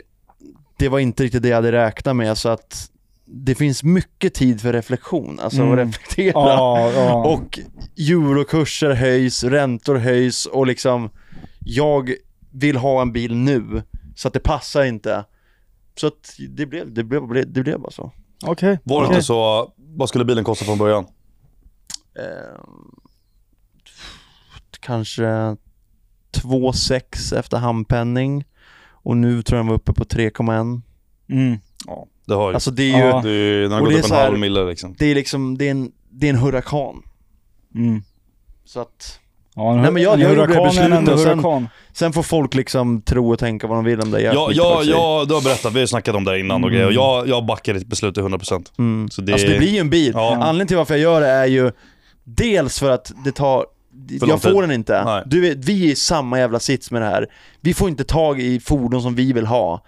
det var inte riktigt det jag hade räknat med så att det finns mycket tid för reflektion, alltså
Mm.
att reflektera.
Ja, ja.
Och eurokurser höjs, räntor höjs och liksom jag vill ha en bil nu så att det passar inte. Så att det blev, det blev, det blev bara så.
Okej.
Var det
Okej.
inte så... Vad skulle bilen kosta från början?
Eh, kanske 2,6 efter handpenning och nu tror jag den var uppe på 3,1.
Mm.
Det har ju...
Alltså det är ju,
Ja.
det är, den har
Och
gått
det är
upp en
så här-
halv mille liksom.
det är liksom, det är en, det är en hurrakan.
Mm.
Så att,
Ja, en,
Nej, men jag-
en
jag gjorde det
hurakan är en
beslutet
ändå
och sen-
hurakan.
sen får folk liksom tro och tänka vad de vill om det. Jag
Ja,
skiter
ja,
faktiskt i.
ja, du har berättat. Vi har ju snackat om det här innan och grejer. Och Jag, jag backar ditt beslut till 100%.
Mm.
Så det-
Alltså det blir ju en bil.
Ja.
Anledningen till varför jag gör det är ju dels för att det tar
För lång
jag
tid.
får den inte.
Nej.
Du vet, vi är i samma jävla sits med det här. Vi får inte tag i fordon som vi vill ha.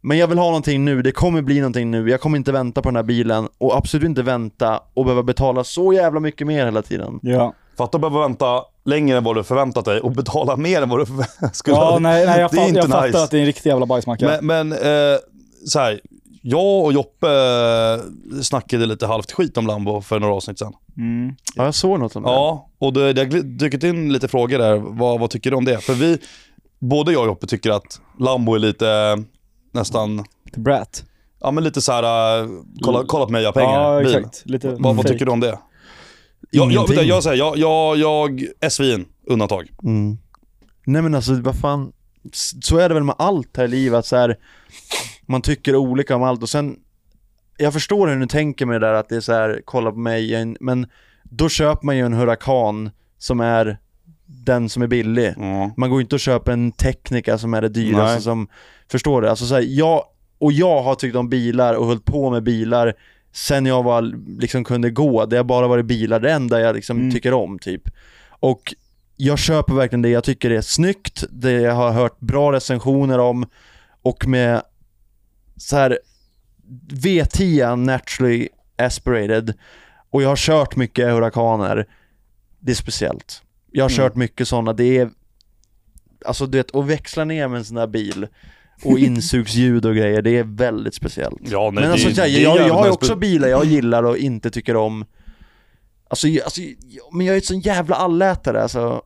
Men jag vill ha någonting nu, det kommer bli någonting nu. Jag kommer inte vänta på den här bilen och absolut inte vänta och behöva betala så jävla mycket mer hela tiden.
Ja.
Fatta att behöva vänta längre än vad du förväntat dig och betala mer än vad du förvä- skulle
ja, nej, nej jag,
Det är
fatt,
inte
jag fattar
nice.
att det är en riktig jävla bajsmacka.
Men, men eh, så här, jag och Joppe eh, snackade lite halvt skit om Lambo för några avsnitt sedan.
Mm.
Ja, jag såg något om det.
Ja, och det, det har gl- dykt in lite frågor där. Vad, vad tycker du om det? För vi, både jag och Joppe tycker att Lambo är lite eh, nästan,
The brat.
ja men lite så här, eh, kolla, kolla på mig, jag har pengar.
Ja,
bil.
exakt. Lite
Vad, vad
fake.
tycker du om det? Jag, jag,
Ingenting.
vänta, jag, säger, jag, jag, jag, SVin, undantag.
Mm. Nej men alltså vad fan, S- så är det väl med allt här i livet, att så här, man tycker olika om allt och sen, jag förstår hur du tänker med det där att det är så här, kolla på mig, jag är en- men då köper man ju en Huracan som är den som är billig.
Mm.
Man går ju inte och köper en Technica som är det dyraste
Nej.
som, förstår du? Alltså så här, jag, och jag har tyckt om bilar och hållit på med bilar sen jag var, liksom kunde gå. Det har bara varit bilar, det enda jag liksom
Mm.
tycker om typ. Och jag köper verkligen det jag tycker är snyggt, det jag har hört bra recensioner om och med så här V10 naturally aspirated och jag har kört mycket hurrakaner. Det är speciellt. Jag har kört mycket sådana, det är Alltså du vet, att växla ner med en sån där bil och insugsljud och grejer, det är väldigt speciellt.
Ja, nej,
Men alltså,
det,
jag,
det är
jag, jag
jävligt
har ju
nice.
också bilar jag gillar och inte tycker om. Alltså, jag, alltså jag, men jag är ett sån jävla allätare alltså.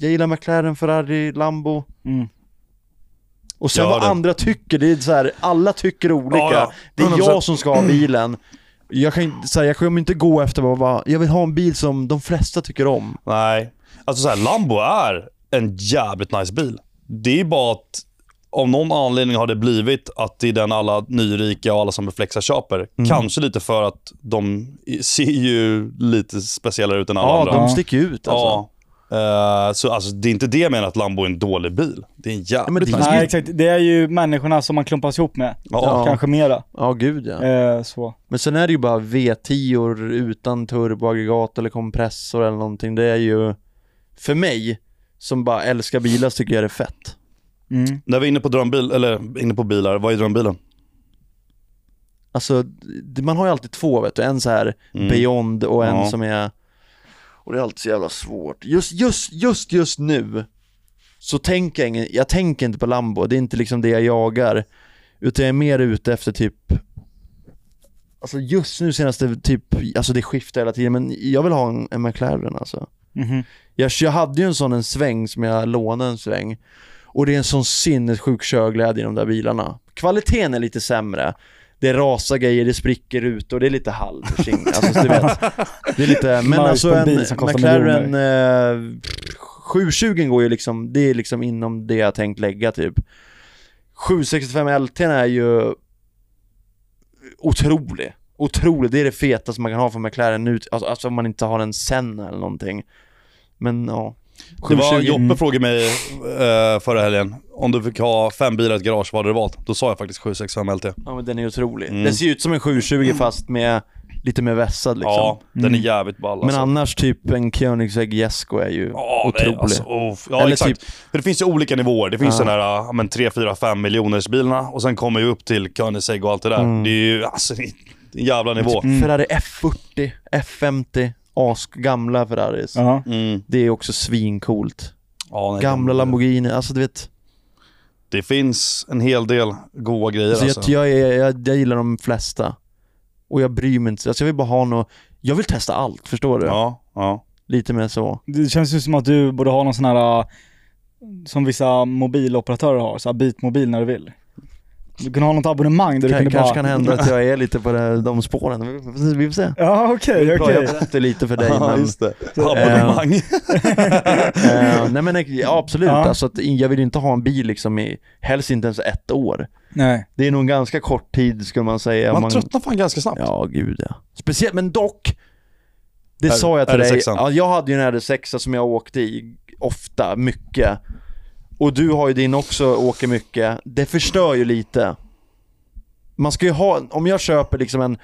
Jag gillar McLaren, Ferrari, Lambo.
Mm.
Och sen
Ja,
vad
det.
andra tycker, det är så här, alla tycker olika.
Ja, ja.
Det är
100%.
jag som ska ha bilen. Jag, kan, inte- så här, jag kommer inte gå efter vad, vad, jag vill ha en bil som de flesta tycker om.
Nej. Alltså så här, Lambo är en jävligt nice bil. Det är bara att av någon anledning har det blivit att det är den alla nyrika och alla som flexar köper.
Mm.
Kanske lite för att de i- ser ju lite speciellare ut än alla
Ja,
andra.
de sticker ut alltså.
Ja. Eh, så alltså, det är inte det jag menar att Lambo är en dålig bil. Det är en jävligt
men det-
nice
Nej,
bil.
exakt. Det är ju människorna som man klumpas ihop med.
Ja.
Kanske mera.
Ja, gud ja.
Eh, så.
Men sen är det ju bara V10 utan turboaggregat eller kompressor eller någonting. Det är ju, för mig, som bara älskar bilar så tycker jag det är fett.
Mm.
När vi är inne på drömbil, eller inne på bilar, vad är drömbilen?
Alltså, det- man har ju alltid två vet du. En så här Beyond och en
Ja.
som är... Och det är alltid så jävla svårt. Just, just, just, just nu så tänker jag, ingen- jag tänker inte på Lambo. Det är inte liksom det jag jagar. Utan jag är mer ute efter typ Alltså just nu senaste typ, alltså det skiftar hela tiden men jag vill ha en, en McLaren alltså.
Mhm.
Jag, jag hade ju en sån en sväng som jag lånade en sväng. Och det är en sån sinnessjuk körglädje i de där bilarna. Kvaliteten är lite sämre. Det rasar grejer, det spricker ut och det är lite halv Alltså du vet. Det är lite, men
Nice
alltså
på en
en
bil som kostar
McLaren eh, 720 går ju liksom, det är liksom inom det jag tänkt lägga typ. 765 LT är ju otrolig. Otrolig, det är det fetaste man kan ha för McLaren nu, alltså, alltså om man inte har en sen eller någonting. Men ja.
Det var
720.
Joppe frågade mig eh, förra helgen om du fick ha fem bilar i ett garage, vad hade du valt? Då sa jag faktiskt 765 LT.
Ja men den är otrolig.
Mm.
Den ser ju ut som en 720 fast med lite mer vässad liksom.
Ja, den är
Mm.
jävligt ball
Men
alltså.
annars typ en Koenigsegg Jesko är ju
Ja, det är-
otrolig.
Alltså, oh, ja,
Eller typ-
exakt. För det finns ju olika nivåer. Det finns
Ja.
den här ja, men 3, 4, 5 miljoners bilarna och sen kommer ju upp till Koenigsegg och allt det där.
Mm.
Det är ju alltså, det är en jävla nivå.
Mm.
Typ Ferrari F40, F50, ask gamla Ferraris.
Ja.
Mm.
Det är också svincoolt.
Ja, nej,
Gamla
det,
Lamborghini, alltså du vet.
Det finns en hel del goa grejer
Alltså,
alltså.
jag, jag, är, jag, jag gillar de flesta. Och jag bryr mig inte. Alltså, jag vill bara ha något. Jag vill testa allt, förstår du?
Ja, ja.
Lite mer så.
Det känns ju som att du borde ha någon sån här, äh, som vissa mobiloperatörer har, så här byt mobil när du vill. Du kunde ha något abonnemang där
Det
du kunde
kanske
bara...
kan hända att jag är lite på det, de spåren. Vi får se. Vi får se.
Ja okej,
Bra,
okej.
Jag berättar lite för dig. men,
det. Abonnemang.
eh, nej men ja, absolut.
Ja.
Alltså, att, jag vill ju inte ha en bil liksom i, helst inte ens ett år.
Nej.
Det är nog en ganska kort tid skulle man säga.
Man tröttnar fan ganska snabbt.
Ja, gud ja. Speciellt, men dock. Det
R-
sa jag till dig.
RS6:an.
Ja, jag hade ju en RS6 som jag åkte i ofta, mycket. Och du har ju din också, åker mycket. Det förstör ju lite. Man ska ju ha, om jag köper liksom en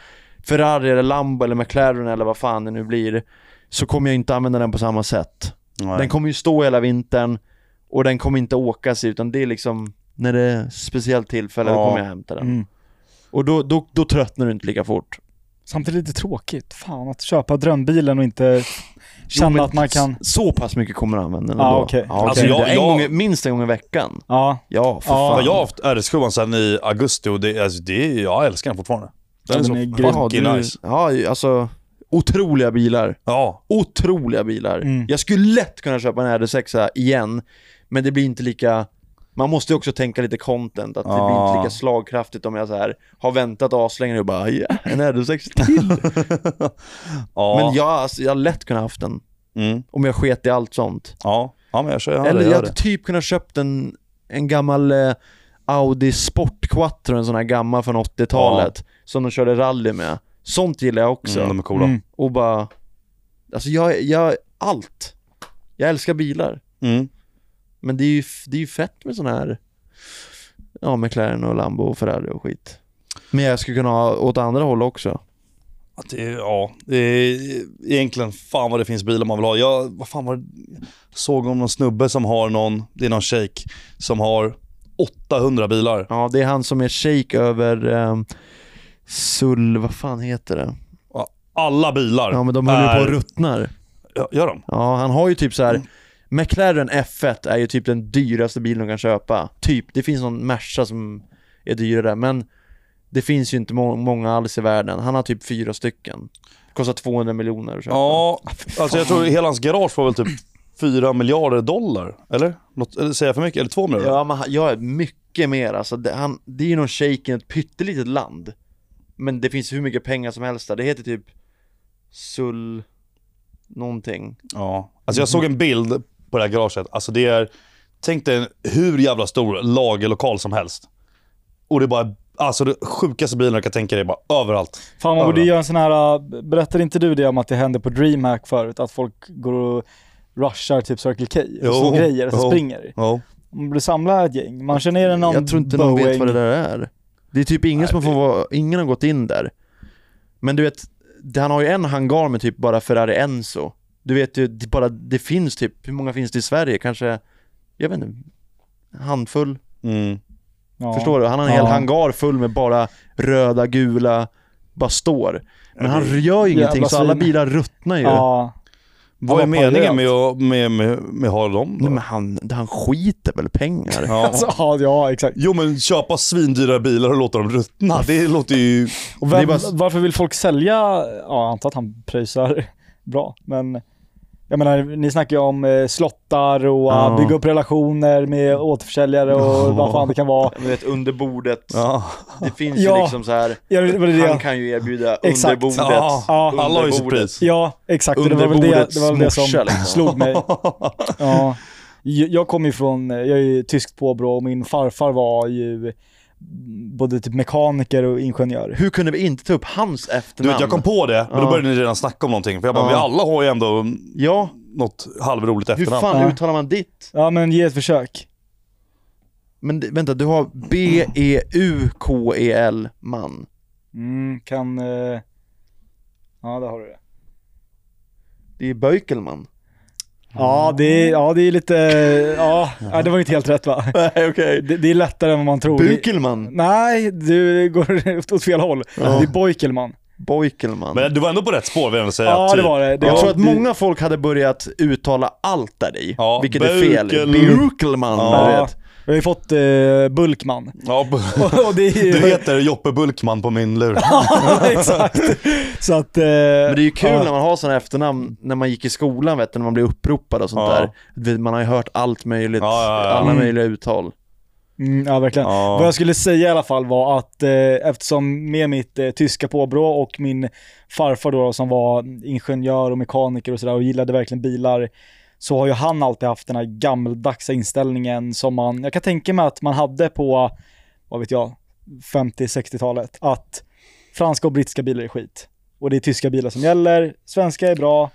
Ferrari eller Lambo eller McLaren eller vad fan det nu blir. Så kommer jag inte använda den på samma sätt.
Nej.
Den kommer ju stå hela vintern och den kommer inte åkas utan det är liksom när det är speciellt tillfälle då
Ja.
kommer jag hämta den.
Mm.
Och då, då, då tröttnar du inte lika fort.
Samtidigt lite tråkigt. Fan, att köpa drömbilen och inte känna
Jo, men
att man kan...
Så pass mycket kommer du använda den
Ja,
ändå.
okej.
Ja,
Alltså, jag-
en
jag-
gång, i- minst en gång i veckan.
Ja.
Ja, för
Ja.
Ja,
fan.
jag har haft RS7 sen i augusti och det, alltså, det, är- jag älskar den fortfarande. Den
Ja,
är så
den är grym.
fucking
ja, du-
nice.
Ja, alltså otroliga bilar.
Ja,
Otroliga bilar.
Mm.
Jag skulle lätt kunna köpa en RD6 igen, men det blir inte lika man måste ju också tänka lite content, att det blir
Ja.
inte lika slagkraftigt om jag så här har väntat aslänge och bara ja, en RD6 till.
ja,
Men jag, alltså, jag har lätt kunnat haft den,
mm,
om jag sket i allt sånt.
ja. ja men jag kör jag
Eller
det,
jag
gör
hade
det.
typ kunnat köpt en, en gammal eh, Audi Sport Quattro, en sån här gammal från 80-talet, som de körde rally med. Sånt gillar jag också.
Mm, de är coola.
Mm.
Och bara, alltså jag, jag, allt. Jag älskar bilar.
Mm.
Men det är ju, f- det är ju fett med sån här, ja McLaren och Lambo och Ferrari och skit. Men jag skulle kunna ha åt andra håll också.
Att det, är- ja, det är egentligen fan vad det finns bilar man vill ha. Jag vad fan var det, såg om någon snubbe som har någon, det är någon shejk, som har 800 bilar.
Ja, det är han som är shake över ehm, Sul, vad fan heter det?
Alla bilar
Ja men de håller ju på
är-
och ruttnar.
Ja, Gör de?
Ja, han har ju typ så här. McLaren F1 är ju typ den dyraste bilen de kan köpa. Typ, det finns någon Merca som är dyrare, men det finns ju inte må- många alls i världen. Han har typ fyra stycken. Kostar 200 miljoner att köpa.
Ja, alltså jag tror hela hans garage var väl typ 4 miljarder dollar, eller? Något, eller säger jag för mycket? Eller 2 miljarder?
Ja, men han- jag är mycket mer alltså. Det, han, det är ju någon shejk i ett pyttelitet land. Men det finns hur mycket pengar som helst där. Det heter typ Sul... Någonting.
Ja. Alltså jag såg en bild på det här garaget. Alltså det är, tänk dig en hur jävla stor lagerlokal som helst. Och det är bara, alltså det sjukaste bilen jag kan tänka dig, är bara överallt.
Fan man borde
Överallt.
göra en sån här, äh, berättade inte du det om att det hände på DreamHack förut? Att folk går och rushar typ Circle K
Jo,
och såna grejer, så
jo.
springer.
Ja.
Man borde samla ett gäng. Man känner igen någon
jag tror inte någon vet vad det där är. Det är typ ingen
Nej,
som får vara, ingen har gått in där. Men du vet, det- han har ju en hangar med typ bara Ferrari Enzo. Du vet ju, det, bara, det finns typ, hur många finns det i Sverige? Kanske, jag vet inte, en handfull.
Mm.
Ja.
Förstår du? Han har en
Ja.
hel hangar full med bara röda, gula, bara står. Men han gör ju
jävla
ingenting så alla
svin.
bilar ruttnar ju.
Ja.
Vad är
Alla
meningen
parallellt.
med att med, med, med ha dem
Nej, men
då?
han, han skiter väl pengar?
Ja.
Alltså, ja, ja, exakt.
Jo men köpa svindyra bilar och låta dem ruttna, det låter ju...
Och
Det är
vem,
bara-
Varför vill folk sälja? Ja, jag antar att han pröjsar bra, men Jag menar, ni snackar ju om eh, slottar och
Ja.
eh, bygga upp relationer med återförsäljare och
Ja.
vad fan det kan vara.
Du vet, under bordet.
Ja.
Det finns
Ja.
ju liksom så här.
Ja, det var det
Han
jag...
kan ju erbjuda
Exakt.
under bordet.
Ja.
Ja,
Alla har ju sitt
Under bordet.
pris.
ja, exakt. Och Det var
Under
väl det,
bordets
det, var väl det som
morsa, liksom.
slog mig. Ja. Jag jag kommer ju från, jag är ju tyskt påbrå och min farfar var ju både typ mekaniker och ingenjör.
Hur kunde vi inte ta upp hans
Du
efternamn?
vet, jag kom på det, men då började ni redan snacka om någonting. För jag bara,
Ja.
vi alla har ju ändå
Ja,
något halvroligt
hur
efternamn.
fan
Ja.
uttalar man ditt?
Ja men ge ett försök.
Men det- vänta, du har E B-E-U-K-E-L, E man.
Mm, kan... eh, Ja, där har du det.
Det är Böjkelman.
Ja, det är, ja, det är lite... Ja, ja, det var ju inte helt rätt va?
Nej, okej.
Det, det är lättare än vad man tror. Det-
Bukelman.
Nej, du går åt fel håll. Det är Boikelman.
Bojkelman.
Men du var ändå på rätt spår vill jag säga.
Ja, det
typ.
var det. det
jag
var,
tror att många folk hade börjat uttala allt där i,
Ja,
vilket är fel.
Bökel-
Bukelman,
Ja.
jag
Ja,
vet.
jag har ju fått eh, Bulkman.
Ja, b-
Och, och det är ju...
du heter Joppe Bulkman på min lur.
Ja, exakt. Så att... eh,
Men det är ju kul
ja.
när man har sådana efternamn när man gick i skolan vet du, när man blev uppropad och sånt
Ja.
där. Du vet, Man har ju hört allt möjligt,
Ja, ja, ja.
alla
Mm.
möjliga uttal.
Mm, ja, verkligen.
Ja.
Vad jag skulle säga i alla fall var att eh, eftersom med mitt eh, tyska påbrå och min farfar då som var ingenjör och mekaniker och sådär och gillade verkligen bilar så har ju han alltid haft den här gammeldagsa inställningen som man, jag kan tänka mig att man hade på, vad vet jag, 50-60-talet att franska och brittiska bilar är skit och det är tyska bilar som gäller, svenska är bra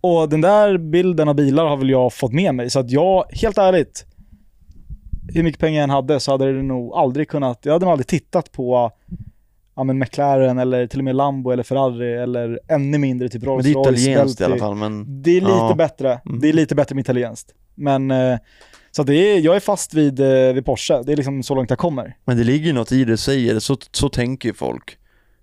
och den där bilden av bilar har väl jag fått med mig så att jag, helt ärligt, hur mycket pengar jag än hade så hade det nog aldrig kunnat, jag hade nog aldrig tittat på ja, men McLaren eller till och med Lambo eller Ferrari eller ännu mindre typ
Men det
Rolls
är
Royce.
italienskt i alla
Bentley.
fall, men
Det är lite
Ja.
bättre.
Mm.
Det är lite bättre med italienskt. Men eh, så att det är, jag är fast vid, eh, vid Porsche. Det är liksom så långt jag kommer.
Men det ligger ju något i det du säger, så, så tänker ju folk.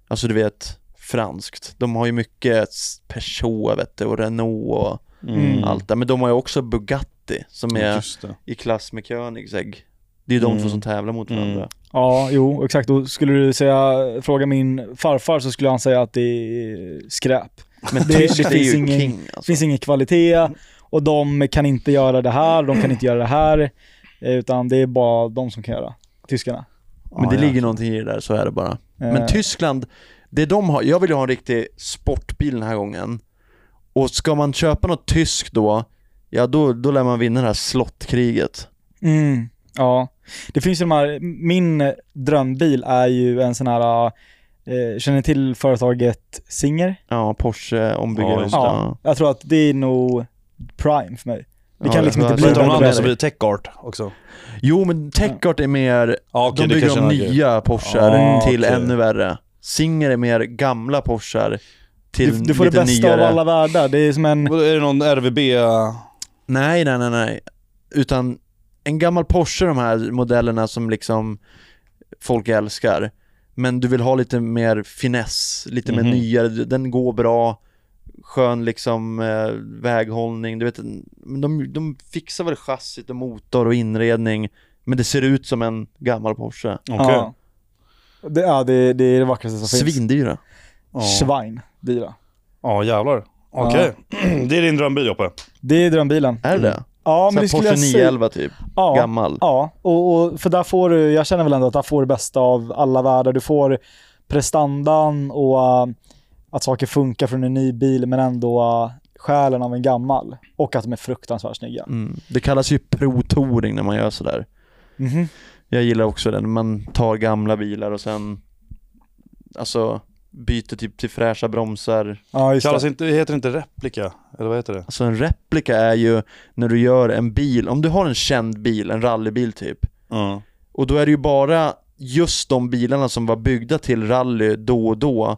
Alltså du vet, franskt. De har ju mycket s- Peugeot vet du, och Renault och
Mm.
allt där. Men de har ju också Bugatti som är
Just det.
i klass med Koenigsegg. Det är ju de
Mm.
två som tävlar mot
Mm.
varandra.
Ja, jo, exakt. Och skulle du säga, fråga min farfar så skulle han säga att det är skräp.
Men
Det-
tyskt
det
är
finns
ju
ingen-
king
Det
alltså.
finns ingen kvalitet och de kan inte göra det här, de kan inte göra det här. eh, Utan det är bara de som kan göra. Tyskarna.
Men det
Ja,
ligger någonting i det där, så är det bara. Men
Eh,
Tyskland, det de har, jag vill ju ha en riktig sportbil den här gången. Och ska man köpa något tyskt då, ja då, då lär man vinna det här slottkriget.
Mm, ja. Det finns ju de här, min drömbil är ju en sån här, eh, känner ni till företaget Singer?
Ja, Porsche ombygger
Ja,
dem.
just det.
Ja,
ja.
jag tror att det är nog prime för mig. Det
Ja,
kan liksom
det-
inte
det-
bli
Heter de
bättre.
andra som blir TechArt också?
Jo men Techart är mer,
Ja, okej,
de
det
bygger
kanske
om
är en annan grej.
nya Porscher
Ah,
till
okej.
ännu värre. Singer är mer gamla Porscher till
Du, du får det
lite
bästa
nyare.
av alla världar. Det är som en,
Vadå, Är det någon RVB?
Nej, nej, nej, nej. Utan en gammal Porsche, de här modellerna som liksom folk älskar. Men du vill ha lite mer finess, lite
Mhm.
mer nyare, den går bra, skön liksom eh, väghållning, du vet. men De, de fixar väl chassit och motor och inredning, men det ser ut som en gammal Porsche.
Okej.
ja. Det, ja, det, det är det vackraste som finns.
Svindyra.
Ja.
Schwein, dyra.
Ja, jävlar. Okej. Det är din drömbil Joppe.
Det är drömbilen.
Är det det?
Mm. Ja, men det
Sån Äh, här
skulle
Porsche
jag säga.
911 typ,
Ja,
gammal.
Ja, och, och för där får du, jag känner väl ändå att där får du bästa av alla världar. Du får prestandan och äh, att saker funkar från en ny bil men ändå äh, själen av en gammal. Och att de är fruktansvärt snygga.
Mm. Det kallas ju pro-touring när man gör sådär.
Mhm.
Jag gillar också den, man tar gamla bilar och sen Alltså byter typ till fräscha bromsar
Ja, just
Kallas
det.
inte, heter det inte replika? Eller vad heter det?
Alltså en replika är ju när du gör en bil, om du har en känd bil, en rallybil typ
Mm.
Och då är det ju bara just de bilarna som var byggda till rally då och då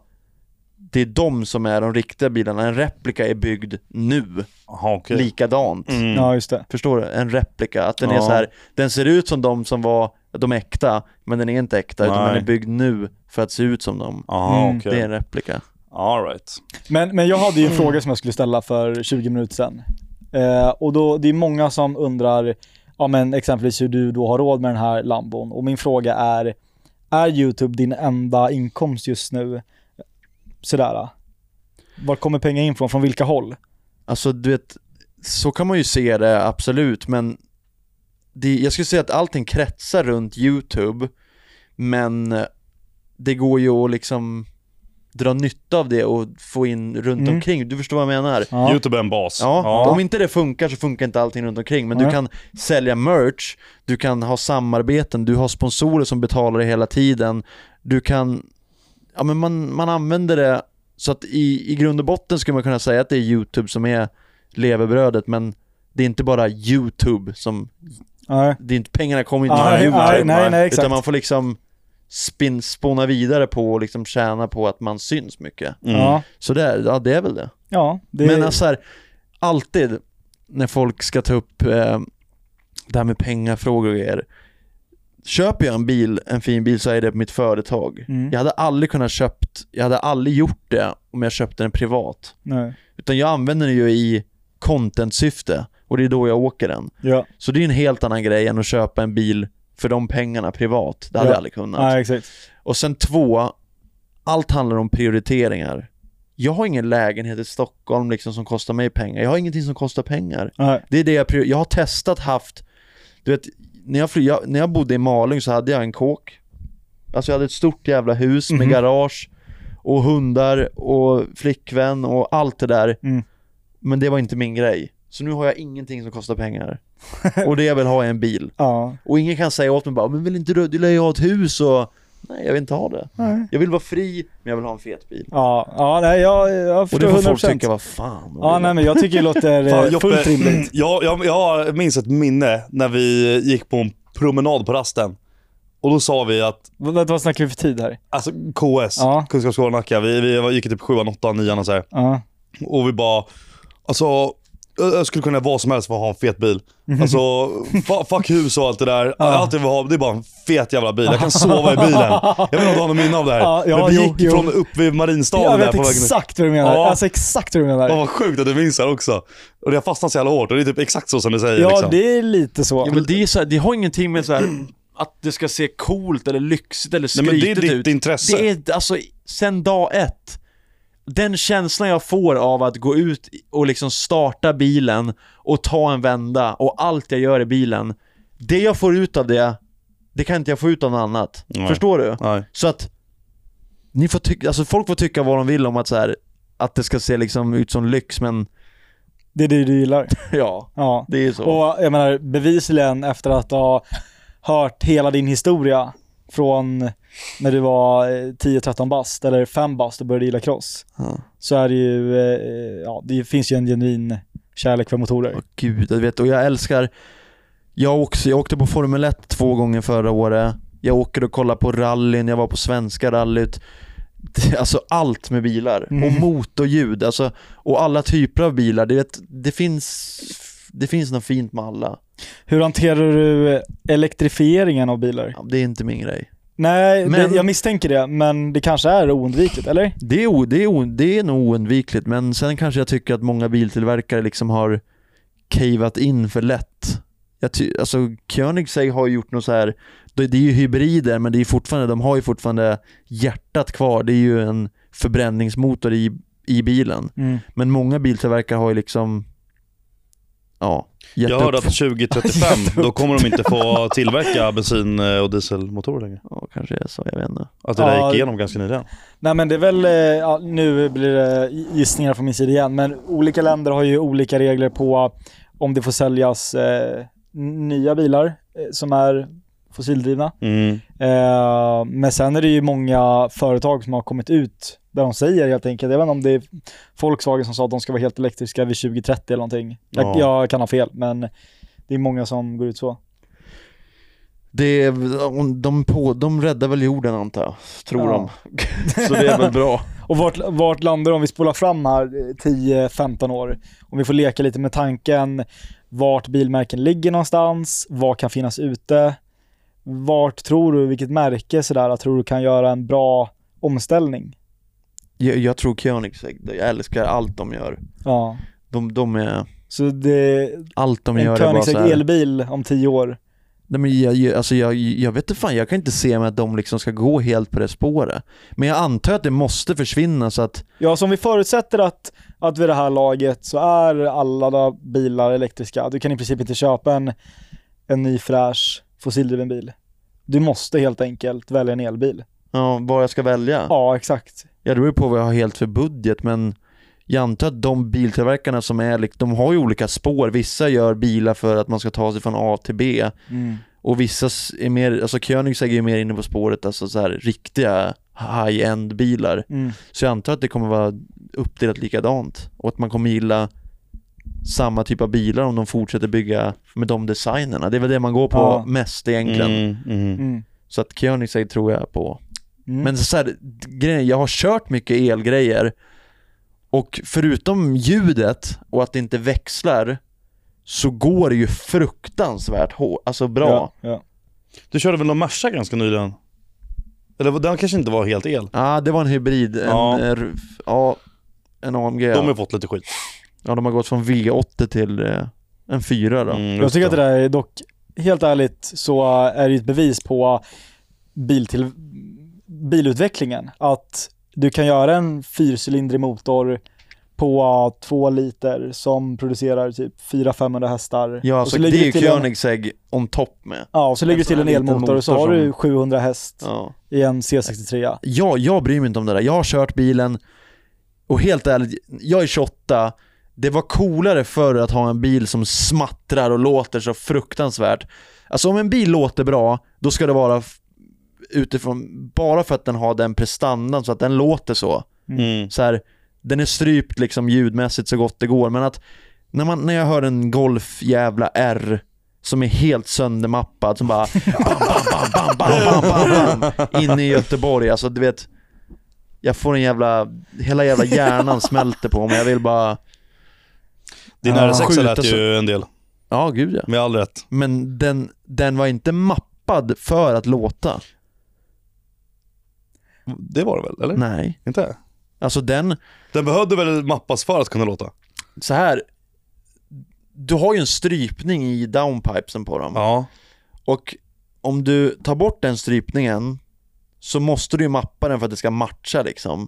Det är de som är de riktiga bilarna, en replika är byggd nu,
Jaha, okej.
likadant
Mm.
Ja, just det.
Förstår du? En replika, att den är
Ja.
så här, den ser ut som de som var, de är äkta, men den är inte äkta utan
Nej.
den är byggd nu för att se ut som dem
Jaha,
Mm,
okej.
Det är en replika.
All right.
Men, men jag hade ju en fråga som jag skulle ställa för 20 minuter sedan. Eh, och då, det är många som undrar, ja men exempelvis hur du då har råd med den här Lambon. Och min fråga är, är YouTube din enda inkomst just nu? Sådär. Var kommer pengar in från? Från vilka håll?
Alltså du vet, så kan man ju se det absolut, men det, jag skulle säga att allting kretsar runt YouTube, men det går ju att liksom dra nytta av det och få in runt
Mm.
omkring. Du förstår vad jag menar?
Ja.
Youtube är en bas.
Ja,
Ja.
om inte det funkar så funkar inte allting runt omkring. Men
Nej.
du kan sälja merch, du kan ha samarbeten, du har sponsorer som betalar dig hela tiden. Du kan... Ja, men man, man använder det så att i, i grund och botten skulle man kunna säga att det är YouTube som är levebrödet, men det är inte bara YouTube som...
Nej.
Det är inte, pengarna kommer inte
Nej,
från YouTube.
nej, nej, nej, exakt.
utan man får liksom spin, spåna vidare på och liksom tjäna på att man syns mycket.
Mm.
Ja.
Så det, är- ja, det är väl det.
ja det,
Men alltså här, alltid när folk ska ta upp eh, det här med pengafrågor och grejer. Köper jag en bil, en fin bil, så är det mitt företag.
Mm.
Jag hade aldrig kunnat köpt, jag hade aldrig gjort det om jag köpte den privat.
Nej.
Utan jag använder den ju i content-syfte och det är då jag åker den.
Ja.
Så det är en helt annan grej än att köpa en bil för de pengarna privat. Det hade
Ja.
jag aldrig kunnat.
Nej, exakt.
Och sen två, allt handlar om prioriteringar. Jag har ingen lägenhet i Stockholm liksom som kostar mig pengar. Jag har ingenting som kostar pengar.
Nej.
Det är det jag prior- Jag har testat haft, du vet, när jag, fly- jag, när jag bodde i Malung så hade jag en kåk. Alltså jag hade ett stort jävla hus med
Mhm.
garage och hundar och flickvän och allt det där.
Mm.
Men det var inte min grej. Så nu har jag ingenting som kostar pengar. och det jag vill ha är en bil.
Ja.
Och ingen kan säga åt mig bara, men vill inte du, du vill ju ha ett hus och... Nej, jag vill inte ha det.
Nej.
Jag vill vara fri, men jag vill ha en fet bil.
Ja, ja nej, jag, jag
Och
förstår
det
100%.
får folk tycka, vad fan. de
Ja,
vill.
nej, men jag tycker det låter
Fan,
eh,
Joppe,
fullt rimligt.
Jag, jag, jag minns ett minne när vi gick på en promenad på rasten. Och då sa vi att,
Vänta, vad snackar vi för tid här?
alltså KS,
Ja.
Kunskapsskolan Nacka, vi, vi var- gick i typ sjuan, åttan, nian och så här.
Ja.
Och vi bara, alltså jag jag skulle kunna vad som helst för att ha en fet bil.
Mhm.
Alltså, fa- fuck hus och allt det där. Allt jag vill ha, det är bara en fet jävla bil. Jag kan sova i bilen. Jag vet inte om du har något minne av det här.
Ja, ja,
Men vi
jo,
gick
jo.
från upp vid Marinstaden
Jag
där
vet
på vägen
exakt vad du menar.
Ja.
Alltså exakt vad du menar.
Fan, Vad sjukt att du minns det här också. Och det har fastnat så jävla hårt och det är typ exakt så som du säger.
ja,
liksom.
det är lite så.
Ja, men det, är så här, det har ingenting med så här, att det ska se coolt eller lyxigt eller
Nej, men
skrytigt
det är ditt
ut.
intresse.
Det är alltså, sen dag ett. Den känslan jag får av att gå ut och liksom starta bilen och ta en vända och allt jag gör i bilen.
Det jag får ut av det, det kan inte jag få ut av något annat.
Nej.
Förstår du?
Nej.
Så att, ni får tycka, alltså folk får tycka vad de vill om att så här, att det ska se liksom ut som lyx, men
Det är det du gillar.
ja,
Ja.
det är ju så.
Och jag menar bevisligen efter att ha hört hela din historia från när du var eh, 10-13 bast eller 5 bast och började gilla cross.
Ja.
Så är det ju, eh, ja det finns ju en genuin kärlek för motorer.
Åh, gud, jag vet, och jag älskar jag, också, jag åkte på Formel 1 två gånger förra året Jag åker och kollar på rallyn, jag var på svenska rallyt Det- Alltså allt med bilar, och motorljud, alltså, och alla typer av bilar det, vet, det finns det finns något fint med alla.
Hur hanterar du elektrifieringen av bilar?
Ja, Det är inte min grej.
Nej,
Men-
det, jag misstänker det, men det kanske är oundvikligt, eller?
Det är, o, det, är o, det är nog oundvikligt, men sen kanske jag tycker att många biltillverkare liksom har cavat in för lätt. Jag ty, alltså Koenigsegg har ju gjort något så här, det, det är ju hybrider men det är fortfarande, de har ju fortfarande hjärtat kvar. Det är ju en förbränningsmotor i, i bilen.
Mm.
Men många biltillverkare har ju liksom, ja, gett
Jag
upp.
hörde att 2035, då kommer de inte få tillverka bensin och dieselmotorer längre.
Ja, kanske är så, jag vet inte.
Alltså det där
Ja.
gick igenom ganska nyligen.
Nej men det är väl, eh, ja, nu blir det gissningar från min sida igen, men olika länder har ju olika regler på om det får säljas eh, n- nya bilar eh, som är fossildrivna.
Mm.
Eh, men sen är det ju många företag som har kommit ut där de säger helt enkelt, jag vet inte om det är Volkswagen som sa att de ska vara helt elektriska vid 2030 eller någonting. Jag,
Ja.
jag kan ha fel, men det är många som går ut så.
Det är, de, på, de räddar väl jorden antar jag, tror
Ja.
de. Så det är väl bra.
Och vart, vart landar det om vi spolar fram här eh, 10-15 år? Om vi får leka lite med tanken vart bilmärken ligger någonstans, vad kan finnas ute? Vart tror du, vilket märke sådär, tror du kan göra en bra omställning?
Jag, jag tror Koenigsegg, jag älskar allt de gör.
Ja.
De, de är,
Så det,
allt de
en
gör är bara
Koenigsegg
såhär,
elbil om 10 år
Nej, men jag, jag, alltså jag, jag vet inte fan, jag kan inte se mig att de liksom ska gå helt på det spåret. Men jag antar att det måste försvinna så att,
Ja, som vi förutsätter att, att vid det här laget så är alla da- bilar elektriska. Du kan i princip inte köpa en, en ny fräsch fossildriven bil. Du måste helt enkelt välja en elbil.
ja, vad jag ska välja.
Ja, exakt.
Ja, det beror på vad jag har helt för budget, men jag antar att de biltillverkarna som är, lik- de har ju olika spår. Vissa gör bilar för att man ska ta sig från A till B och vissa s- är mer, alltså Koenigsegg är ju mer inne på spåret, alltså så här riktiga high-end bilar.
Mm.
Så jag antar att det kommer vara uppdelat likadant och att man kommer gilla samma typ av bilar om de fortsätter bygga med de designerna. Det är väl det man går på
Ja.
mest egentligen.
mm.
Mm.
Så att Koenigsegg tror jag på.
Mm.
Men så här, grejen, är, jag har kört mycket elgrejer och förutom ljudet och att det inte växlar så går det ju fruktansvärt hårt, alltså bra.
Ja, ja.
Du körde väl någon Merca ganska nyligen? Eller den kanske inte var helt el?
Ja, ah, det var en hybrid. En,
Ja.
ja. ja, en AMG.
De har
ja.
ju fått lite skit.
Ja, de har gått från V80 till eh, en 4 då.
Mm,
Jag
just
tycker att det där är dock, helt ärligt, så är det ett bevis på biltill, bilutvecklingen. Att du kan göra en fyrcylindrig motor på två liter som producerar typ 400-500 hästar.
Ja,
Och
så, det
lägger
är
du
ju
till en-
Koenigsegg on top med.
Ja, och så lägger
en
du till
sån
en
här liten
elmotor och så
motor
har du
som-
700 häst
Ja.
i en C63.
ja, jag bryr mig inte om det där. Jag har kört bilen och helt ärligt, jag är 28. Det var coolare förr att ha en bil som smattrar och låter så fruktansvärt. Alltså om en bil låter bra, då ska det vara f- utifrån, bara för att den har den prestandan så att den låter så.
Mm.
så här, den är strypt liksom ljudmässigt så gott det går, men att när, man, när jag hör en Golf jävla R som är helt söndermappad som bara bam, bam, bam, bam, bam, bam, bam, bam, inne i Göteborg, alltså du vet jag får en jävla, hela jävla hjärnan smälter på mig, jag vill bara,
Din
Ja.
RS6
Skjuta
lät
så-
ju en del,
ja gud ja.
med all rätt.
Men den, den var inte mappad för att låta.
Det var det väl, eller?
Nej.
Inte?
Alltså den,
Den behövde väl mappas för att kunna låta?
så här du har ju en strypning i downpipesen på dem.
Ja.
Och om du tar bort den strypningen så måste du ju mappa den för att det ska matcha liksom.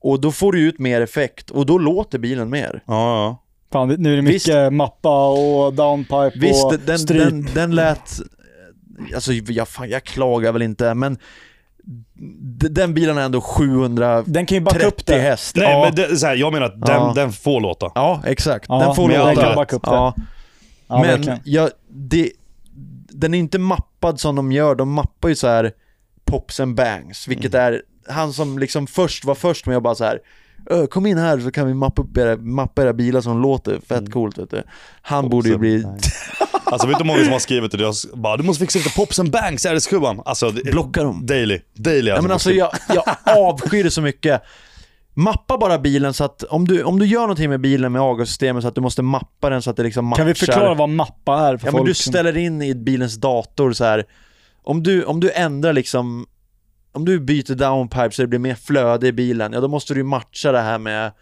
Och då får du ut mer effekt och då låter bilen mer.
Ja, ja.
Fan, det- nu är det mycket
Visst.
mappa och downpipe
Visst,
och
den,
stryp.
den, den lät... Alltså jag, fan, jag klagar väl inte, men d- den bilen är ändå 730
Den kan ju backa upp det.
häst.
Nej,
ja,
men det, så här, jag menar att den,
Ja.
den får låta.
ja, exakt.
Ja,
den får
men
låta.
den kan
backa upp det.
Ja.
Ja,
men
verkligen.
jag, det, den är inte mappad som de gör, de mappar ju så här pops and bangs, vilket
Mm.
är han som liksom först var först med att bara så här "Ö, Kom in här så kan vi mappa, upp era, mappa era bilar som låter fett
Mm.
coolt vet du. Han borde ju
and
bli
Alltså vet du hur många som har skrivit till oss? Bara, du måste fixa lite Pops and Banks RS7. Alltså, det-
Blocka dem.
daily. Daily
Nej, men alltså jag, jag avskyr det så mycket. Mappa bara bilen så att om du, om du gör någonting med bilen med avgassystemet så att du måste mappa den så att det liksom matchar.
Kan vi förklara vad mappa är för
Ja
folk?
men du
som-
ställer in i bilens dator så här. Om du, om du ändrar liksom, om du byter downpipe så det blir mer flöde i bilen, ja då måste du ju matcha det här med,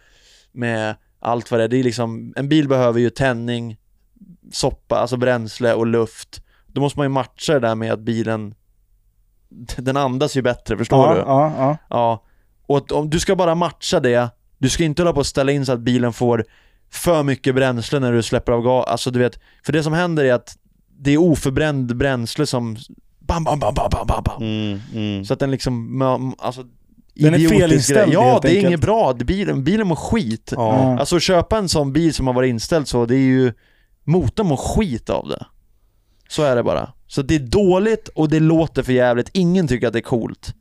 med allt vad det är. Det är liksom, en bil behöver ju tändning, soppa, alltså bränsle och luft. Då måste man ju matcha det där med att bilen, den andas ju bättre, förstår
ja,
du?
Ja, ja.
Ja, och att om du ska bara matcha det. Du ska inte hålla på och ställa in så att bilen får för mycket bränsle när du släpper av gas. Alltså du vet, för det som händer är att det är oförbränd bränsle som bam, bam, bam, bam, bam, bam, bam.
Mm, mm.
Så att den liksom, ma- alltså
Den är
idiotisk
felinställd,
grej. Ja,
helt
det är
enkelt.
inget bra. Bilen, bilen mår skit.
Ja.
Alltså att köpa en sån bil som har varit inställd så, det är ju motorn mår skit av det. Så är det bara. Så det är dåligt och det låter för jävligt. Ingen tycker att det är coolt.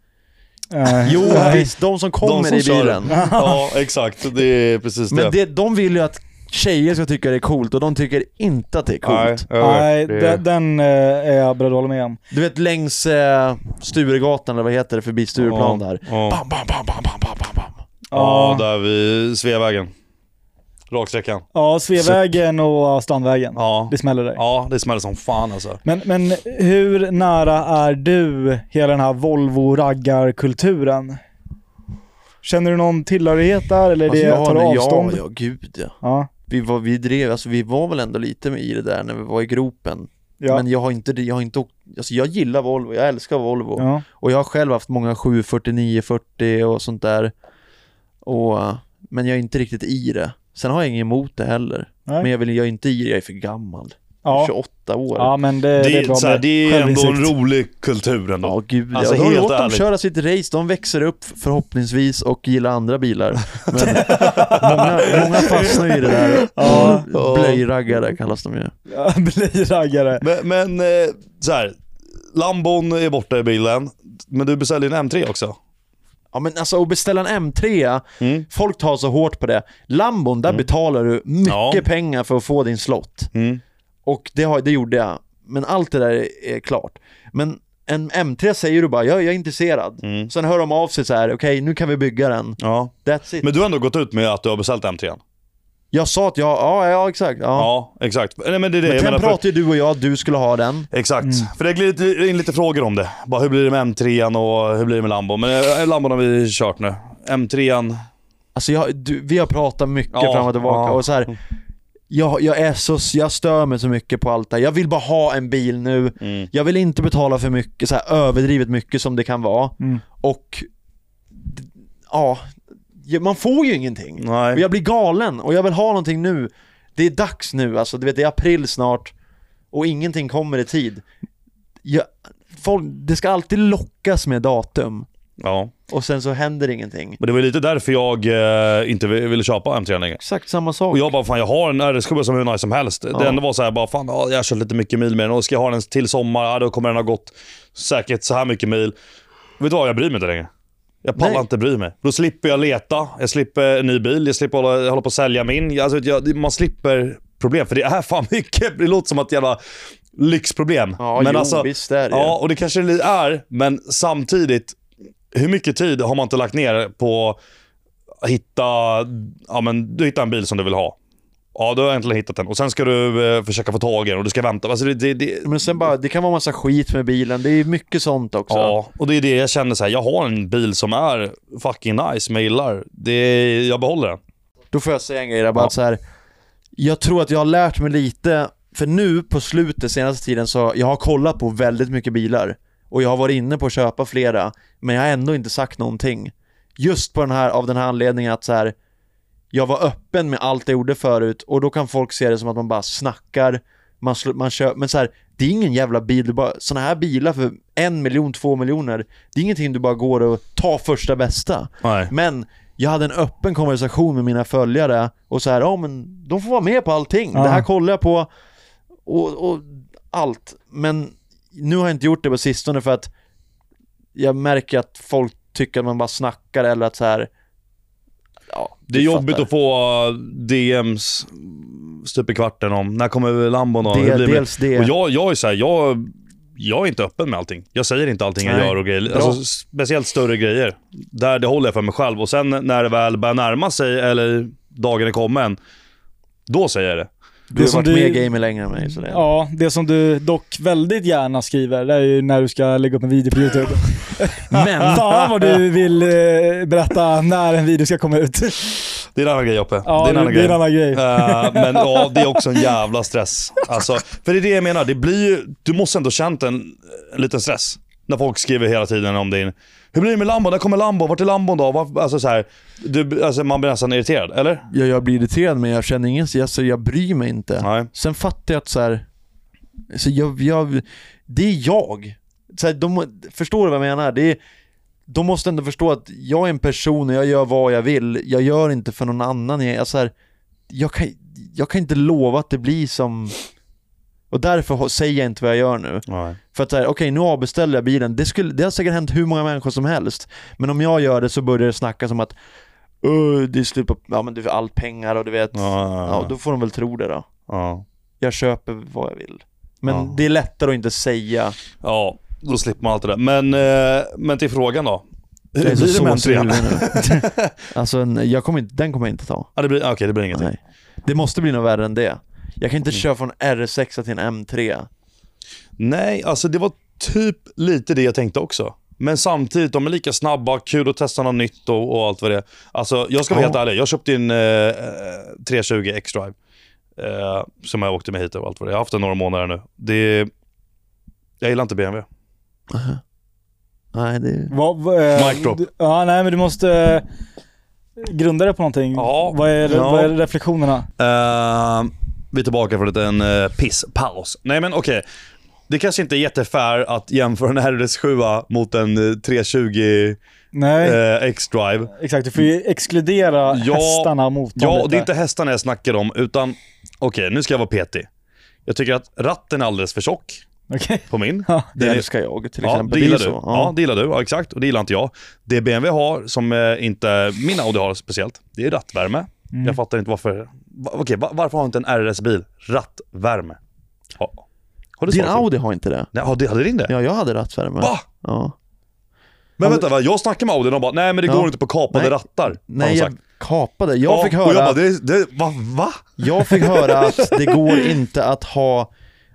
Eh,
Jo
nej.
visst, de som kommer
De som
i
kör.
bilen.
ja, exakt. Det är precis det.
Men det, de vill ju att tjejer ska tycka det är coolt och de tycker inte att det är coolt.
Nej, jag vet.
Nej,
Det-
den, den eh, är jag beredd att hålla med om.
Du vet längs eh, Sturegatan eller vad heter det, förbi Stureplan
Ja,
där.
ja.
Bam, bam, bam, bam, bam, bam, bam, bam.
Ja,
Ja,
där vid Sveavägen. Raksträckan.
ja Sveavägen och Strandvägen.
Ja.
Det smäller där.
ja, det smäller som fan alltså.
Men, men hur nära är du hela den här Volvo-raggarkulturen? Känner du någon tillhörighet där eller är
Alltså,
det,
ja,
tar du
nej,
avstånd?
Ja, ja gud ja.
Ja.
Vi var, vi, drev, alltså, vi var väl ändå lite i det där när vi var i gropen.
Ja.
Men jag har inte, jag har inte åkt- alltså jag gillar Volvo, jag älskar Volvo.
Ja.
Och jag har själv haft många 749, 40 och sånt där. Och, eh, men jag är inte riktigt i det. Sen har jag inget emot det heller.
Nej.
Men jag, vill, jag är inte i det, jag är för gammal.
Ja.
28 år.
ja, men det, det,
Det,
är
är,
bra
så här,
med
det är ändå en
självinsikt.
rolig kultur ändå.
Ja, gud
Alltså,
ja.
helt
Låt dem
ärligt.
köra sitt race, de växer upp förhoppningsvis och gillar andra bilar. Men många, många fastnar i det där.
Ja.
Blöjraggare kallas de ju.
Ja, bli raggare.
Men, men eh, så här, Lambon är borta i bilen, men du beställer en M3 också.
Ja men alltså att beställa en M3,
Mm.
folk tar så hårt på det. Lambon, där betalar du mycket
Ja.
pengar för att få din slott.
Mm.
Och det, har, det gjorde jag. Men allt det där är, är klart. Men en M3 säger du bara, jag, jag är intresserad.
Mm.
Sen hör de av sig så här, okej nu kan vi bygga den.
Ja.
That's it.
Men du har ändå gått ut med att du har beställt M3. Ja,
Jag sa att jag, ja, ja exakt. Ja.
ja exakt. Nej, men det är det.
Men
jag
sen
menar, för-
pratade ju du och jag, du skulle ha den.
Exakt. För det glider in lite frågor om det. Bara, hur blir det med M3 och hur blir det med Lambon? Men eh, Lambon har vi kört nu. M3
Alltså jag, du, vi har pratat mycket
Ja,
fram och tillbaka
ja.
och så här. Jag, jag, är så, jag stör mig så mycket på allt det här. Jag vill bara ha en bil nu.
Mm.
Jag vill inte betala för mycket, så här, överdrivet mycket som det kan vara.
Mm.
Och d- ja, ja, man får ju ingenting.
Nej.
Och jag blir galen och jag vill ha någonting nu. Det är dags nu alltså, du vet det är april snart och ingenting kommer i tid. Jag, folk, det ska alltid lockas med datum
Ja.
och sen så händer ingenting.
Men det var ju lite därför jag eh, inte vi- ville köpa M3 längre.
Exakt samma sak.
Och jag bara, fan jag har en RS7 som är hur nice som helst. Det
Ja.
enda var så här, bara, fan ja, jag har kört lite mycket mil med den och ska jag ha den till sommar, ja, då kommer den ha gått säkert så här mycket mil. Vet du vad, jag bryr mig inte längre. Jag pallar
Nej.
inte bry mig. Då slipper jag leta, jag slipper en ny bil, jag slipper hålla, hålla på att sälja min. Jag- Alltså, vet jag, man slipper problem, för det är fan mycket. Det låter som ett jävla lyxproblem.
Ja, men jo, alltså, visst är det
Ja, och det kanske det är, men samtidigt, hur mycket tid har man inte lagt ner på att hitta, ja men du hittar en bil som du vill ha. Ja, du har äntligen hittat den. Och sen ska du eh, försöka få tag i den och du ska vänta. Alltså det, det, det,
Men sen bara, det kan vara massa skit med bilen, det är mycket sånt också.
ja, och det är det jag känner så här. jag har en bil som är fucking nice, som jag gillar. Det, jag behåller den.
Då får jag säga en grej där, bara
Ja.
att så här, Jag tror att jag har lärt mig lite, för nu på slutet senaste tiden så, jag har kollat på väldigt mycket bilar. Och jag har varit inne på att köpa flera, men jag har ändå inte sagt någonting. Just på den här, av den här anledningen att så här, jag var öppen med allt jag gjorde förut och då kan folk se det som att man bara snackar, man, sl- man köper, men så här, det är ingen jävla bil, du bara, såna här bilar för en miljon, två miljoner, det är ingenting du bara går och tar första bästa.
Nej.
Men jag hade en öppen konversation med mina följare och så här, ja men de får vara med på allting. Det här
Ja.
kollar jag på och, och allt. Men nu har jag inte gjort det på sistone för att jag märker att folk tycker att man bara snackar eller att så här. Ja,
Det är
du
jobbigt
fattar.
att få eh, DMs stup i kvarten om, när kommer lambon och hur
det,
blir det?
dels det.
Och jag, jag är så här, jag, jag är inte öppen med allting. Jag säger inte allting jag
Nej.
gör och grejer.
Bra.
Alltså, speciellt större grejer. Där det håller jag för mig själv. Och sen när det väl börjar närma sig, eller dagen är kommen, då säger jag det.
du
Det
har
som
varit
du-
med i gamet längre än mig. Så det.
Ja, det som du dock väldigt gärna skriver, det är ju när du ska lägga upp en video på YouTube.
Men,
Fan vad du vill eh, berätta när en video ska komma ut.
Det är en annan grej Joppe.
Ja,
det är en annan grej.
grej.
Eh, men ja, det är också en jävla stress. Alltså, för det är det jag menar. Det blir ju, du måste ändå ha känt en, en liten stress. När folk skriver hela tiden om din... Hur blir det med Lambo? När kommer Lambo? Vart är Lambon då? Varför, alltså, så här, du, alltså, man blir nästan irriterad, eller?
jag, jag blir irriterad men jag känner ingen, alltså, jag bryr mig inte.
Nej.
Sen fattar jag att så här, så jag, jag, det är jag. Så här, de, förstår du vad jag menar? Det är, de måste ändå förstå att jag är en person och jag gör vad jag vill. Jag gör inte för någon annan. Jag, jag, så här, jag, kan, jag kan inte lova att det blir som... Och därför ho- säger jag inte vad jag gör nu.
Nej.
För att så här, okej nu avbeställer jag bilen. Det, skulle, det har säkert hänt hur många människor som helst. Men om jag gör det så börjar det snackas om att "Öh, det är slut på, ja men du får allt pengar och du vet.
Ja,
Ja, då får de väl tro det då
Ja.
jag köper vad jag vill. Men
Ja.
det är lättare att inte säga.
ja, då slipper man allt det där. Men, eh, men till frågan då. Hur
Jag är så
blir det med en
såsig i
trea?
huvudet nu. alltså, en- jag kommer inte, den kommer jag inte ta.
Ja, det blir, okej, det blir ingenting.
Nej. Det måste bli något värre än det. Jag kan inte
Mm.
köra från R6 till en M3.
Nej, alltså det var typ lite det jag tänkte också. Men samtidigt, de är lika snabba, kul att testa något nytt och, och allt vad det är. Alltså, jag ska vara
Ja.
helt ärlig. Jag köpte en eh, 320 X-Drive. Eh, som jag åkte med hit och allt vad det är. Jag har haft den några månader nu. Det, jag gillar inte BMW.
Nej, det...
Vad, vad, eh,
Mic drop.
du- Ja, nej men du måste eh, grunda det på någonting.
Ja.
Vad är,
Ja.
vad är reflektionerna?
Eh, vi är tillbaka för en liten eh, pisspaus. Nej men okej. Det kanske inte är jättefair att jämföra en RS7 mot en eh, 320
Nej,
eh, X-Drive.
exakt. Du får ju exkludera
Ja,
hästarna mot
Ja, det är inte hästarna jag snackar om, utan okej, nu ska jag vara petig. Jag tycker att ratten är alldeles för tjock
Okej.
på min.
Ja.
Det
Den är-
älskar jag till
Ja,
exempel.
det gillar
är
du.
ju
Ja.
Så. Ja.
det gillar du. Ja, exakt. Och det gillar inte jag. Det BMW har, som eh, inte min Audi har speciellt, det är rattvärme. Jag fattar inte varför. Va, okej, va, varför har inte en RS-bil rattvärme? Ja. Har du
Din
svarat på det?
Audi har inte det.
Nej, ja, det hade din det?
Ja, jag hade rattvärme.
Va?
Ja.
Men vänta, va? jag snackar med Audi och de bara, nej men det
Ja.
går inte på kapade
Nej.
rattar. har de
Nej,
sagt.
jag kapade. Jag
Ja,
fick
Och jag
höra...
bara, det, det, va? va?
Jag fick höra att det går inte att ha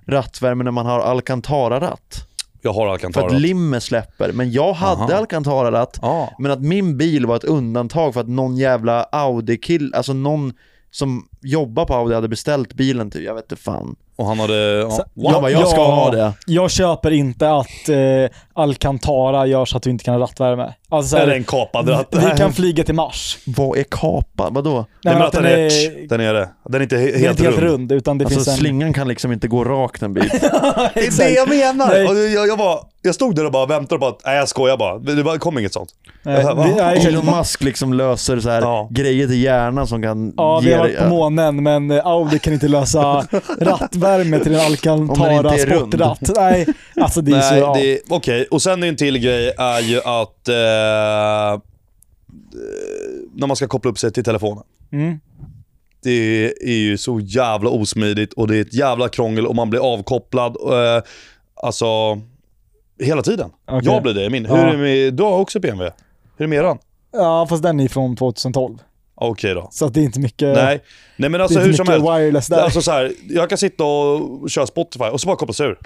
rattvärme när man har Alcantara-ratt.
Jag har
För
Alcantara.
att limmet släpper. Men jag hade
Aha.
Alcantara-ratt.
ah.
Men att min bil var ett undantag för att någon jävla Audi-kill, alltså någon som jobbar på Audi hade beställt bilen till, jag vet inte fan.
Och han hade... Ja.
Så-
Wow.
Han bara, jag ska ha det.
Jag köper inte att eh, Alcantara gör så att du inte kan ha rattvärme. Alltså, så
Är
här,
det en kapad ratt?
vi kan flyga till Mars.
Vad är kapa? Vadå?
Nej, men
men
att den är... Den är det. Den är inte he-
den är
helt,
inte helt
rund.
rund, utan det
Alltså
finns en...
slingan kan liksom inte gå rakt en bit.
Det är
Exakt.
det jag menar!
Nej.
Och jag, jag, bara, jag stod där och bara väntade på att, nej jag skojar bara. Det det kom inget sånt.
Nej,
Va?
vi- Eh, ja, exakt.
Elon Musk liksom löser så här
Ja.
grejer till hjärnan som kan
Ja, vi
ge
har
dig...
varit på månen, men eh, Audi kan inte lösa rattvärme till en
Om den
Alcantara
inte är rund.
sportratt. Nej, alltså det är så...
Nej,
Ja.
det, okej. Och sen är en till grej är ju att eh, eh, när man ska koppla upp sig till telefonen.
Mm.
Det är ju så jävla osmidigt och det är ett jävla krångel och man blir avkopplad. Eh, alltså, hela tiden.
Okej.
Jag blir det i min. Hur
Ja.
är det med, du har också BMW. Hur är det med eran?
ja, fast den är från 2012.
Okej då.
Så att det är inte mycket,
Nej. Nej men
det
alltså
är
hur
inte
som
Eh, mycket
helst.
wireless där.
Alltså så här, jag kan sitta och köra Spotify och så bara kopplas ur.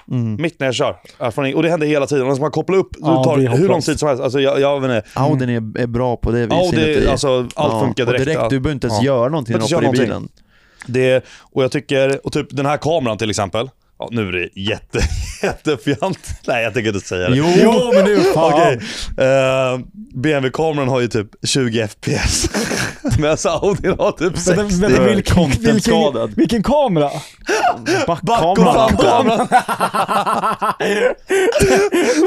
Mitt när jag kör. Äh, från- Och det händer hela tiden. Alltså man kopplar upp,
Ja,
det tar
det är
hur lång
hopplöst.
tid som helst. Alltså jag, jag vet inte.
Audin är, är bra på det
Ja, och
inuti.
det, alltså, allt
Ja,
funkar
och
direkt.
direkt.
Ja.
Du behöver inte ens
Ja.
göra någonting när
Behöver
du
inte
hoppar i
göra
bilen.
Det, och jag tycker, och typ den här kameran till exempel. Ja, nu är det jätte, jättefjant. Nej, jag tänker inte säga det.
Jo, men nu fan.
Okej. Eh, BMW-kameran har ju typ 20 FPS. Medan Audin har typ 60.
Vänta, vänta, vilken, vilken,
contentskadad.
vilken kamera?
Back och
Backkameran.
framkameran.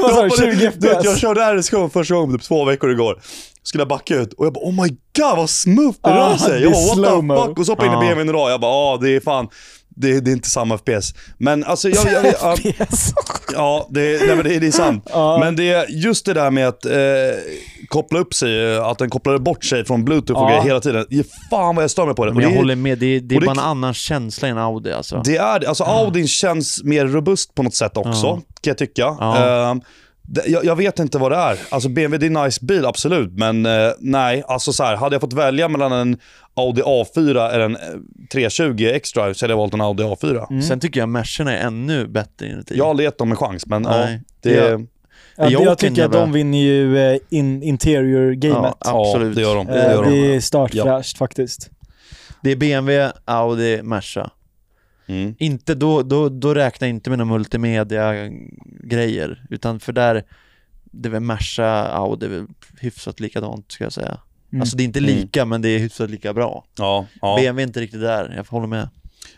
Vad sa du?
hoppade-
20
du vet, Jag
FPS?
körde RS-showen första gången på typ två veckor igår. Skulle jag backa ut och jag bara oh my god vad smooth det
Ah,
rör sig.
det är
Jag bara
slow-mo.
what the fuck. Och så hoppade jag in i
Ah.
BMWn idag. Jag bara ah det är fan. Det, det är inte samma FPS. Men alltså jag... jag, jag ja,
FPS.
ja, det, nej, men det, det är sant.
Ja.
Men det är just det där med att eh, koppla upp sig, eh, att den kopplar bort sig från bluetooth och
Ja.
grejer hela tiden. Ge Fan vad jag stör mig på det. Och
Men jag
det, är-
håller med, det, det är
och det-
bara en annan känsla i en Audi alltså.
det är det. Alltså Audin känns mer robust på något sätt också,
Ja.
kan jag tycka.
Ja.
Ehm, det- jag, jag vet inte vad det är. Alltså BMW, det är en nice bil, absolut. Men eh, nej, alltså så här, hade jag fått välja mellan en Audi A4 eller en eh, 320 X-Drive så hade jag valt en Audi A4.
Sen tycker jag Mercerna är ännu bättre inuti.
Jag hade gett dem en chans, men ja,
Nej.
det,
Ja.
ja,
Ja,
Jag
jag,
åker
tycker
inte
att de
med.
vinner ju eh, in, interior-gamet.
Ja, absolut.
det gör de.
Eh,
Det gör de.
är stört
Ja.
fräscht faktiskt.
Det är BMW, Audi, Merca.
Mm.
Inte, då, då, då räknar jag inte mina multimedia-grejer. Utan för där, det är väl Merca, Audi, är väl hyfsat likadant ska jag säga.
Mm.
Alltså det är inte lika, men det är hyfsat lika bra.
Ja, ja.
BMW är inte riktigt där, jag håller med.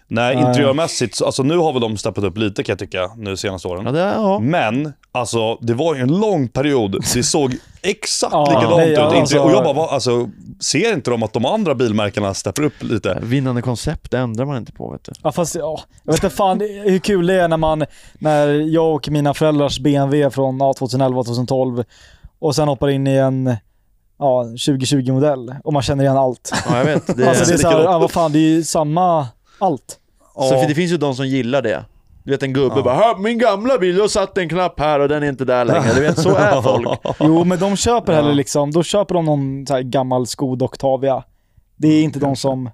Nej,
Nej.
interiörmässigt, så- alltså nu har väl de steppat upp lite kan jag tycka, nu senaste åren.
Ja, det är, ja.
Men, alltså det var ju en lång period. Det såg exakt
Ja,
likadant
nej,
ut.
ja,
Inte-
alltså-
och jag bara, va, alltså, ser inte de att de andra bilmärkena steppar upp lite?
Vinnande koncept, det ändrar man inte på vet du.
Ja fast ja, jag vet inte fan hur kul det är när man, när jag och mina föräldrars BMW från ja, 2011, 2012 och sen hoppar in i en ja, 2020-modell och man känner igen allt.
Ja, jag vet. Det,
Alltså det är såhär, ja, vad fan det är ju samma allt.
Så för
Ja.
det finns ju de som gillar det. Du vet en gubbe
Ja.
bara "Hör, min gamla bil, jag satt en knapp här och den är inte där längre. Du vet, så är folk.
Jo men de köper heller liksom, då köper de någon så här gammal Skoda Octavia. Det
Mm,
är inte de som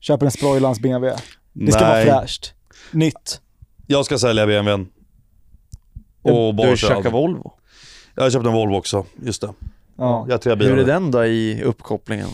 köper en Sproilans BMW. Det ska
Nej,
vara fräscht. Nytt.
jag ska sälja BMWn. Och
Du
bara köra
tjackar
Audi.
Volvo.
Jag har köpt en Volvo också, just det.
Ja.
Jag har tre bilar.
Hur är den då i uppkopplingen?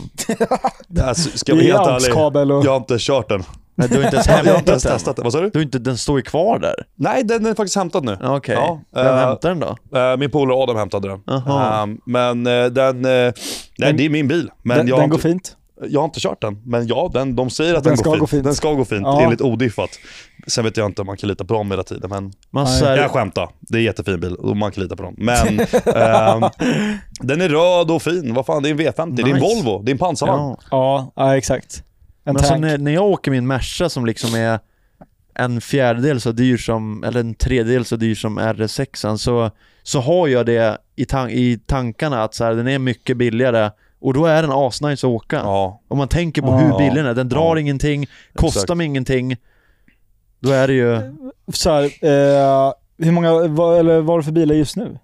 Alltså, ska
Det
jag vara
är
helt ärlig,
AUX-kabel och...
jag har inte kört den.
Nej, du har inte ens
Jag har inte
hämtat
ens
den.
testat det. Vad sa du?
Du har inte, den står ju kvar där.
Nej, den är faktiskt hämtad nu.
Ja, Okej.
Ja,
Vem
eh,
hämtar den då?
Eh, Min polare Adam hämtade den.
Aha.
Ehm, men eh, den... eh, nej,
Den-
det är min bil. Men
den,
jag,
den
har
går
inte,
fint.
jag har inte kört den. Men ja, den, de säger att den, går,
Den ska
fint.
gå fint.
Den ska gå fint,
Ja.
enligt odiffat. Sen vet jag inte om man kan lita på dem hela tiden. Men
Man
Nej.
så här-
jag skämtar. Det är en jättefin bil och man kan lita på dem. Men ehm, den är röd och fin. Vad fan, det är en V50. Det är en
Nice.
Volvo. Det är en pansarvagn.
ja.
Ja, ja exakt. En
Men alltså,
tank.
när, när jag åker min Merca som liksom är en fjärdedel så dyr som, eller en tredjedel så dyr som RS6 så, så har jag det i, tan- i tankarna att så här, den är mycket billigare och då är den asnice att åka.
Ja.
Om man tänker på
Ja.
hur billig den är, den drar ingenting, kostar
Exakt.
mig ingenting. Då är det ju...
Så här, eh, hur många, vad, eller vad har du för bilar just nu?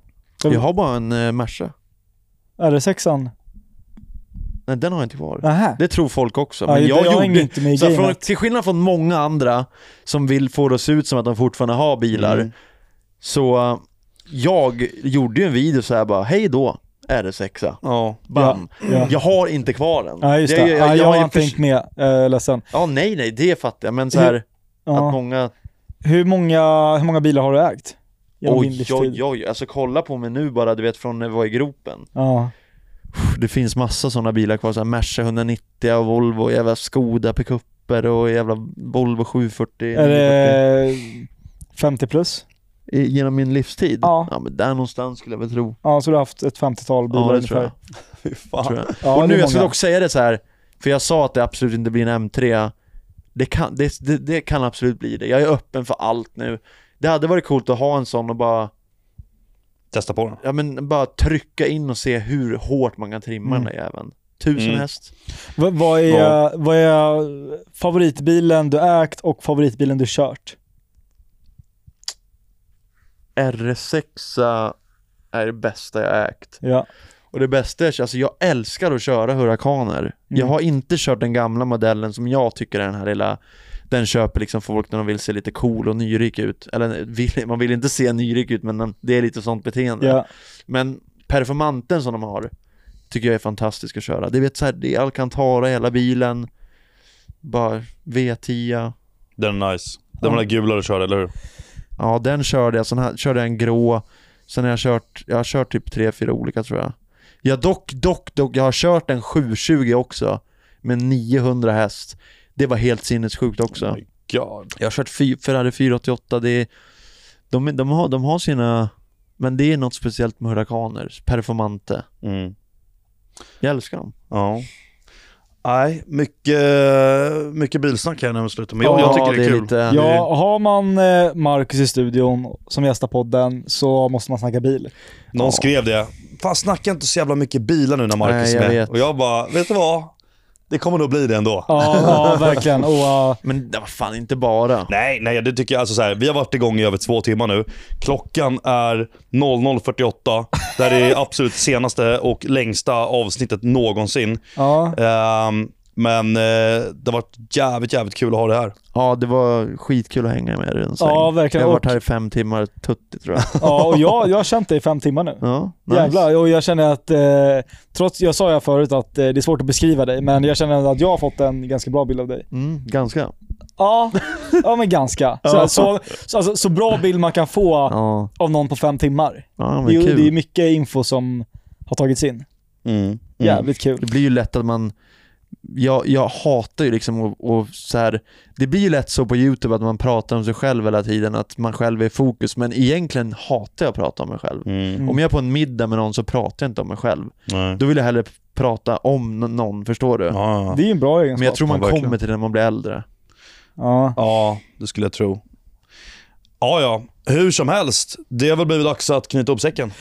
Jag har bara en eh, Merca.
RS6an?
Nej, den har jag inte kvar.
Nähä.
Det tror folk också,
Ja,
men
det-
jag,
jag hänger
gjorde...
inte med i
så här, från,
gamet.
till skillnad från många andra som vill få det att se ut som att de fortfarande har bilar,
Mm.
så eh, jag gjorde ju en video så här bara, hej då RS6,
Ja.
bam.
Ja.
Mm, Jag har inte kvar den.
Ja just det.
Jag,
Jag,
jag,
ja,
jag,
jag
har
har
ju
inte
förs-
hängt med, eh, ledsen.
Ja, nej, nej, det fattar jag, men så här, att
Ja.
många...
Hur, många, hur många bilar har du ägt? Genom din
Oj,
livstid?
oj, oj, alltså kolla på mig nu bara, du vet från när vi var i gropen.
Ja.
Pff, Det finns massa sådana bilar kvar, så här Merca 190, och Volvo, jävla Skoda pickuper och jävla Volvo 740.
Är det 50 plus?
I- genom min livstid?
Ja.
men där någonstans skulle jag väl tro.
Ja, så du har haft ett 50-tal bilar
Ja, det tror
ungefär?
jag.
Fy fan.
Tror jag.
Ja,
och
det
nu,
är
jag skulle
många.
också säga det så här, för jag sa att det absolut inte blir en M3. Det kan, det, det, det kan absolut bli det. Jag är öppen för allt nu. Det hade varit coolt att ha en sån och bara,
Testa på den.
ja men bara trycka in och se hur hårt man kan trimma
Mm.
den där jäveln. Tusen
Mm.
häst.
V- vad, är,
Ja.
vad är favoritbilen du ägt och favoritbilen du kört?
RS6 är det bästa jag ägt.
Ja.
Och det bästa är, alltså jag älskar att köra hurrakaner. Jag har inte kört den gamla modellen som jag tycker är den här lilla den köper liksom folk när de vill se lite cool och nyrik ut. Eller vill, man vill inte se nyrik ut men den- det är lite sånt beteende.
Ja.
Men performanten som de har tycker jag är fantastisk att köra. Det, vet, så här, det är Alcantara i hela bilen, bara V10.
Den är nice. Den var
Ja.
den där gula du körde, eller hur?
Ja den körde jag, sen här, körde jag en grå Sen har jag kört, jag har kört typ tre fyra olika tror jag Jag dock, dock, dock, jag har kört en 720 också Med 900 häst Det var helt sinnessjukt också
My God.
Jag har kört fy, Ferrari 488, det är, de, är- de, har, de har sina Men det är något speciellt med hurrakaner, performante
Mm.
Jag älskar dem
Ja. Nej, mycket, mycket bilsnack här när vi slutar. Men jag, jag tycker det är, kul.
lite,
ja, har man eh, Marcus i studion som gästar podden så måste man snacka bil.
Någon
Ja.
skrev det. Fan snacka inte så jävla mycket bilar nu när Marcus
Nej,
är
jag
med.
vet.
Och jag bara, vet du vad? Det kommer nog bli det ändå.
Ja, ja verkligen. Och, eh,
Men det var fan inte bara
Nej, nej, det tycker jag. Alltså så här, vi har varit igång i över två timmar nu. Klockan är 00.48. Det här är absolut senaste och längsta avsnittet någonsin.
ja.
Ehm, men eh, det har varit jävligt, jävligt kul att ha det här.
Ja det var skitkul att hänga med dig en sväng.
Ja, verkligen.
Jag har
Och-
varit här i fem timmar, tutti tror jag
ja, och jag, jag har känt dig i fem timmar nu.
Ja, nice.
Jävlar, och jag känner att, eh, trots, jag sa ju förut att eh, det är svårt att beskriva dig, men jag känner att jag har fått en ganska bra bild av dig.
Mm, ganska.
Ja, ja men ganska. Så,
Ja.
så, så, alltså, så bra bild man kan få
Ja,
av någon på fem timmar.
ja men
Det är, ju-
kul.
det
Det,
är mycket info som har tagits in.
Mm.
Jävligt kul.
blir ju lätt att man... Jag, jag hatar ju liksom och, och så här. Det blir ju lätt så på YouTube att man pratar om sig själv hela tiden, att man själv är i fokus. Men egentligen hatar jag att prata om mig själv.
Mm.
Mm.
Om jag är på en middag med någon så pratar jag inte om mig själv.
Nej.
Då vill jag hellre prata om nå- någon, förstår du?
Ja.
Det är ju en bra egenskap.
Men jag tror man
Ja, verkligen.
kommer till det när man blir äldre.
ja.
Ja, det skulle jag tro. Ja, ja. Hur som helst, det har väl blivit dags att knyta upp säcken.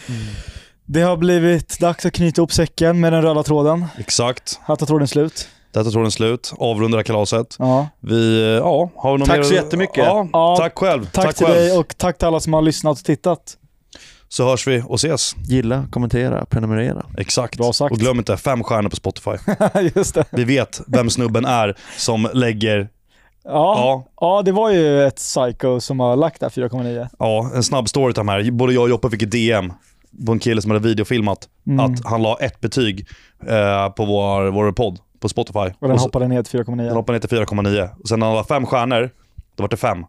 Det har blivit dags att knyta ihop säcken med den röda tråden.
Exakt.
Här tar tråden slut.
Detta tror den slut. Avrundar kalaset.
Ja.
Vi, eh, ja, har vi något
Tack
mer?
så jättemycket.
Ja,
Ja,
Tack själv.
Tack, till
själv.
dig och tack till alla som har lyssnat och tittat.
Så hörs vi och ses.
Gilla, kommentera, prenumerera.
Exakt.
Bra sagt.
Och glöm inte, fem stjärnor på Spotify.
Just det.
Vi vet vem snubben är som lägger
Ja.
ja,
ja, det var ju ett psycho som har lagt där 4,9.
ja, en snabb storytime här. Både jag och Joppe fick ett DM på en kille som hade videofilmat
Mm.
att han la ett betyg eh, på vår, vår podd. på Spotify.
Och den
Och så-
hoppade ner till
den
4,9.
hoppade ner till 4,9. Och sen när han var fem stjärnor, då var det fem.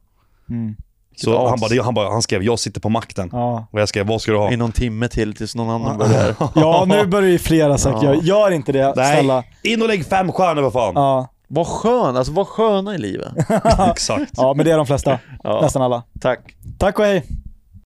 Mm.
Så han, bara, han, bara, han skrev “Jag sitter på makten”
Ja.
och jag skrev “Vad ska du ha?”
I någon timme till tills någon annan börjar.
ja, nu börjar ju flera sagt
Ja.
ja. gör inte det,
Nej,
snälla.
in och lägg fem stjärnor för fan.
Ja.
Vad skön, alltså vad sköna i livet.
Exakt.
ja, men det är de flesta.
Ja.
Nästan alla.
Tack.
Tack och hej.